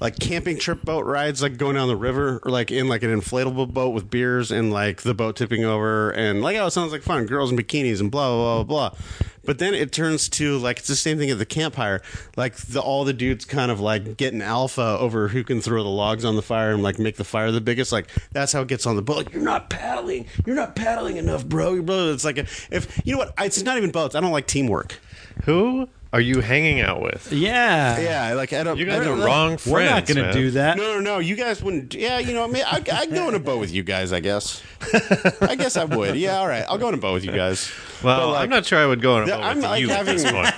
Speaker 4: like camping trip boat rides, like going down the river or like in like an inflatable boat with beers and like the boat tipping over and like oh, it sounds like fun, girls in bikinis and blah blah blah blah. But then it turns to like it's the same thing at the campfire, like the, all the dudes kind of like getting alpha over who can throw the logs on the fire and like make the fire the biggest. Like that's how it gets on the boat. Like, you're not paddling, you're not paddling enough, bro. Your brother, it's like a, if you know what? It's not even boats. I don't like teamwork.
Speaker 2: Who are you hanging out with?
Speaker 1: Yeah.
Speaker 4: Yeah, like I don't.
Speaker 2: You
Speaker 4: I
Speaker 2: got the
Speaker 4: don't-
Speaker 2: wrong friends.
Speaker 1: We're not going to
Speaker 2: man.
Speaker 1: do that.
Speaker 4: No, no, no. You guys wouldn't. Yeah, you know, I mean, I, I'd go in a boat with you guys. I guess. I guess I would. Yeah, all right. I'll go in a boat with you guys.
Speaker 2: Well,
Speaker 4: But, like,
Speaker 2: I'm not sure I would go on a
Speaker 4: Yeah,
Speaker 2: boat
Speaker 4: I'm,
Speaker 2: with
Speaker 4: like,
Speaker 2: you at this
Speaker 4: having-
Speaker 2: point.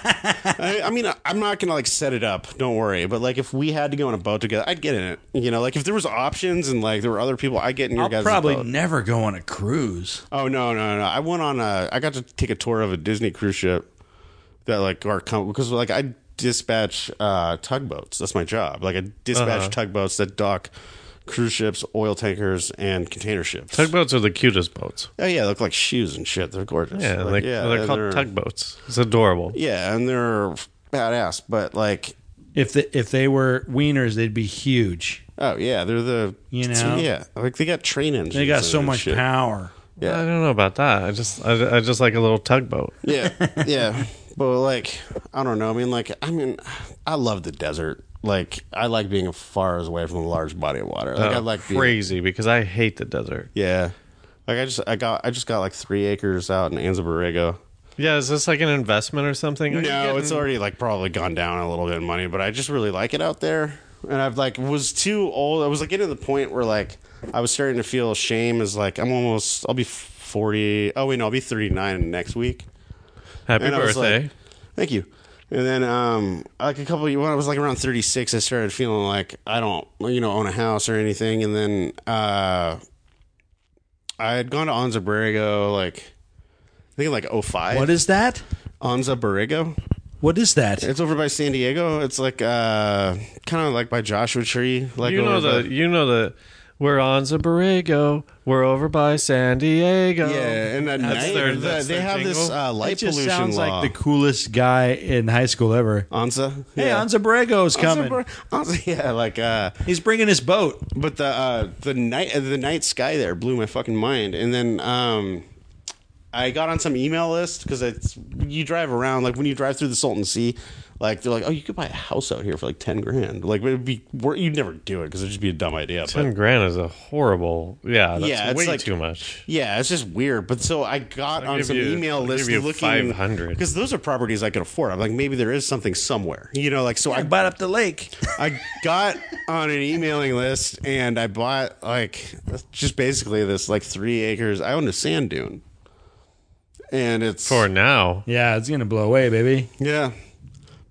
Speaker 4: I, I mean, I- I'm not gonna like set it up. Don't worry. But like, if we had to go on a boat together, I'd get in it. You know, like if there was options and like there were other people, I get in your
Speaker 1: I'll
Speaker 4: guys'
Speaker 1: probably
Speaker 4: boat.
Speaker 1: never go on a cruise.
Speaker 4: Oh no, no, no! I went on a. I got to take a tour of a Disney cruise ship that like our com- because like I dispatch uh, tugboats. That's my job. Like I dispatch
Speaker 2: Uh-huh.
Speaker 4: tugboats that dock cruise ships, oil tankers, and container ships.
Speaker 2: Tugboats are the cutest boats.
Speaker 4: oh yeah, they look like shoes and shit. They're gorgeous.
Speaker 2: Yeah, like,
Speaker 4: Like,
Speaker 2: they're called tugboats. It's adorable.
Speaker 4: Yeah, and they're badass. But like,
Speaker 1: If the, if they were wieners, they'd be huge.
Speaker 4: oh yeah, they're the
Speaker 1: You know?
Speaker 4: yeah, like they got train engines.
Speaker 1: They got
Speaker 4: and
Speaker 1: so much
Speaker 4: shit.
Speaker 1: power.
Speaker 2: I don't know about that. I just, I, I just like a little tugboat.
Speaker 4: Yeah, yeah. But like, I don't know. I mean, like, I mean, I love the desert. Like, I like being far away from a large body of water. Like, I
Speaker 2: Oh,
Speaker 4: like uh, being,
Speaker 2: crazy because I hate the desert.
Speaker 4: Yeah. Like I just I got I just got like three acres out in Anza Borrego.
Speaker 2: Yeah, is this like an investment or something? Are you
Speaker 4: No,
Speaker 2: getting-
Speaker 4: it's already like probably gone down a little bit in money, but I just really like it out there. And I've like was too old. I was like getting to the point where like I was starting to feel shame. Is like I'm almost I'll be forty. Oh wait, no, I'll be thirty nine next week.
Speaker 2: happy
Speaker 4: I was
Speaker 2: birthday.
Speaker 4: like, Thank you. And then, um, like a couple, when I was like around 36, I started feeling like I don't, you know, own a house or anything. And then, uh, I had gone to Anza Borrego, like, I think like 05.
Speaker 1: What is that?
Speaker 4: Anza Borrego?
Speaker 1: What is that?
Speaker 4: It's over by San Diego. It's like, uh, kind of like by Joshua Tree. Like,
Speaker 2: you know
Speaker 4: over
Speaker 2: the, you know the, we're on the Borrego. We're over by San Diego.
Speaker 4: yeah, and at
Speaker 2: That's
Speaker 4: night,
Speaker 2: their-
Speaker 4: the-
Speaker 2: that's
Speaker 4: they
Speaker 2: their
Speaker 4: have this
Speaker 2: jingle.
Speaker 4: uh, light
Speaker 1: It just
Speaker 4: pollution
Speaker 1: sounds
Speaker 4: law.
Speaker 1: like the coolest guy in high school ever.
Speaker 4: Anza,
Speaker 1: Hey, Anza Borrego's coming.
Speaker 4: Anza, Bor- Anza, yeah, like uh,
Speaker 1: He's bringing his boat.
Speaker 4: But the uh, the night the night sky there blew my fucking mind, and then um, I got on some email list because it's you drive around like when you drive through the Salton Sea, like they're like, oh, you could buy a house out here for like ten grand. Like it'd be wor- you'd never do it because it'd just be a dumb idea. But
Speaker 2: Ten grand is a horrible. Yeah, that's
Speaker 4: Yeah, it's
Speaker 2: way
Speaker 4: like-
Speaker 2: too much.
Speaker 4: yeah, it's just weird. But so I got
Speaker 2: I'll
Speaker 4: on
Speaker 2: give
Speaker 4: some
Speaker 2: you-
Speaker 4: email
Speaker 2: I'll
Speaker 4: list
Speaker 2: give you
Speaker 4: looking
Speaker 2: 500.
Speaker 4: because those are properties I could afford. I'm like, maybe there is something somewhere, you know? Like so, I
Speaker 1: Bought up the lake.
Speaker 4: I got on an emailing list and I bought like just basically this like three acres. I own a sand dune, and it's
Speaker 2: For now,
Speaker 1: Yeah, it's gonna blow away, baby.
Speaker 4: yeah,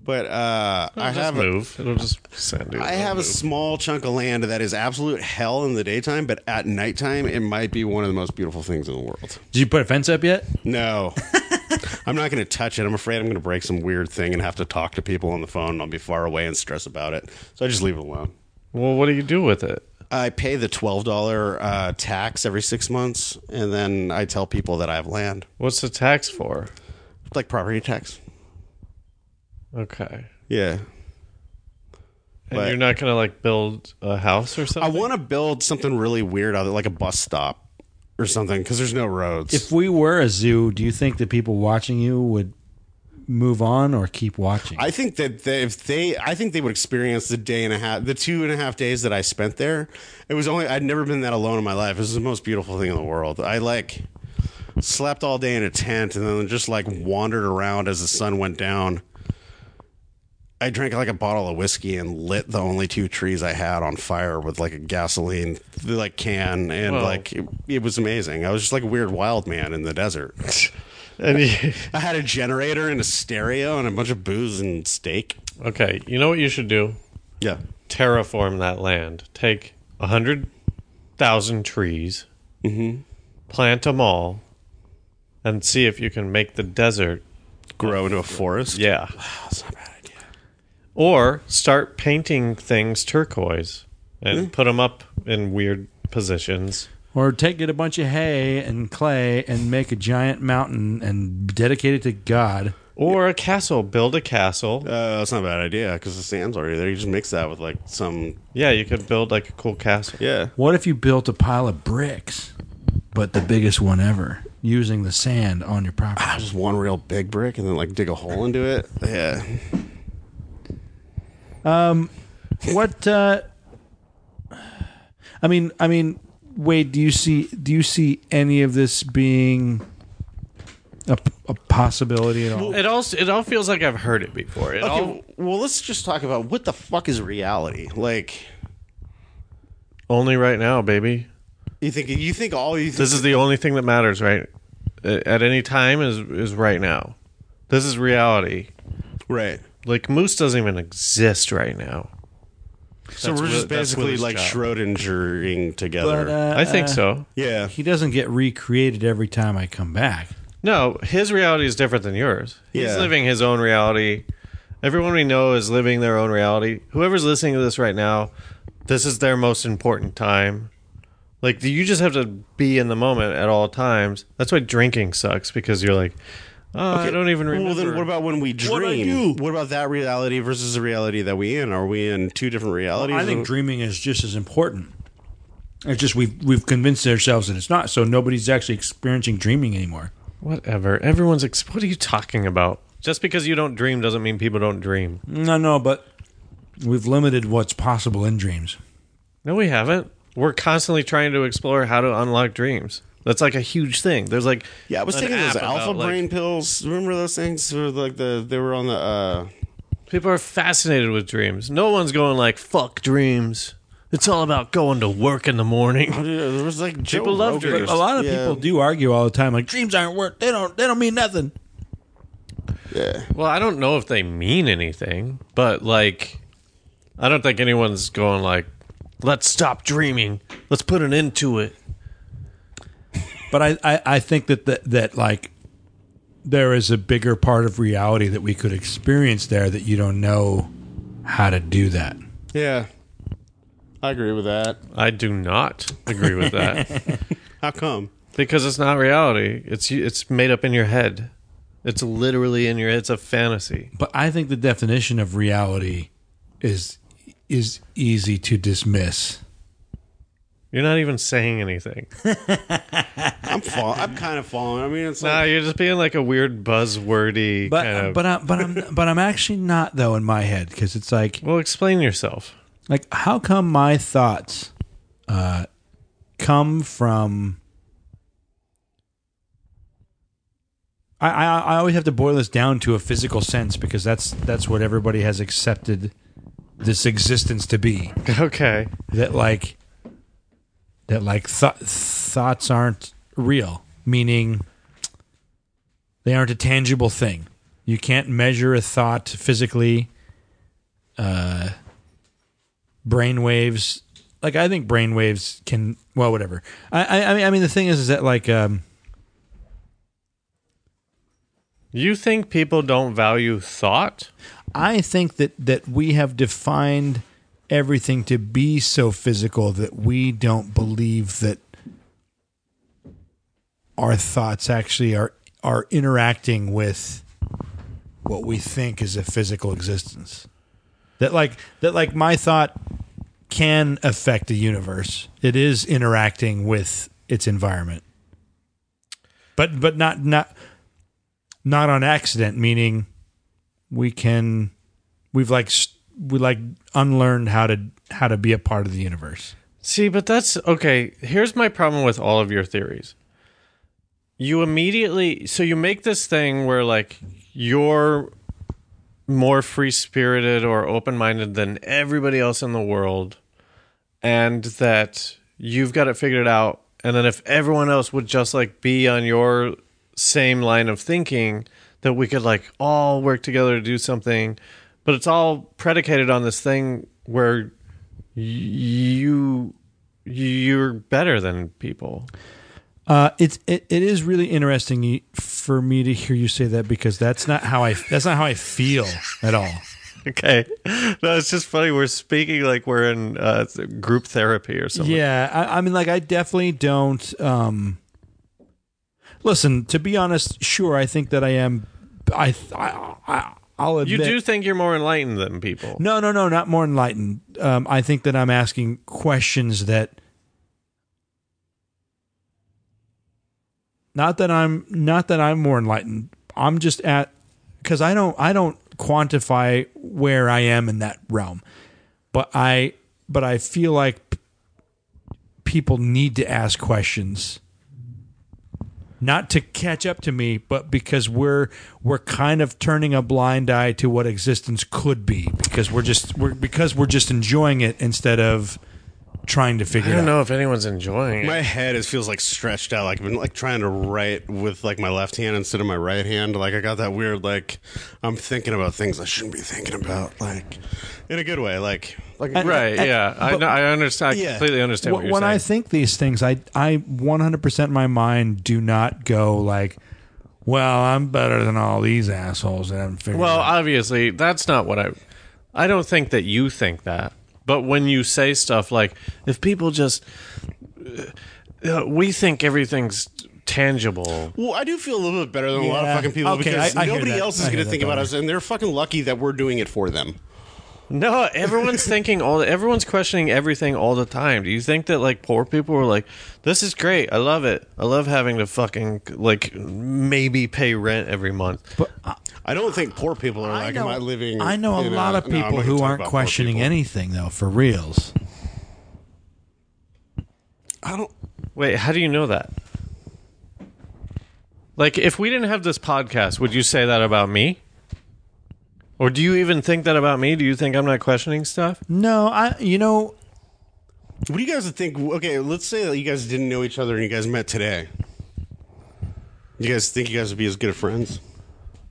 Speaker 4: but uh, I
Speaker 2: just
Speaker 4: have a,
Speaker 2: move. It'll just San Diego.
Speaker 4: I have a small chunk of land that is absolute hell in the daytime, but at nighttime it might be one of the most beautiful things in the world.
Speaker 1: Did you put a fence up yet?
Speaker 4: No. I'm not going to touch it. I'm afraid I'm going to break some weird thing and have to talk to people on the phone. and I'll be far away and stress about it. So I just leave it alone.
Speaker 2: Well, what do you do with it?
Speaker 4: I pay the twelve dollar uh, tax every six months, and then I tell people that I have land,
Speaker 2: What's the tax for?
Speaker 4: like property tax.
Speaker 2: Okay.
Speaker 4: Yeah,
Speaker 2: And
Speaker 4: But-
Speaker 2: you're not gonna like build a house or
Speaker 4: I
Speaker 2: something.
Speaker 4: want to build something really weird out of it, like a bus stop or something, because there's no roads.
Speaker 1: If we were a zoo, do you think the people watching you would move on or keep watching?
Speaker 4: I think that they, if they, I think they would experience the day and a half, the two and a half days that I spent there. It was only I'd never been that alone in my life. It was the most beautiful thing in the world. I like slept all day in a tent and then just like wandered around as the sun went down. I drank like a bottle of whiskey and lit the only two trees I had on fire with like a gasoline like can and
Speaker 2: Whoa.
Speaker 4: like it, it was amazing. I was just like a weird wild man in the desert.
Speaker 2: And you-
Speaker 4: I had a generator and a stereo and a bunch of booze and steak.
Speaker 2: okay, you know what you should do?
Speaker 4: Yeah.
Speaker 2: Terraform that land. Take a hundred thousand trees,
Speaker 4: Mm-hmm.
Speaker 2: plant them all, and see if you can make the desert.
Speaker 4: Grow into a forest.
Speaker 2: Yeah.
Speaker 4: That's not a bad idea.
Speaker 2: Or start painting things turquoise
Speaker 4: Hmm.
Speaker 2: and put 'em put them up in weird positions.
Speaker 1: or take get a bunch of hay and clay and make a giant mountain and dedicate it to God.
Speaker 2: Or a castle. Build a castle.
Speaker 4: Uh, that's not a bad idea because the sand's already there. You just mix that with like some.
Speaker 2: Yeah, you could build like a cool castle.
Speaker 4: Yeah.
Speaker 1: What if you built a pile of bricks, but the biggest one ever, using the sand on your property?
Speaker 4: Just one real big brick and then like dig a hole into it. Yeah.
Speaker 1: what uh I mean I mean Wade do you see do you see any of this being a, a possibility at all
Speaker 2: It all it all feels like I've heard it before. It all
Speaker 4: Okay, Oh, well, let's just talk about what the fuck is reality. Like,
Speaker 2: only right now, baby.
Speaker 4: you think you think all you
Speaker 2: This is the only thing that matters, right? Uh, At any time is is right now. This is reality.
Speaker 4: right.
Speaker 2: Like Moose doesn't even exist right now.
Speaker 4: So we're just
Speaker 2: Wi- that's
Speaker 4: basically
Speaker 2: Will's
Speaker 4: like
Speaker 2: job.
Speaker 4: Schrodingering together.
Speaker 1: But, uh,
Speaker 2: I think
Speaker 4: Uh-uh.
Speaker 2: so.
Speaker 4: yeah.
Speaker 1: he doesn't get recreated every time I come back
Speaker 2: No, his reality is different than yours. He's
Speaker 4: Yeah.
Speaker 2: living his own reality. Everyone we know is living their own reality. Whoever's listening to this right now, this is their most important time. Like you just have to be in the moment at all times. That's why drinking sucks because you're like, oh, I don't even remember.
Speaker 4: Well, then what about when we dream? What, about that reality versus the reality that we in? Are we in two different realities?
Speaker 1: I think dreaming is just as important it's just we've we've convinced ourselves that it's not so nobody's actually experiencing dreaming anymore
Speaker 2: Whatever. Everyone's. Ex- what are you talking about? Just because you don't dream doesn't mean people don't dream.
Speaker 1: no no but we've limited what's possible in dreams
Speaker 2: No, we haven't. We're constantly trying to explore how to unlock dreams. That's like a huge thing. There's like
Speaker 4: yeah, I was
Speaker 2: an
Speaker 4: taking those
Speaker 2: app about,
Speaker 4: alpha
Speaker 2: like-
Speaker 4: brain pills. Remember those things? Were like the they were on the. uh
Speaker 2: People are fascinated with dreams. No one's going like fuck dreams. It's all about going to work in the morning.
Speaker 4: There was like Joe
Speaker 2: People love
Speaker 4: Rogan.
Speaker 2: dreams.
Speaker 1: but a lot of
Speaker 4: Yeah.
Speaker 1: people do argue all the time like dreams aren't worth they don't they don't mean nothing
Speaker 4: Yeah.
Speaker 2: Well, I don't know if they mean anything, but like I don't think anyone's going like let's stop dreaming. Let's put an end to it.
Speaker 1: but I, I, I think that, that that like there is a bigger part of reality that we could experience there that you don't know how to do that.
Speaker 4: Yeah. I agree with that.
Speaker 2: I do not agree with that
Speaker 4: How come?
Speaker 2: because it's not reality. It's it's made up in your head. It's literally in your head. It's a fantasy.
Speaker 1: But I think the definition of reality is is easy to dismiss.
Speaker 2: You're not even saying anything.
Speaker 4: I'm fall. I'm kind of falling. I mean, it's
Speaker 2: Nah,
Speaker 4: like
Speaker 2: you're just being like a weird buzzwordy
Speaker 1: But
Speaker 2: kind of.
Speaker 1: but I, but I'm but I'm actually not though in my head because it's like
Speaker 2: well, explain yourself.
Speaker 1: like how come my thoughts uh, come from I, I I always have to boil this down to a physical sense because that's that's what everybody has accepted this existence to be
Speaker 2: Okay.
Speaker 1: that like that like th- thoughts aren't real meaning they aren't a tangible thing you can't measure a thought physically uh brain waves like i think brain waves can well whatever i i, I mean i mean the thing is is that like um
Speaker 2: You think people don't value thought?
Speaker 1: I think that that we have defined everything to be so physical that we don't believe that our thoughts actually are are interacting with what we think is a physical existence. That like that like my thought can affect the universe. It is interacting with its environment. But but not not not on accident meaning we can we've like s- we like unlearned how to how to be a part of the universe.
Speaker 2: See, but that's okay. Here's my problem with all of your theories. You immediately so you make this thing where like you're more free spirited or open minded than everybody else in the world, and that you've got it figured out. And then if everyone else would just like be on your same line of thinking, that we could like all work together to do something. But it's all predicated on this thing where you you're better than people.
Speaker 1: Uh, it's it, it is really interesting y- for me to hear you say that because that's not how I that's not how I feel at all.
Speaker 2: Okay, no, it's just funny. We're speaking like we're in uh, group therapy or something.
Speaker 1: Yeah, I, I mean, like I definitely don't. Um, listen, to be honest, sure, I think that I am. I I, I I'll
Speaker 2: you
Speaker 1: admit.
Speaker 2: do think you're more enlightened than people.
Speaker 1: No, no, no, not more enlightened. Um, I think that I'm asking questions that. Not that I'm not that I'm more enlightened. I'm just at because I don't I don't quantify where I am in that realm, but I but I feel like p- people need to ask questions, not to catch up to me, but because we're we're kind of turning a blind eye to what existence could be because we're just we're because we're just enjoying it instead of trying to
Speaker 2: I
Speaker 1: figure it
Speaker 2: don't
Speaker 1: out.
Speaker 2: know if anyone's enjoying it.
Speaker 4: My head is feels like stretched out. Like I've been like trying to write with like my left hand instead of my right hand. Like I got that weird like I'm thinking about things I shouldn't be thinking about. Like in a good way. Like like
Speaker 2: right? yeah, I, know, I understand. I
Speaker 4: Yeah.
Speaker 2: completely understand what
Speaker 1: Wh-
Speaker 2: you're
Speaker 1: when
Speaker 2: saying.
Speaker 1: I think these things, I I 100% my mind do not go like, well, I'm better than all these assholes that haven't figured.
Speaker 2: well,
Speaker 1: it out.
Speaker 2: obviously, that's not what I. I don't think that you think that. But when you say stuff like, if people just, uh, uh, we think everything's tangible.
Speaker 4: Well, I do feel a little bit better than a lot
Speaker 1: Yeah.
Speaker 4: of fucking people
Speaker 1: Okay,
Speaker 4: because
Speaker 1: I- I hear
Speaker 4: nobody
Speaker 1: that.
Speaker 4: else
Speaker 1: I
Speaker 4: is
Speaker 1: hear
Speaker 4: going to
Speaker 1: that,
Speaker 4: think about
Speaker 1: Bobby.
Speaker 4: us, and they're fucking lucky that we're doing it for them.
Speaker 2: No, everyone's thinking all. Everyone's questioning everything all the time. Do you think that like poor people were like, "This is great. I love it. I love having to fucking like maybe pay rent every month."
Speaker 4: I don't think poor people are like, am I living?
Speaker 1: I know a
Speaker 4: you
Speaker 1: lot of
Speaker 4: no, I'm not
Speaker 1: people
Speaker 4: gonna
Speaker 1: who
Speaker 4: talk
Speaker 1: aren't
Speaker 4: about poor
Speaker 1: questioning
Speaker 4: people.
Speaker 1: anything though, for reals.
Speaker 4: I don't.
Speaker 2: Wait, how do you know that? Like, if we didn't have this podcast, would you say that about me? Or do you even think that about me? Do you think I'm not questioning stuff?
Speaker 1: No, I you know
Speaker 4: What do you guys think? Okay, let's say that you guys didn't know each other and you guys met today. You guys think you guys would be as good of friends?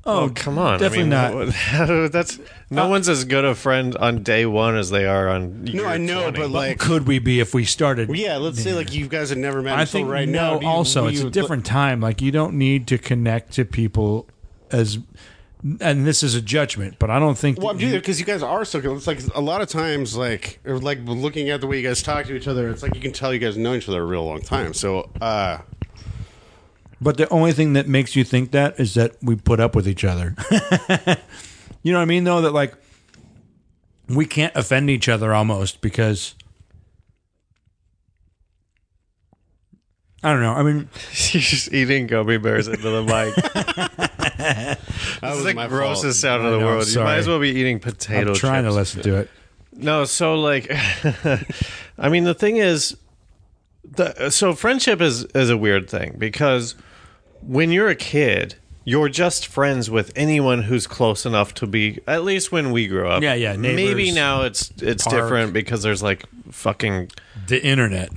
Speaker 1: oh,
Speaker 2: Come on,
Speaker 1: definitely
Speaker 2: I mean, not. That's no one's as good a friend on day one as they are on.
Speaker 4: No, I know, but like,
Speaker 1: could we be if we started?
Speaker 4: yeah, let's say like you guys had never met
Speaker 1: I
Speaker 4: until
Speaker 1: think
Speaker 4: right
Speaker 1: no,
Speaker 4: now. do you-
Speaker 1: also
Speaker 4: do
Speaker 1: it's
Speaker 4: you-
Speaker 1: a different time. Like you don't need to connect to people as and this is a judgment, but I don't think
Speaker 4: Well, I'm
Speaker 1: that
Speaker 4: doing
Speaker 1: you-
Speaker 4: it because you guys are so good. It's like a lot of times, like or, like looking at the way you guys talk to each other, it's like you can tell you guys know each other a real long time. So, uh,
Speaker 1: But the only thing that makes you think that is that we put up with each other. you know what I mean, though? That like we can't offend each other almost because I don't know. I mean,
Speaker 2: She's just eating gummy bears into the mic.
Speaker 4: that
Speaker 2: It's
Speaker 4: was
Speaker 2: the
Speaker 4: my
Speaker 2: grossest
Speaker 4: fault.
Speaker 2: sound in the
Speaker 1: know, I'm
Speaker 2: world. You might
Speaker 1: sorry.
Speaker 2: as well be eating potato
Speaker 1: I'm trying
Speaker 2: chips.
Speaker 1: to listen to it.
Speaker 2: No, so like, I mean, the thing is, the so friendship is is a weird thing because when you're a kid, you're just friends with anyone who's close enough to be. At least when we grew up,
Speaker 1: Yeah, yeah,
Speaker 2: Maybe
Speaker 1: neighbors,
Speaker 2: now it's it's
Speaker 1: park.
Speaker 2: different because there's like fucking.
Speaker 1: The internet.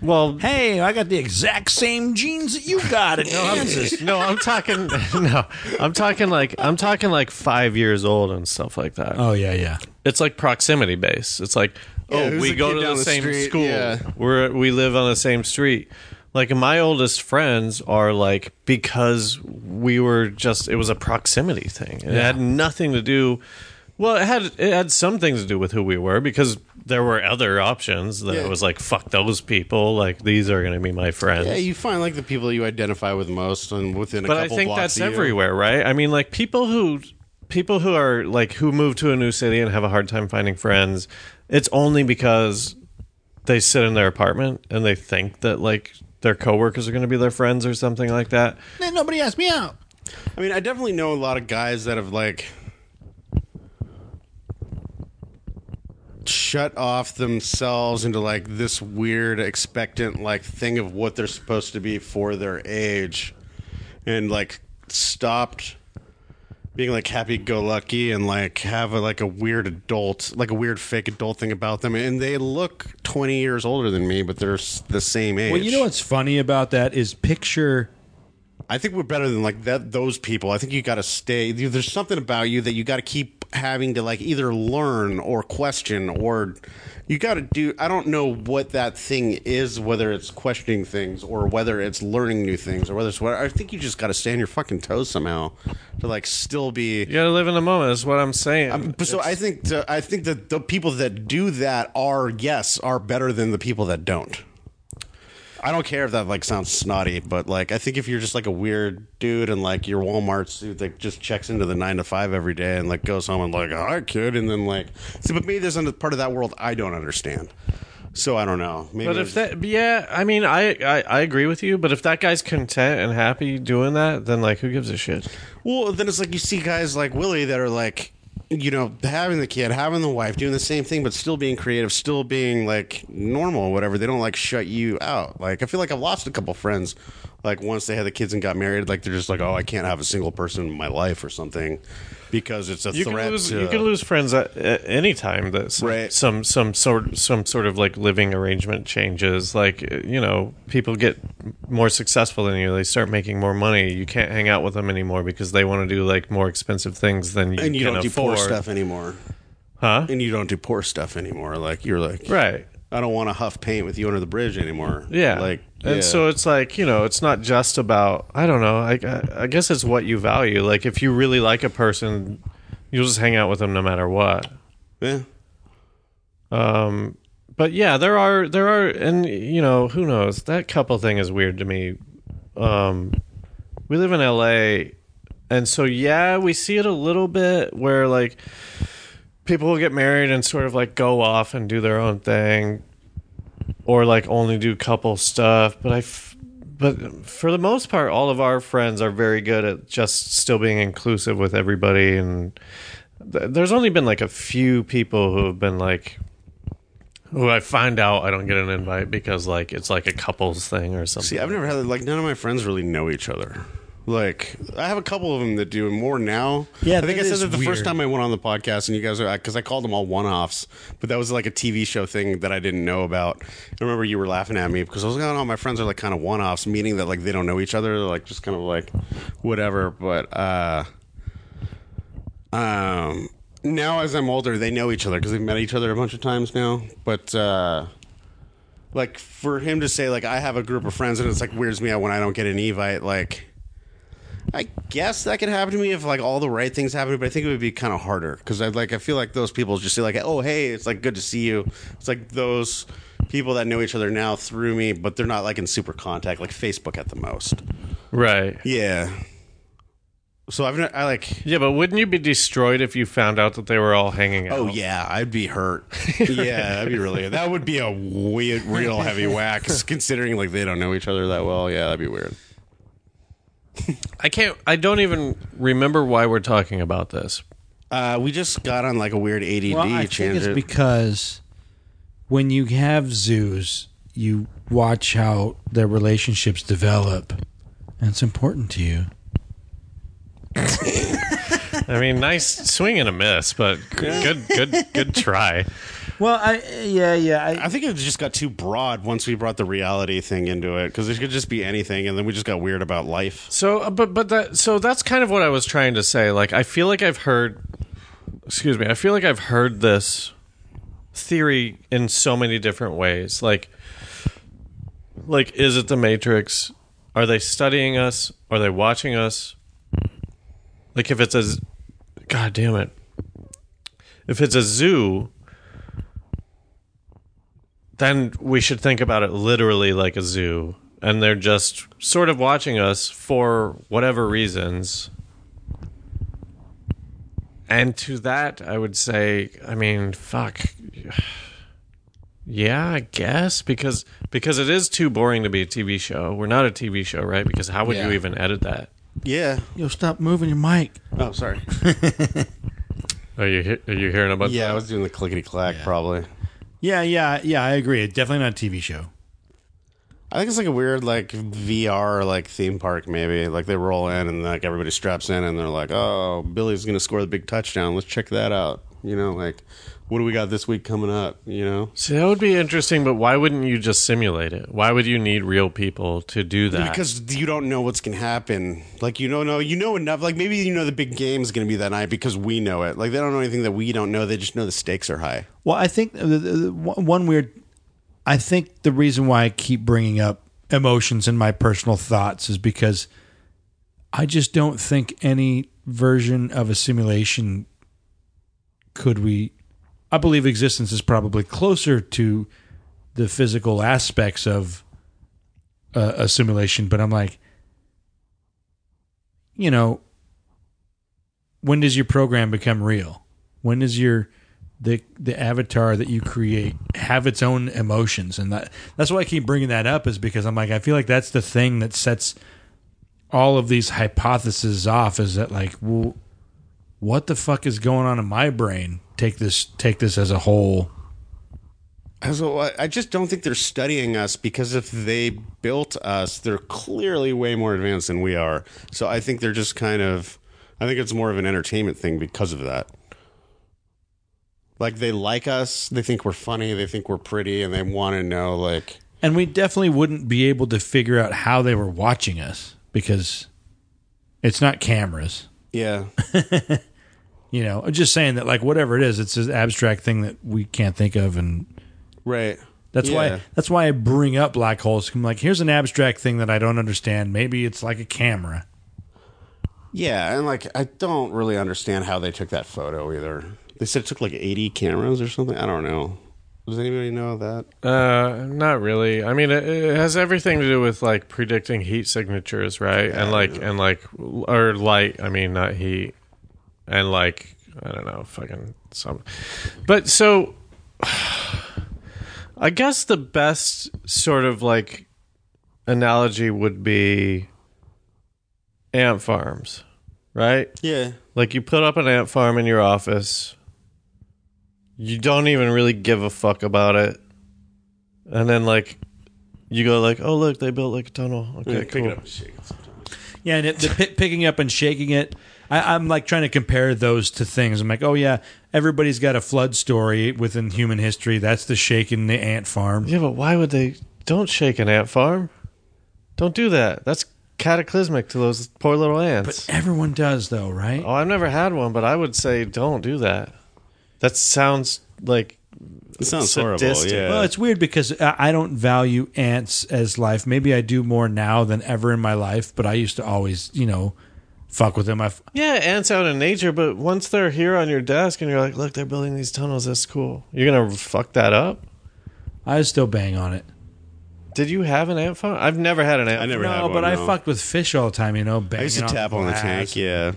Speaker 2: Well,
Speaker 1: Hey, I got the exact same jeans that you got in Kansas.
Speaker 2: no, I'm talking. No, I'm talking like I'm talking like five years old and stuff like that.
Speaker 1: oh yeah, yeah.
Speaker 2: it's like proximity based. It's like,
Speaker 4: Yeah,
Speaker 2: oh,
Speaker 4: who's
Speaker 2: we
Speaker 4: the
Speaker 2: go
Speaker 4: kid
Speaker 2: to the,
Speaker 4: down the
Speaker 2: same
Speaker 4: street?
Speaker 2: school.
Speaker 4: Yeah.
Speaker 2: We're we live on the same street. Like my oldest friends are like because we were just it was a proximity thing. It had nothing to do Well, it had it had some things to do with who we were because there were other options that
Speaker 4: Yeah.
Speaker 2: it was like fuck those people, like these are going to be my friends.
Speaker 4: Yeah, you find like the people you identify with most, and within a
Speaker 2: but I
Speaker 4: couple
Speaker 2: think
Speaker 4: blocks
Speaker 2: that's
Speaker 4: of you.
Speaker 2: everywhere, right? I mean, like people who people who are like who move to a new city and have a hard time finding friends, it's only because they sit in their apartment and they think that like their coworkers are going to be their friends or something like that.
Speaker 5: nobody asked me out.
Speaker 4: I mean, I definitely know a lot of guys that have like shut off themselves into like this weird expectant like thing of what they're supposed to be for their age and like stopped being like happy go lucky and like have a, like a weird adult like a weird fake adult thing about them and they look 20 years older than me but they're s- the same age
Speaker 1: Well, you know what's funny about that is picture
Speaker 4: I think we're better than like that. Those people. I think you got to stay. There's something about you that you got to keep having to like either learn or question or you got to do. I don't know what that thing is. Whether it's questioning things or whether it's learning new things or whether it's what. I think you just got to stay on your fucking toes somehow to like still be.
Speaker 2: You got to live in the moment. That's what I'm saying.
Speaker 4: Um, But so I think to, I think that the people that do that are yes are better than the people that don't. I don't care if that like sounds snotty, but like I think if you're just like a weird dude and like your Walmart suit that just checks into the nine to five every day and like goes home and like all right kid and then like see, but maybe there's a part of that world I don't understand, so I don't know. Maybe
Speaker 2: But if
Speaker 4: there's-
Speaker 2: that, yeah, I mean, I, I I agree with you. But if that guy's content and happy doing that, then like, who gives a shit?
Speaker 4: Well, then it's like you see guys like Willie that are like, you know, having the kid, having the wife, doing the same thing, but still being creative, still being like normal, or whatever. They don't like shut you out. Like I feel like I've lost a couple friends. Like once they had the kids and got married, like they're just like, oh, I can't have a single person in my life or something because it's a
Speaker 2: You can
Speaker 4: threat.
Speaker 2: lose
Speaker 4: to-
Speaker 2: you can lose friends at, at any time. That some,
Speaker 4: Right.
Speaker 2: some some sort some sort of like living arrangement changes. Like you know, people get more successful than you. They start making more money. You can't hang out with them anymore because they want to do like more expensive things than you
Speaker 4: and you
Speaker 2: can
Speaker 4: don't do
Speaker 2: afford.
Speaker 4: poor stuff anymore.
Speaker 2: huh?
Speaker 4: And you don't do poor stuff anymore. Like you're like,
Speaker 2: Right.
Speaker 4: I don't want to huff paint with you under the bridge anymore.
Speaker 2: Yeah.
Speaker 4: like
Speaker 2: and
Speaker 4: yeah.
Speaker 2: so it's like, you know, it's not just about, I don't know, I, I, I guess it's what you value. Like, if you really like a person, you'll just hang out with them no matter what.
Speaker 4: yeah.
Speaker 2: Um, but yeah, there are, there are, and, you know, who knows? That couple thing is weird to me. Um, we live in LA, and so yeah, we see it a little bit where like people will get married and sort of like go off and do their own thing or like only do couple stuff but i f- but for the most part all of our friends are very good at just still being inclusive with everybody and th- there's only been like a few people who have been like who I find out I don't get an invite because like it's like a couples thing or something.
Speaker 4: See, I've never had like none of my friends really know each other. Like, I have a couple of them that do, and more now.
Speaker 5: Yeah,
Speaker 4: I think
Speaker 5: that
Speaker 4: I said
Speaker 5: is
Speaker 4: that the
Speaker 5: weird.
Speaker 4: first time I went on the podcast, and you guys, because I called them all one-offs, but that was like a TV show thing that I didn't know about. I remember you were laughing at me because I was like, "Oh, no, my friends are like kind of one-offs," meaning that like they don't know each other, They're, like just kind of like whatever. But uh, um, now as I'm older, they know each other because they've met each other a bunch of times now. But uh, like for him to say like I have a group of friends and it's like weirds me out when I don't get an invite. Like, I guess that could happen to me if like all the right things happen, but I think it would be kind of harder because I like I feel like those people just say like oh hey it's like good to see you. It's like those people that know each other now through me, but they're not like in super contact like Facebook at the most.
Speaker 2: right.
Speaker 4: Yeah. So I've not, I like
Speaker 2: Yeah, but wouldn't you be destroyed if you found out that they were all hanging out?
Speaker 4: Oh yeah, I'd be hurt. yeah, I'd be really. That would be a weird, real heavy whack, considering like they don't know each other that well. Yeah, that'd be weird.
Speaker 2: I can't. I don't even remember why we're talking about this.
Speaker 4: Uh, we just got on like a weird ADD
Speaker 1: Well, I think it's
Speaker 4: tangent.
Speaker 1: because
Speaker 5: When you have zoos, you watch how their relationships develop, and it's important to you.
Speaker 2: I mean, nice swing and a miss, but good, good, good try.
Speaker 5: Well, I yeah yeah I,
Speaker 4: I think it just got too broad once we brought the reality thing into it because it could just be anything, and then we just got weird about life.
Speaker 2: So, uh, but but that so that's kind of what I was trying to say. Like, I feel like I've heard. Excuse me. I feel like I've heard this theory in so many different ways. Like, like is it the Matrix? Are they studying us? Are they watching us? Like, if it's as, god damn it, if it's a zoo, then we should think about it literally like a zoo. And they're just sort of watching us for whatever reasons. And to that, I would say, I mean, fuck. Yeah, I guess because because it is too boring to be a TV show. We're not a TV show, right? Because how would you
Speaker 6: Yeah.
Speaker 2: even edit that?
Speaker 4: Yeah.
Speaker 6: Yo, stop moving your mic.
Speaker 4: Oh, sorry.
Speaker 2: Are you he- are you hearing about?
Speaker 4: yeah, I was doing the clickety clack probably.
Speaker 1: Yeah, yeah, yeah. I agree. Definitely not a TV show.
Speaker 4: I think it's like a weird like VR like theme park maybe. Like they roll in and like everybody straps in and they're like, "Oh, Billy's going to score the big touchdown. Let's check that out." You know, like what do we got this week coming up, you know?
Speaker 2: See, that would be interesting, but why wouldn't you just simulate it? Why would you need real people to do that?
Speaker 4: Because you don't know what's going to happen. Like you don't know, you know enough. Like maybe you know the big game's going to be that night because we know it. Like they don't know anything that we don't know. They just know the stakes are high.
Speaker 1: Well, I think the, the, the, one one weird. I think the reason why I keep bringing up emotions and my personal thoughts is because I just don't think any version of a simulation could we. I believe existence is probably closer to the physical aspects of a, a simulation, but I'm like, you know, when does your program become real? When does your the the avatar that you create have its own emotions? And that that's why I keep bringing that up is because I'm like I feel like that's the thing that sets all of these hypotheses off is that like well what the fuck is going on in my brain take this take this as a whole
Speaker 4: So I I just don't think they're studying us because if they built us, they're clearly way more advanced than we are. So I think they're just kind of. I think it's more of an entertainment thing because of that. Like they like us, they think we're funny, they think we're pretty, and they want to know like
Speaker 1: and we definitely wouldn't be able to figure out how they were watching us because it's not cameras
Speaker 4: yeah.
Speaker 1: you know I'm just saying that like whatever it is it's an abstract thing that we can't think of and
Speaker 4: Right.
Speaker 1: That's
Speaker 4: Yeah.
Speaker 1: why that's why I bring up black holes. I'm like, here's an abstract thing that I don't understand. Maybe it's like a camera.
Speaker 4: Yeah, and like I don't really understand how they took that photo either. They said it took like eighty cameras or something. I don't know. Does anybody know that?
Speaker 2: Uh, not really. I mean, it, it has everything to do with like predicting heat signatures, right? and like, and like, or light. I mean, not heat. And like, I don't know, fucking some. But so, I guess the best sort of like analogy would be ant farms, right?
Speaker 4: Yeah.
Speaker 2: Like you put up an ant farm in your office. You don't even really give a fuck about it. And then like you go like, "Oh, look, they built like a tunnel." Okay, cool.
Speaker 1: Yeah, and it, the pi picking up and shaking it. I, I'm like trying to compare those to things. I'm like, oh yeah, everybody's got a flood story within human history. That's the shaking the ant farm.
Speaker 2: Yeah, but why would they don't shake an ant farm? Don't do that. That's cataclysmic to those poor little ants.
Speaker 1: Everyone does though, right?
Speaker 2: oh, I've never had one, but I would say don't do that. That sounds like
Speaker 4: It sounds
Speaker 2: Sadistic.
Speaker 4: horrible. Yeah.
Speaker 1: Well, it's weird because I I don't value ants as life. Maybe I do more now than ever in my life, but I used to always, you know, fuck with them. I, f-
Speaker 2: yeah, ants out in nature, but once they're here on your desk and you're like, "Look, they're building these tunnels. That's cool." You're going to fuck that up?
Speaker 1: I still bang on it.
Speaker 2: Did you have an ant farm? I've never had an ant.
Speaker 4: I never
Speaker 1: no,
Speaker 4: had one.
Speaker 1: but I
Speaker 4: no.
Speaker 1: fucked with fish all the time, you know. Banging
Speaker 4: I used to tap on the tank. Yeah.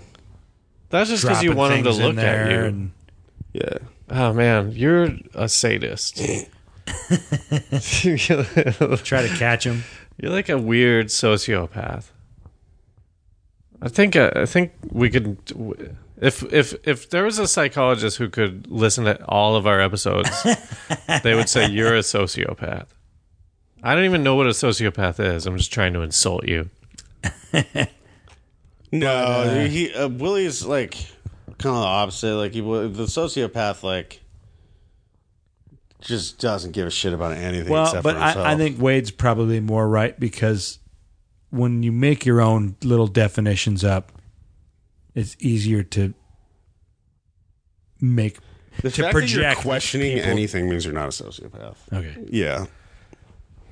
Speaker 2: That's just because you want them to look at you.
Speaker 1: And,
Speaker 4: Yeah.
Speaker 2: oh man, you're a sadist. you're
Speaker 1: Try to catch them.
Speaker 2: like a weird sociopath. I think uh, I think we could if if if there was a psychologist who could listen to all of our episodes, they would say you're a sociopath. I don't even know what a sociopath is. I'm just trying to insult you.
Speaker 4: No, he uh, Willie's like kind of the opposite. Like he, the sociopath, like just doesn't give a shit about anything.
Speaker 1: Well,
Speaker 4: except
Speaker 1: but
Speaker 4: for himself.
Speaker 1: I, I think Wade's probably more right because when you make your own little definitions up, it's easier to make to
Speaker 4: the fact that you're
Speaker 1: project
Speaker 4: questioning
Speaker 1: people-
Speaker 4: anything means you're not a sociopath.
Speaker 1: Okay.
Speaker 4: Yeah.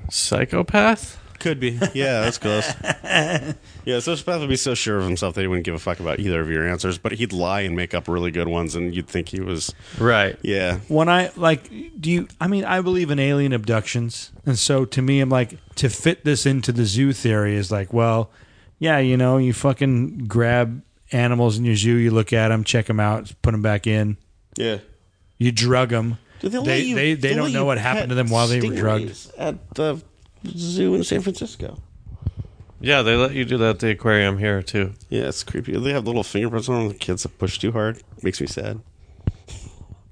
Speaker 2: Psychopath?
Speaker 4: Could be. Yeah, that's close. yeah, sociopath would be so sure of himself that he wouldn't give a fuck about either of your answers, but he'd lie and make up really good ones, and you'd think he was.
Speaker 2: Right.
Speaker 4: Yeah.
Speaker 1: when I like, do you? I mean, I believe in alien abductions, and so to me, I'm like to fit this into the zoo theory is like, well, yeah, you know, you fucking grab animals in your zoo, you look at them, check them out, put them back in,
Speaker 4: Yeah.
Speaker 1: you drug them.
Speaker 4: Dude, the
Speaker 1: They
Speaker 4: way you-
Speaker 1: they, they
Speaker 4: the way
Speaker 1: don't know
Speaker 4: you
Speaker 1: what happened to them
Speaker 4: pet
Speaker 1: while they were
Speaker 4: stingrays
Speaker 1: drugged.
Speaker 4: At the zoo in San Francisco.
Speaker 2: Yeah, they let you do that at the aquarium here too.
Speaker 4: Yeah, it's creepy. They have little fingerprints on them. The kids that push too hard makes me sad.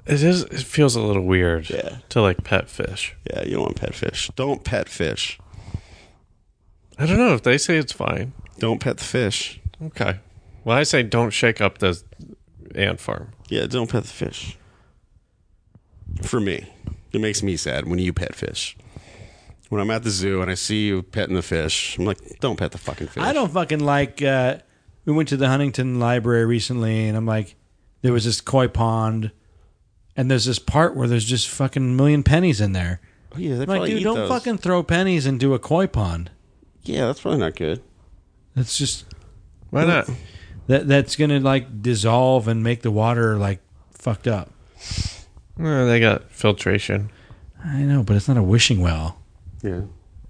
Speaker 2: It is. It feels a little weird.
Speaker 4: Yeah.
Speaker 2: To like pet fish.
Speaker 4: Yeah, you don't want pet fish. Don't pet fish.
Speaker 2: I don't know if they say it's fine.
Speaker 4: Don't pet the fish.
Speaker 2: Okay. Well, I say don't shake up the ant farm.
Speaker 4: Yeah, don't pet the fish. For me, it makes me sad when you pet fish. When I'm at the zoo and I see you petting the fish, I'm like, don't pet the fucking fish.
Speaker 1: I don't fucking like. Uh, we went to the Huntington Library recently, and I'm like, there was this koi pond, and there's this part where there's just fucking million pennies in there.
Speaker 4: Oh, yeah, they
Speaker 1: I'm like,
Speaker 4: probably
Speaker 1: dude,
Speaker 4: eat
Speaker 1: don't
Speaker 4: those.
Speaker 1: fucking throw pennies into a koi pond.
Speaker 4: Yeah, that's probably not good.
Speaker 1: That's just
Speaker 2: Why not?
Speaker 1: that that's gonna like dissolve and make the water like fucked up.
Speaker 2: Eh, they got filtration.
Speaker 1: I know, but it's not a wishing well.
Speaker 4: Yeah.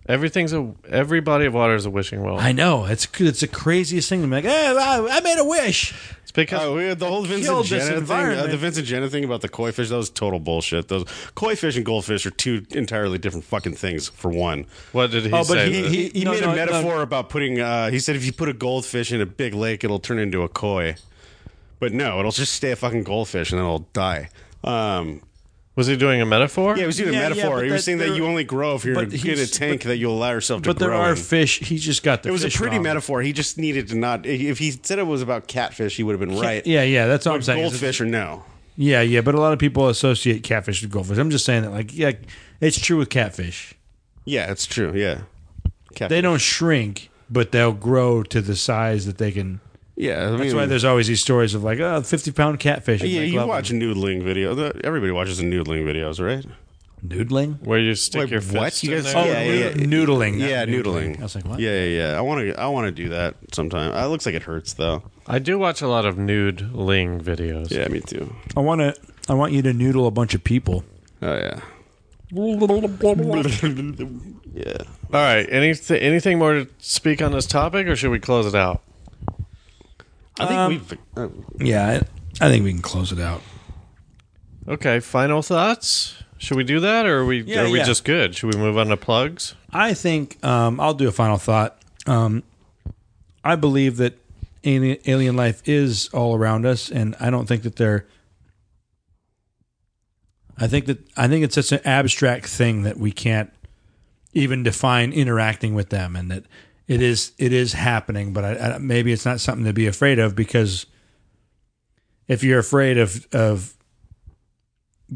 Speaker 2: Everything's a every body of water is a wishing well.
Speaker 1: I know it's c- it's the craziest thing. I'm like, hey, I, I made a wish.
Speaker 2: It's because
Speaker 4: Oh, we had the whole Vincent
Speaker 1: killed this
Speaker 4: Jenna thing. Uh,
Speaker 1: environment.
Speaker 4: the Vincent Jenna thing about the koi fish. That was total bullshit. Those koi fish and goldfish are two entirely different fucking things. For one,
Speaker 2: what did he
Speaker 1: Oh, but
Speaker 2: say?
Speaker 4: he, he, he
Speaker 1: No,
Speaker 4: made
Speaker 1: no,
Speaker 4: a
Speaker 1: no.
Speaker 4: metaphor about putting. Uh, he said if you put a goldfish in a big lake, it'll turn into a koi. But no, it'll just stay a fucking goldfish and then it'll die. Um,
Speaker 2: was he doing a metaphor?
Speaker 4: yeah, it was even
Speaker 1: Yeah,
Speaker 4: a
Speaker 1: yeah,
Speaker 4: metaphor.
Speaker 1: but
Speaker 4: he
Speaker 1: that
Speaker 4: was saying that
Speaker 1: there-
Speaker 4: you only grow if you're
Speaker 1: but
Speaker 4: in a- in a
Speaker 1: he's-
Speaker 4: tank that you allow yourself to
Speaker 1: But
Speaker 4: grow.
Speaker 1: there are
Speaker 4: in.
Speaker 1: fish. He just got the.
Speaker 4: it was a
Speaker 1: fish
Speaker 4: pretty
Speaker 1: wrong.
Speaker 4: metaphor. He just needed to not. If he said it was about catfish, he would have been right.
Speaker 1: Yeah, yeah, that's all I'm saying. It's-
Speaker 4: Goldfish or no?
Speaker 1: Yeah, yeah, but a lot of people associate catfish with goldfish. I'm just saying that, like, yeah, it's true with catfish.
Speaker 4: Yeah, it's true. Yeah, catfish.
Speaker 1: They don't shrink, but they'll grow to the size that they can.
Speaker 4: Yeah, I
Speaker 1: That's
Speaker 4: mean,
Speaker 1: why there's always these stories of like, oh, 50 pound catfish.
Speaker 4: Yeah,
Speaker 1: like,
Speaker 4: you
Speaker 1: love
Speaker 4: watch noodling videos. Everybody watches the noodling videos, right?
Speaker 1: them. noodling.
Speaker 2: Where you stick
Speaker 4: Wait,
Speaker 2: your
Speaker 4: what?
Speaker 2: fist
Speaker 4: You
Speaker 2: in
Speaker 4: guys-
Speaker 2: there?
Speaker 1: Oh,
Speaker 4: Yeah, yeah, yeah.
Speaker 1: noodling. not
Speaker 4: Yeah, noodling.
Speaker 1: I was like, what?
Speaker 4: Yeah, yeah, yeah. I want to. I want to do that sometime. Uh, It looks like it hurts though.
Speaker 2: I do watch a lot of nude ling videos.
Speaker 4: Yeah, me too.
Speaker 1: I want to. I want you to noodle a bunch of people.
Speaker 4: Oh yeah. yeah.
Speaker 2: All right. Anything anything more to speak on this topic, or should we close it out?
Speaker 4: I think
Speaker 1: Um,
Speaker 4: we've. Uh,
Speaker 1: Yeah, I, I think we can close it out.
Speaker 2: Okay. Final thoughts. Should we do that, or are we
Speaker 1: Yeah,
Speaker 2: are we
Speaker 1: yeah.
Speaker 2: just good? Should we move on to plugs?
Speaker 1: I think um, I'll do a final thought. Um, I believe that alien, alien life is all around us, and I don't think that they're. I think that I think it's such an abstract thing that we can't even define interacting with them, and that it is it is happening. But I, I, maybe it's not something to be afraid of because if you're afraid of of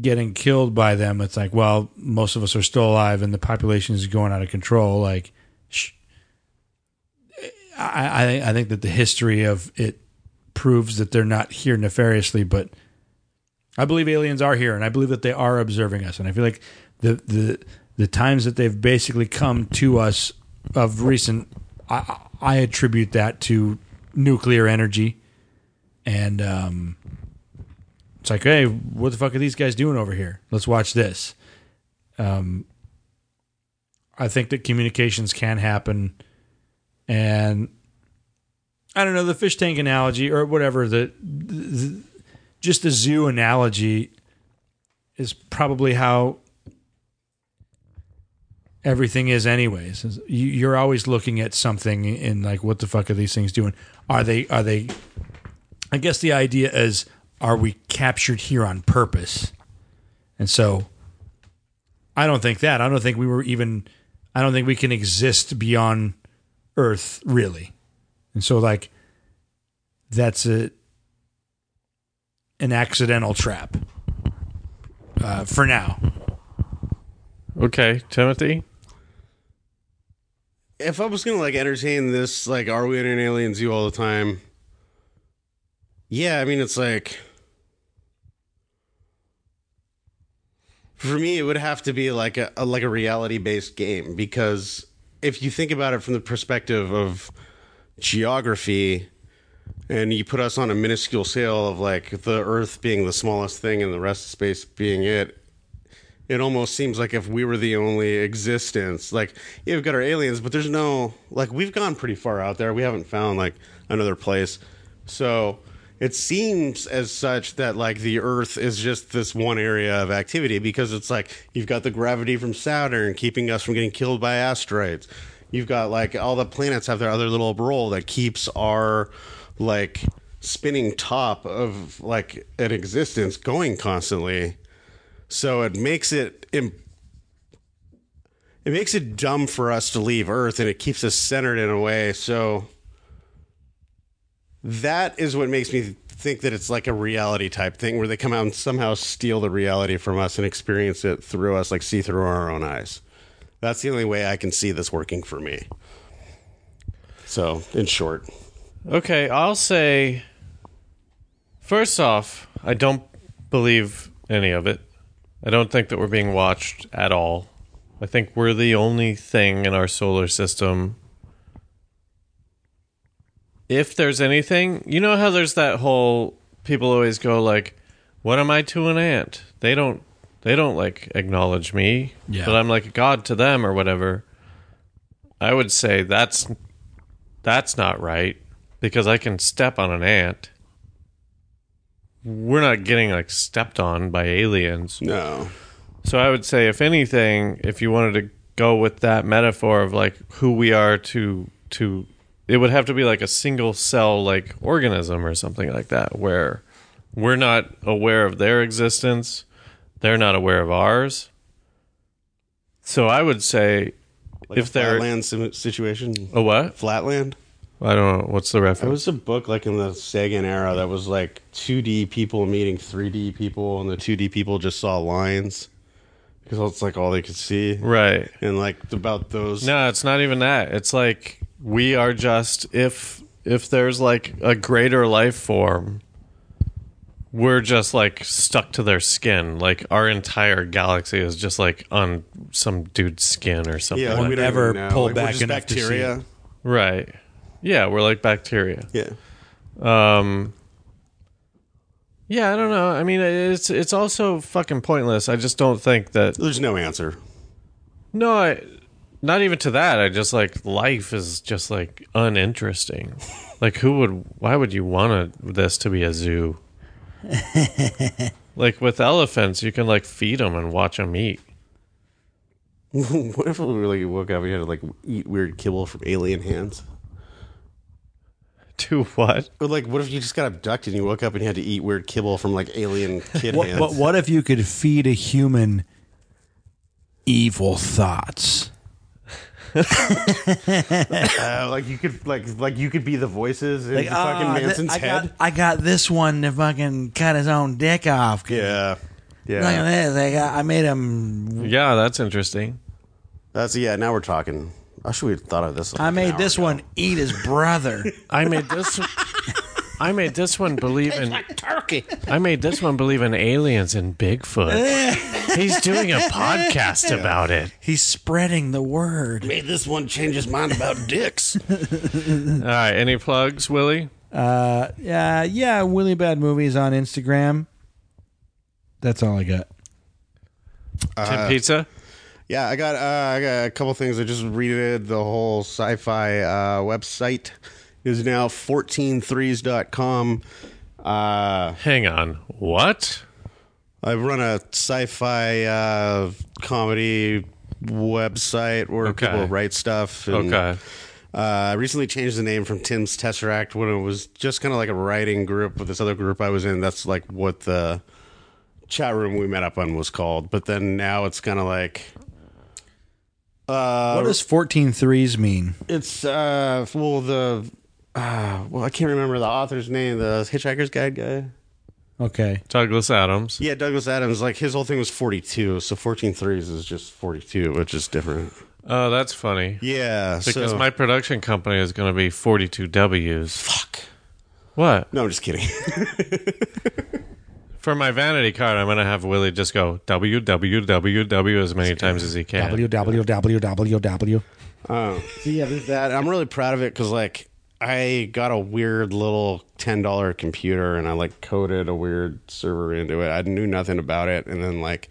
Speaker 1: getting killed by them, it's like, well, most of us are still alive and the population is going out of control. Like, sh- I, I, I think that the history of it proves that they're not here nefariously, but I believe aliens are here and I believe that they are observing us. And I feel like the, the, the times that they've basically come to us of recent, I, I attribute that to nuclear energy and, um, it's like, hey, what the fuck are these guys doing over here? Let's watch this. Um, I think that communications can happen, and I don't know the fish tank analogy or whatever the, the- just the zoo analogy is probably how everything is anyways Is- you- you're always looking at something and like what the fuck are these things doing are they are they I guess the idea is are we captured here on purpose? And so I don't think that. I don't think we were even I don't think we can exist beyond Earth really. And so like that's a an accidental trap. Uh, for now.
Speaker 2: Okay, Timothy.
Speaker 4: if I was gonna like entertain this, like, are we in an alien zoo all the time? Yeah, I mean, it's like for me, it would have to be like a, a like a reality based game because if you think about it from the perspective of geography, and you put us on a minuscule scale of like the Earth being the smallest thing and the rest of space being it, it almost seems like if we were the only existence, like yeah, we've got our aliens, but there's no like we've gone pretty far out there. We haven't found like another place, so it seems as such that like the Earth is just this one area of activity because it's like you've got the gravity from Saturn keeping us from getting killed by asteroids. You've got like all the planets have their other little role that keeps our like spinning top of like an existence going constantly. So it makes it imp- it makes it dumb for us to leave Earth, and it keeps us centered in a way. So that is what makes me think that it's like a reality type thing where they come out and somehow steal the reality from us and experience it through us, like see through our own eyes. That's the only way I can see this working for me. So, in short,
Speaker 2: Okay, I'll say. First off, I don't believe any of it. I don't think that we're being watched at all. I think we're the only thing in our solar system. If there's anything, you know how there's that whole people always go like, "What am I to an ant?" They don't, they don't like acknowledge me,
Speaker 1: Yeah.
Speaker 2: but I'm like a god to them or whatever. I would say that's that's not right because I can step on an ant. We're not getting like stepped on by aliens.
Speaker 4: no.
Speaker 2: So I would say, if anything, if you wanted to go with that metaphor of like who we are to to, it would have to be like a single cell like organism or something like that, where we're not aware of their existence, they're not aware of ours. So I would say,
Speaker 4: Like
Speaker 2: if
Speaker 4: a
Speaker 2: they're
Speaker 4: flatland sim- situation,
Speaker 2: a what?
Speaker 4: flatland.
Speaker 2: I don't know what's the
Speaker 4: There
Speaker 2: reference.
Speaker 4: was a book like in the Sagan era that was like 2D people meeting 3D people, and the 2D people just saw lines because that's like all they could see,
Speaker 2: right.
Speaker 4: and like about those.
Speaker 2: No, it's not even that. It's like we are just if if there's like a greater life form, we're just like stuck to their skin. Like our entire galaxy is just like on some dude's skin or something.
Speaker 4: yeah,
Speaker 2: like-
Speaker 4: we don't
Speaker 1: ever
Speaker 4: even know.
Speaker 1: pull
Speaker 4: we're
Speaker 1: back
Speaker 4: just
Speaker 1: enough to see
Speaker 4: bacteria.
Speaker 2: right. Yeah, we're like bacteria.
Speaker 4: Yeah,
Speaker 2: Um Yeah, I don't know. I mean, it's it's also fucking pointless. I just don't think that
Speaker 4: there's no answer.
Speaker 2: No, I, not even to that. I just like life is just like uninteresting. like, who would? Why would you want a, this to be a zoo? like with elephants, you can like feed them and watch them eat.
Speaker 4: what if we really woke up? We had to like eat weird kibble from alien hands.
Speaker 2: Do what?
Speaker 4: Or like, what if you just got abducted and you woke up and you had to eat weird kibble from like alien kid
Speaker 1: What,
Speaker 4: hands?
Speaker 1: what, what if you could feed a human evil thoughts?
Speaker 4: Uh, like you could like like you could be the voices in fucking
Speaker 1: uh,
Speaker 7: "Ah, thi-
Speaker 4: Manson's
Speaker 7: I
Speaker 4: head.
Speaker 7: Got, I got this one to fucking cut his own dick off.
Speaker 4: yeah,
Speaker 7: Look at
Speaker 4: yeah.
Speaker 7: this. I, got, I made him.
Speaker 2: Yeah, that's interesting.
Speaker 4: That's yeah. Now we're talking. I should have thought of this. like
Speaker 7: I
Speaker 4: an
Speaker 7: made
Speaker 4: hour
Speaker 7: this
Speaker 4: ago.
Speaker 7: one eat his brother.
Speaker 2: I made this. I made this one believe in turkey. I made this one believe in aliens and Bigfoot. He's doing a podcast about it.
Speaker 7: He's spreading the word.
Speaker 4: Made this one change his mind about dicks.
Speaker 2: All right. Any plugs, Willie?
Speaker 7: Uh, yeah, Willie Bad Movies on Instagram. That's all I got.
Speaker 2: Tim Pizza.
Speaker 4: yeah, I got uh, I got a couple things. I just redid the whole sci-fi uh, website. It is now 143s.com. Uh,
Speaker 2: Hang on. What?
Speaker 4: I run a sci-fi uh, comedy website where
Speaker 2: Okay.
Speaker 4: people write stuff. and-
Speaker 2: Okay.
Speaker 4: Uh, I recently changed the name from Tim's Tesseract when it was just kind of like a writing group with this other group I was in. That's like what the chat room we met up on was called. But then now it's kind of like. Uh,
Speaker 5: What does 14 threes mean?
Speaker 4: it's uh well the uh, well I can't remember the author's name the Hitchhiker's Guide guy
Speaker 7: Okay.
Speaker 2: Douglas Adams.
Speaker 4: yeah Douglas Adams like his whole thing was forty two so fourteen threes is just forty two which is different
Speaker 2: Oh, that's funny.
Speaker 4: yeah
Speaker 2: Because
Speaker 4: so
Speaker 2: my production company is going to be 42 W's. Fuck. What?
Speaker 4: no I'm just kidding
Speaker 2: For my vanity card, I'm going to have Willie just go www as many times as he can.
Speaker 7: www.
Speaker 4: Um, so yeah, there's that. I'm really proud of it because like I got a weird little ten dollar computer and I like coded a weird server into it. I knew nothing about it, and then like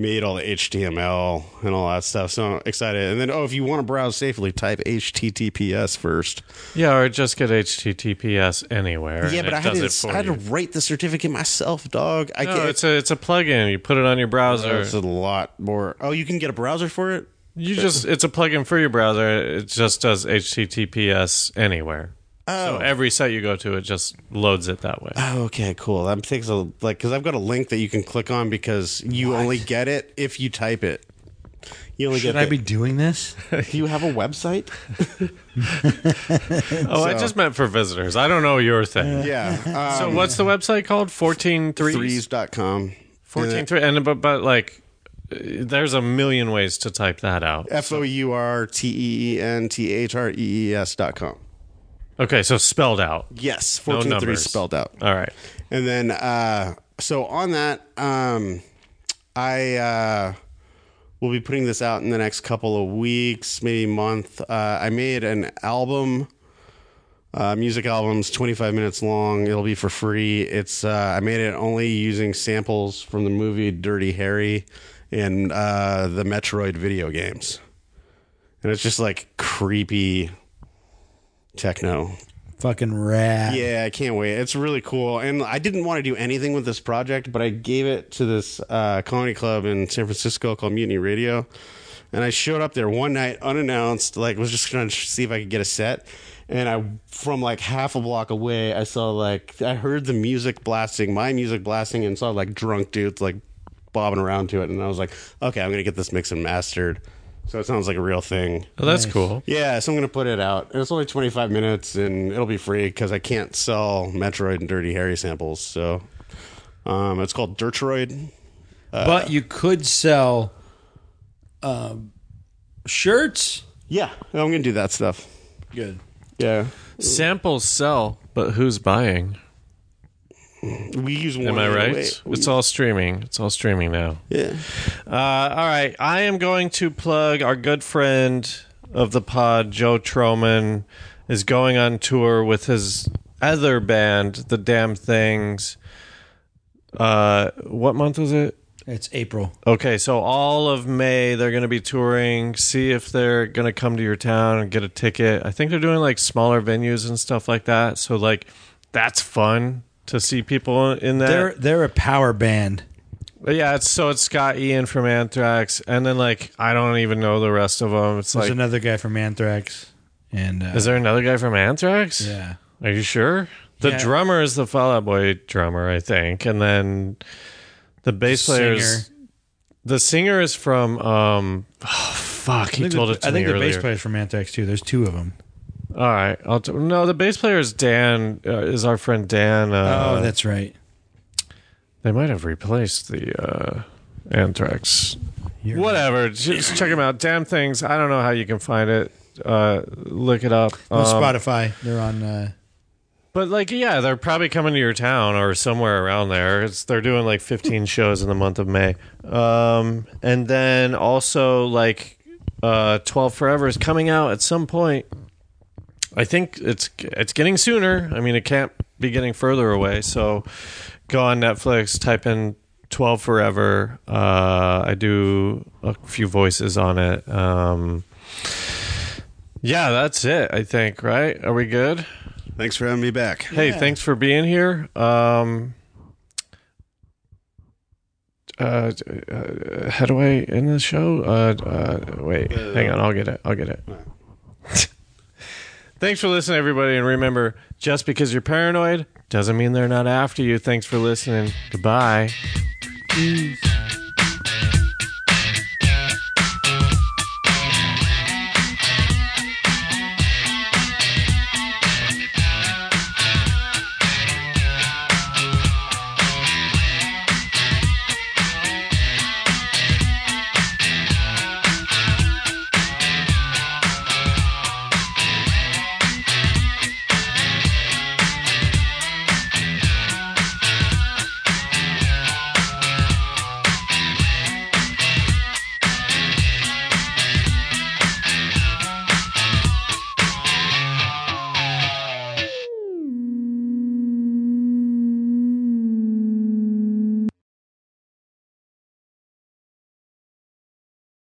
Speaker 4: made all the HTML and all that stuff. So I'm excited. And then oh, if you want to browse safely, type HTTPS first.
Speaker 2: Yeah, or just get HTTPS anywhere.
Speaker 4: yeah,
Speaker 2: and
Speaker 4: but
Speaker 2: it
Speaker 4: I had,
Speaker 2: does
Speaker 4: to,
Speaker 2: it for
Speaker 4: I had to
Speaker 2: you.
Speaker 4: write the certificate myself, dog. I
Speaker 2: No,
Speaker 4: can't.
Speaker 2: it's a it's a plugin. You put it on your browser.
Speaker 4: it's a lot more. Oh, you can get a browser for it.
Speaker 2: you just it's a plugin for your browser. It just does HTTPS anywhere. So every site you go to, it just loads it that way.
Speaker 4: Oh, okay, cool. That takes a like because I've got a link that you can click on because you only get it if you type it. You only
Speaker 7: Should
Speaker 4: get.
Speaker 7: I be doing this?
Speaker 4: the- Do you have a website?
Speaker 2: Oh, I just meant for visitors. I don't know your
Speaker 4: Uh,
Speaker 2: thing.
Speaker 4: yeah.
Speaker 2: So Uh, what's the website called? Fourteen
Speaker 4: Um,
Speaker 2: threes.
Speaker 4: threes.com.
Speaker 2: Fourteen three. And but but like, uh, there's a million ways to type that out.
Speaker 4: F O U R T E E N T H R E E S dot com.
Speaker 2: Okay, so spelled out.
Speaker 4: Yes,
Speaker 2: No
Speaker 4: 14
Speaker 2: numbers.
Speaker 4: spelled out.
Speaker 2: All right.
Speaker 4: And then, uh, so on that, um, I uh, will be putting this out in the next couple of weeks, maybe month. Uh, I made an album, uh, music albums, 25 minutes long. It'll be for free. It's uh, I made it only using samples from the movie Dirty Harry and uh, the Metroid video games, and it's just like creepy techno
Speaker 5: Fucking rad.
Speaker 4: yeah, I can't wait. It's really cool. And I didn't want to do anything with this project, but I gave it to this uh, comedy club in San Francisco called Mutiny Radio. And I showed up there one night unannounced, like, was just going to see if I could get a set. And I, from like half a block away, I saw like, I heard the music blasting, my music blasting, and saw like drunk dudes like bobbing around to it. And I was like, okay, I'm going to get this mixed and mastered. So it sounds like a real thing.
Speaker 2: Well, that's cool.
Speaker 4: Yeah, so I'm gonna put it out. And it's only 25 minutes, and it'll be free because I can't sell Metroid and Dirty Harry samples. So, um, it's called Dirtroid.
Speaker 7: but you could sell um, shirts.
Speaker 4: Yeah, I'm gonna do that stuff.
Speaker 7: Good.
Speaker 4: Yeah,
Speaker 2: Samples sell, but who's buying?
Speaker 4: we use one.
Speaker 2: Am I right?
Speaker 4: way.
Speaker 2: It's all streaming. It's all streaming now.
Speaker 4: Yeah.
Speaker 2: Uh, all right. I am going to plug our good friend of the pod, Joe Troman, is going on tour with his other band, The Damn Things. Uh, what month was it?
Speaker 7: It's April.
Speaker 2: Okay, so all of May they're going to be touring. See if they're going to come to your town and get a ticket. I think they're doing like smaller venues and stuff like that. So like that's fun to see people in that.
Speaker 5: They're they're a power band.
Speaker 2: But yeah, it's so it's Scott Ian from Anthrax, and then like I don't even know the rest of them. It's
Speaker 5: There's
Speaker 2: like,
Speaker 5: another guy from Anthrax, and uh,
Speaker 2: is there another guy from Anthrax?
Speaker 5: yeah,
Speaker 2: Are you sure? The
Speaker 5: Yeah.
Speaker 2: drummer is the Fall Out Boy drummer, I think, and then the bass player is the singer is from. um oh, Fuck, he
Speaker 5: I think
Speaker 2: told
Speaker 5: the,
Speaker 2: it to
Speaker 5: I think
Speaker 2: me
Speaker 5: the
Speaker 2: earlier.
Speaker 5: bass player's from Anthrax too. There's two of them.
Speaker 2: All right, I'll t- no. The bass player is Dan. Uh, is our friend Dan? Uh,
Speaker 5: oh, that's right.
Speaker 2: They might have replaced the uh, Anthrax. Whatever. Just check them out. Damn things. I don't know how you can find it. Uh, look it up.
Speaker 5: On
Speaker 2: Um,
Speaker 5: Spotify, they're on. Uh,
Speaker 2: but like, yeah, they're probably coming to your town or somewhere around there. It's they're doing like 15 shows in the month of May. Um, and then also like uh, 12 Forever is coming out at some point. I think it's it's getting sooner. I mean, it can't be getting further away. So go on Netflix, type in 12 Forever. Uh, I do a few voices on it. Um, yeah, that's it. I think. Right? Are we good?
Speaker 4: Thanks for having me back.
Speaker 2: Hey, thanks for being here. Um, uh, uh, how do I end the show? Uh, uh, wait, hang on. I'll get it. I'll get it. thanks for listening, everybody. And remember, just because you're paranoid doesn't mean they're not after you. Thanks for listening. Goodbye.
Speaker 8: Peace.